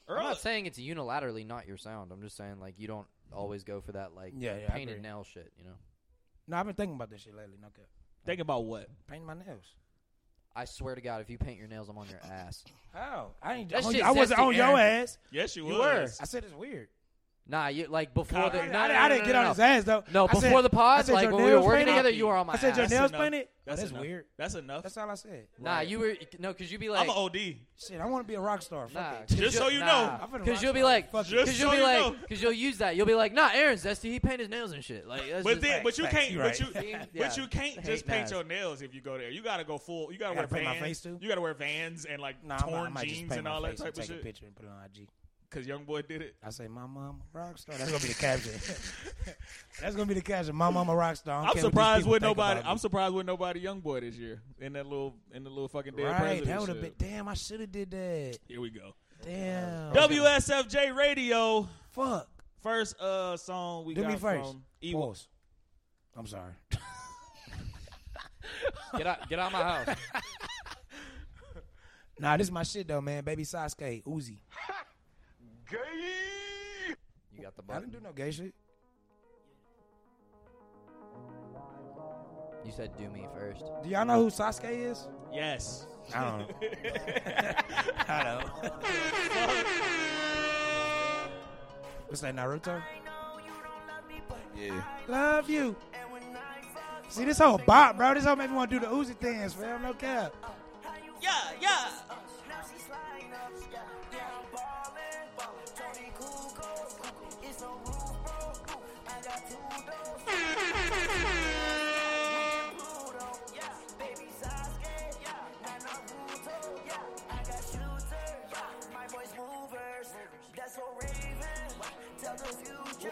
I'm
Earl,
not saying it's unilaterally not your sound. I'm just saying like you don't always go for that like
Yeah, yeah, I
painted
agree.
nail shit. You know.
No, I've been thinking about this shit lately. No cap.
think about what?
Painting my nails.
I swear to God, if you paint your nails, I'm on your ass.
How? I ain't.
That
on
shit
you- I wasn't
zesty,
on your
Aaron.
ass. You were. I said it's weird.
Nah, you like before
I-
the.
I-
no,
I-
no,
I
no,
didn't
no,
get
no,
on
no.
his ass, though.
No,
I said-
before the
I
pod,
said
like
your
when we were
nails
working
painted?
together, you were on my
I said your
ass.
nails painted.
That's
Oh, That's
enough.
weird.
That's enough.
That's all I said.
Nah, you were no, cause you be like
I'm an OD.
Shit, I want to be a rock star. Fuck
Nah,
it.
'cause you'll- nah.
I'm finna
cause
rock
you'll be
star.
like,
Fuck
cause
it.
you'll be
you
like,
know.
cause you'll use that. You'll be like, nah, Aaron's zesty. He painted his nails and shit. Like, that's
But
just-
then, but you
Facts,
can't,
you
but
right.
you,
Yeah.
but you can't
Hate
just paint
nails.
your nails if you go there. You gotta go full. You gotta
I
wear
gotta paint my
vans.
face too?
You gotta wear vans and like
Nah, I might- I
torn
might just
jeans
paint
and
my
all that
face and
type of
take a
shit.
picture and put it on IG.
Cause young boy did it.
I say, my mom a rock star. That's gonna be the caption. That's gonna be the caption. My mom a rock star. I don't
I'm
care what these
surprised
people
with
think
nobody.
about me.
I'm surprised with nobody young boy this year in that little in the little fucking dead
right.
president.
That would have been.
shit.
Damn, I should have did that.
Here we go.
Damn.
WSFJ Radio.
Fuck.
First uh song we
Do
got
me first.
from
Pause. I'm sorry.
Get out, get out my house.
Nah, this is my shit though, man. Baby Sasuke, Uzi.
You got the
I
button.
didn't do no gay shit.
You said do me first.
Do y'all know who Sasuke is?
Yes.
I don't know. I don't. What's that, Naruto?
Yeah.
Love you. See this whole bop, bro. This whole make me want to do the Uzi things, fam. No cap.
Yeah, yeah.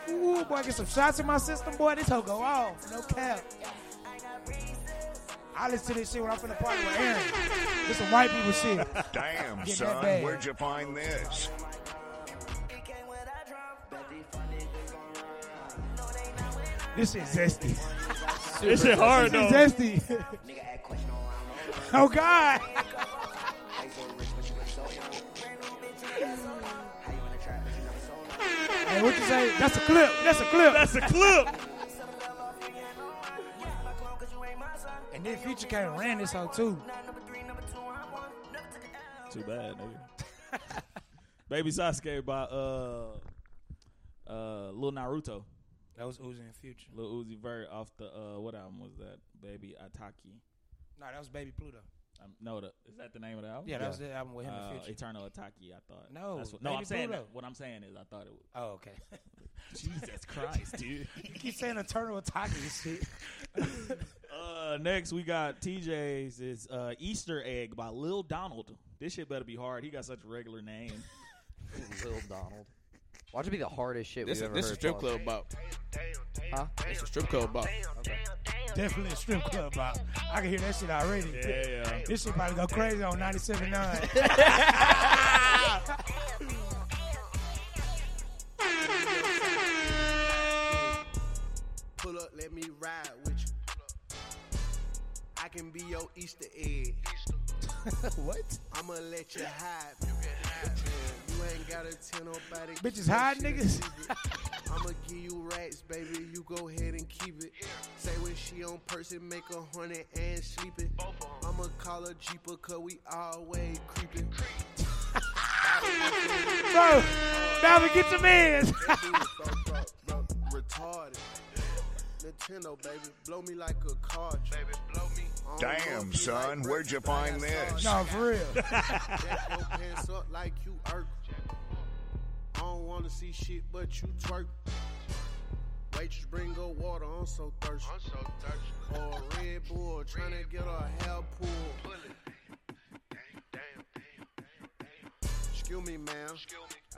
Ooh, boy, get some shots in my system, boy. This hoe go off. No cap. I listen to this shit when I'm finna party with Aaron. This some white people shit.
Damn,
Getting that
son,
bag.
where'd you find this?
This shit zesty.
This shit hard, though.
This shit zesty. oh God. Hey, what you say? That's a clip. That's a clip.
That's a clip.
and then Future came and ran this hoe too.
Too bad, nigga. Baby Sasuke by uh uh Lil Naruto.
That was Uzi and Future.
Lil Uzi Vert off the uh what album was that? Baby Ataki.
No, that was Baby Pluto.
Um, no, the, is that the name of the album?
Yeah, that was the album with him and
Uh,
Future.
Eternal Ataki. I thought.
No,
That's what, no.
Baby
I'm saying
Pluto.
that, what I'm saying is I thought it was.
Oh, okay.
Jesus Christ, dude.
You keep saying Eternal Attack and shit.
Uh, next we got TJ's is uh, Easter Egg by Lil Donald. This shit better be hard. He got such a regular name.
Lil Donald. Watch it be the hardest shit
This is
we've ever
this is
heard.
strip
Paul.
club bop.
Huh?
This is strip club bop.
Definitely a strip club bop. I can hear that shit already.
Yeah.
This shit probably go crazy on 97.9.
Pull up, let me ride with you. I can be your Easter egg.
what?
I'ma let you hide. You You ain't gotta tell nobody.
Bitches hide, niggas?
I'ma give you racks, baby. You go ahead and keep it. Say when she on person, make a hundred and sleep it. I'ma call her Jeeper, cause we always creeping.
Bro, now we get some ends.
retarded. Nintendo, baby, blow me like a card. Baby, blow me.
Damn, son, where'd you find this?
No, for real.
Jack your pants up like you irk. I don't wanna see shit, but you twerk. Waitress, bring her water. I'm so thirsty. I'm so thirsty. Or a Red Bull, trying to get her hair pulled. Excuse me, ma'am.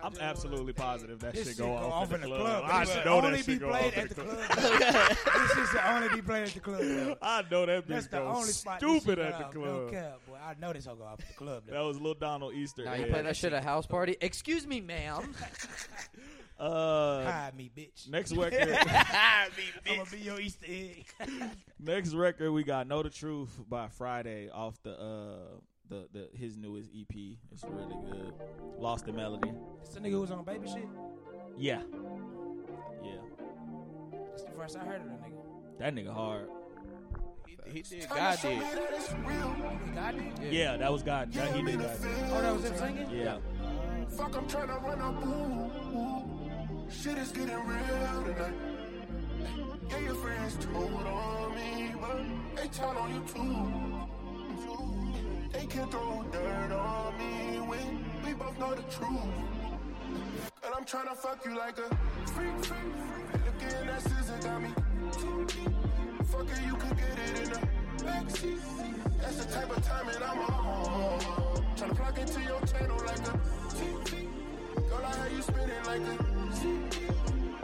I'm absolutely positive that
This
shit go off, in the club.
This
I
should
know
only
that
be
shit go
played
off in
at
the
the
club.
this shit should only be played at the club. bro.
I know that bitch
That's the
go
only spot this
stupid
shit go
at the
off.
club.
No cap, boy. I know this hoe go off at the club.
That was Lil Donald Easter.
Nah, you
egg.
play that shit at a house party. Excuse me, ma'am.
Uh,
Hide me, bitch.
Next record.
Ah,
I'm gonna be your Easter egg.
next record we got Know the Truth by Friday off the uh the, the his newest EP. It's really good. Lost the melody.
It's the nigga who was on baby shit.
Yeah. Yeah.
That's the first I heard of the nigga.
That nigga hard.
He-
he did. God did.
God did.
Yeah, that was God. That- he did that.
Oh, that was him singing?
Yeah.
Fuck, I'm tryna run up. Ooh, ooh. Shit is getting real tonight. Yeah, your friends told on me, but they tell on you too. They can throw dirt on me when we both know the truth. And I'm tryna fuck you like a freak, freak, freak. Looking at scissor got me too deep. Fuck it, you could get it in the backseat. That's the type of timing I'm on. Tryna plug into your channel like a TV. Girl, I heard you spinning like a CD.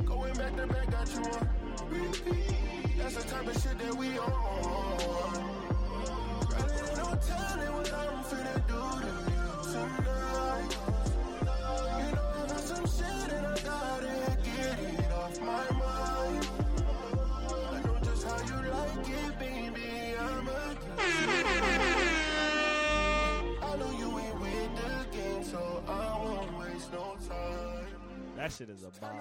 Going back to back, got you on repeat. That's the type of shit that we on. Girl, ain't no telling what I'm finna do to you tonight. You know I got some shit and I gotta get it off my mind. I know just how you like it, baby. I'm a I know you ain't with the game, so I won't waste no time.
That shit is a bomb.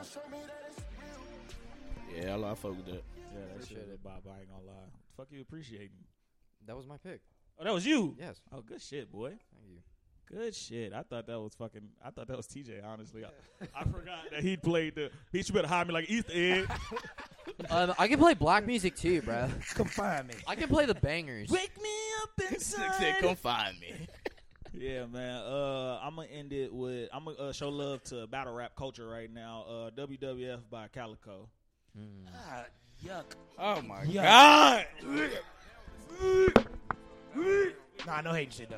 Yeah, I, lo- I fuck with that.
Yeah, that
Appreciate
shit
it.
it. Bob. I ain't gonna lie. Fuck you, appreciating.
That was my pick.
Oh, that was you.
Yes.
Oh, good shit, boy.
Thank you.
Good shit. I thought that was fucking. I thought that was TJ. Honestly, I,
I forgot that he played the. Bitch, you better hide me like Easter egg.
Um, I can play black music too, bro.
Come find me.
I can play the bangers.
Wake me up
Slick said, "Come find me."
yeah, man. Uh, I'm gonna end it with. I'm gonna uh, show love to battle rap culture right now. Uh, WWF by Calico.
Ah, yuck.
Oh my
Yuck.
Ah!
Ah!
god.
Nah, no hating shit though.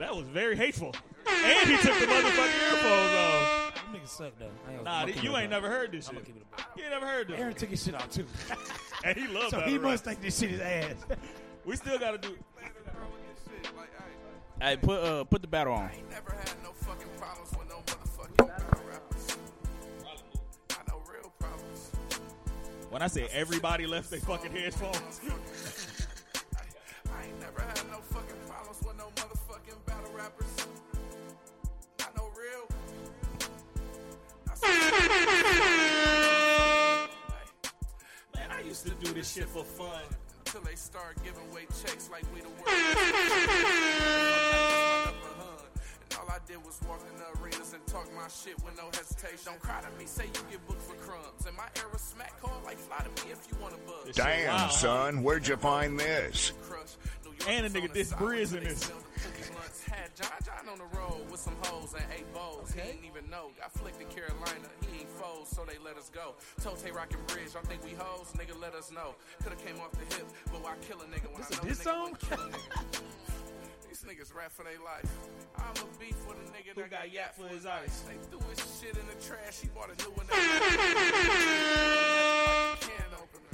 That was very hateful. And he took the motherfucking earphones off.
Them niggas suck though. I ain't-
Nah,
I'ma
th-
keep
you
it
ain't
a buck.
never heard this
I'ma
shit.
keep it a
You ain't never heard this.
Aaron took his shit out too.
and he loved
so
that.
he
rap.
must think this shit is ass.
We still gotta do.
Hey, put uh put the battle on.
When I say everybody left their fucking headphones.
I ain't never had no fucking problems with no motherfucking battle rappers. Not no real. I said-
Man, I used to do this shit for fun.
Until they start giving away checks like we the world. And all I did was walk in the arenas and talk my shit with no hesitation. Don't cry to me, say you get booked for crumbs. And my era smack call like fly to me if you want to bug.
Damn,
Wow.
son, where'd you find this?
And a nigga this Briz in this.
Blunts had John John on the road with some hoes and eight bowls. He didn't even know. Got flicked to Carolina. He ain't fold, so they let us go. Told Tay Rockin' Bridge, y'all think we hoes? Nigga, let us know. Could've came off the hip, but why kill a nigga when I know
diss
a nigga
song?
wouldn't kill a nigga? These niggas rap for their life. I'm a beef with a nigga that got yap for his eyes. They threw his shit in the trash. He bought a new one. Can opener.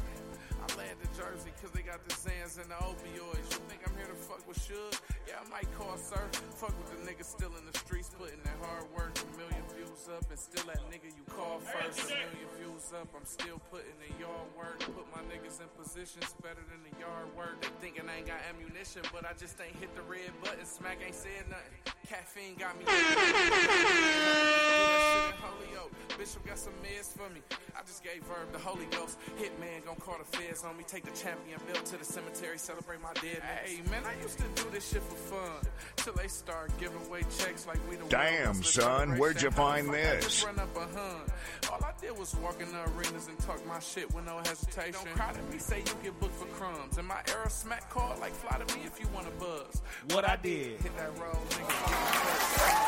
I landed Jersey because they got the Zans and the opioids. You think I'm here to fuck with Suge? Yeah, I might call sir. Fuck with the niggas still in the streets, putting that hard work. A million views up, and still that nigga you call first. A million views up, I'm still putting in yard work. Put my niggas in positions better than the yard work. They thinking I ain't got ammunition, but I just ain't hit the red button. Smack ain't said nothing. Caffeine got me. Do that shit in Holyoke. Bishop got some meds for me. I just gave Verb the Holy Ghost. Hitman gon' call the feds on me. Take the champion belt to the cemetery. Celebrate my dead. Hey, man, I used to do this shit for fun. Till they start giving away checks like we the
Damn,
World Wrestling
son,
Federation.
where'd you
How the
find
fuck I
this?
just run up a hun. All I did was walk in the arenas and talk my shit with no hesitation. Don't cry to me, say you get booked for crumbs. And my era smack call like fly to me if you wanna buzz.
What I did.
Hit that road, nigga.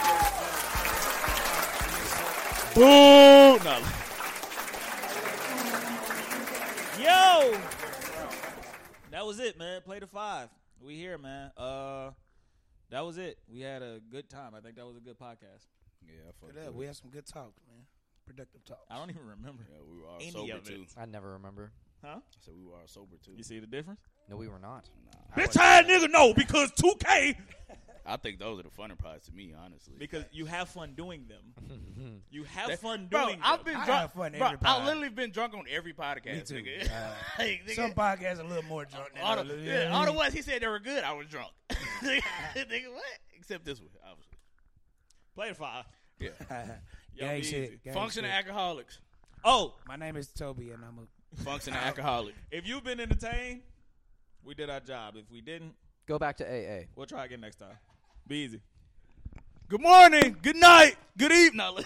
Boo! No. Yo!
That was it, man. Play the five. We here, man. Uh, that was it. We had a good time. I think that was a good podcast.
Yeah, I fuck
Good up. We had some good talk, man. Productive talk.
I don't even remember.
Yeah, we were all
Any
sober
of it.
too.
I never remember.
Huh?
So we were all sober too.
You see the difference?
No, we were not.
Bitch ass nigga, no, because 2K.
I think those are the funner parts to me, honestly.
Because you have fun doing them. you have
That-
fun doing
bro,
them.
I've been
I
drunk.
have fun
bro,
every pod.
I literally been drunk on every podcast.
Me too.
Nigga.
Uh,
Like, nigga,
Some podcasts a little more drunk than
all the,
others.
yeah, all the ones he said they were good, I was drunk. nigga, what? Except this one, obviously.
Play the five.
Yeah.
Y'all
Gang
be
shit.
easy.
Gang
Functioning
shit.
alcoholics.
Oh,
My name is Toby, and I'm a
Functioning alcoholic.
if you've been entertained, We did our job. If we didn't,
Go back to AA.
we'll try again next time. Be easy. Good morning. Good night. Good evening.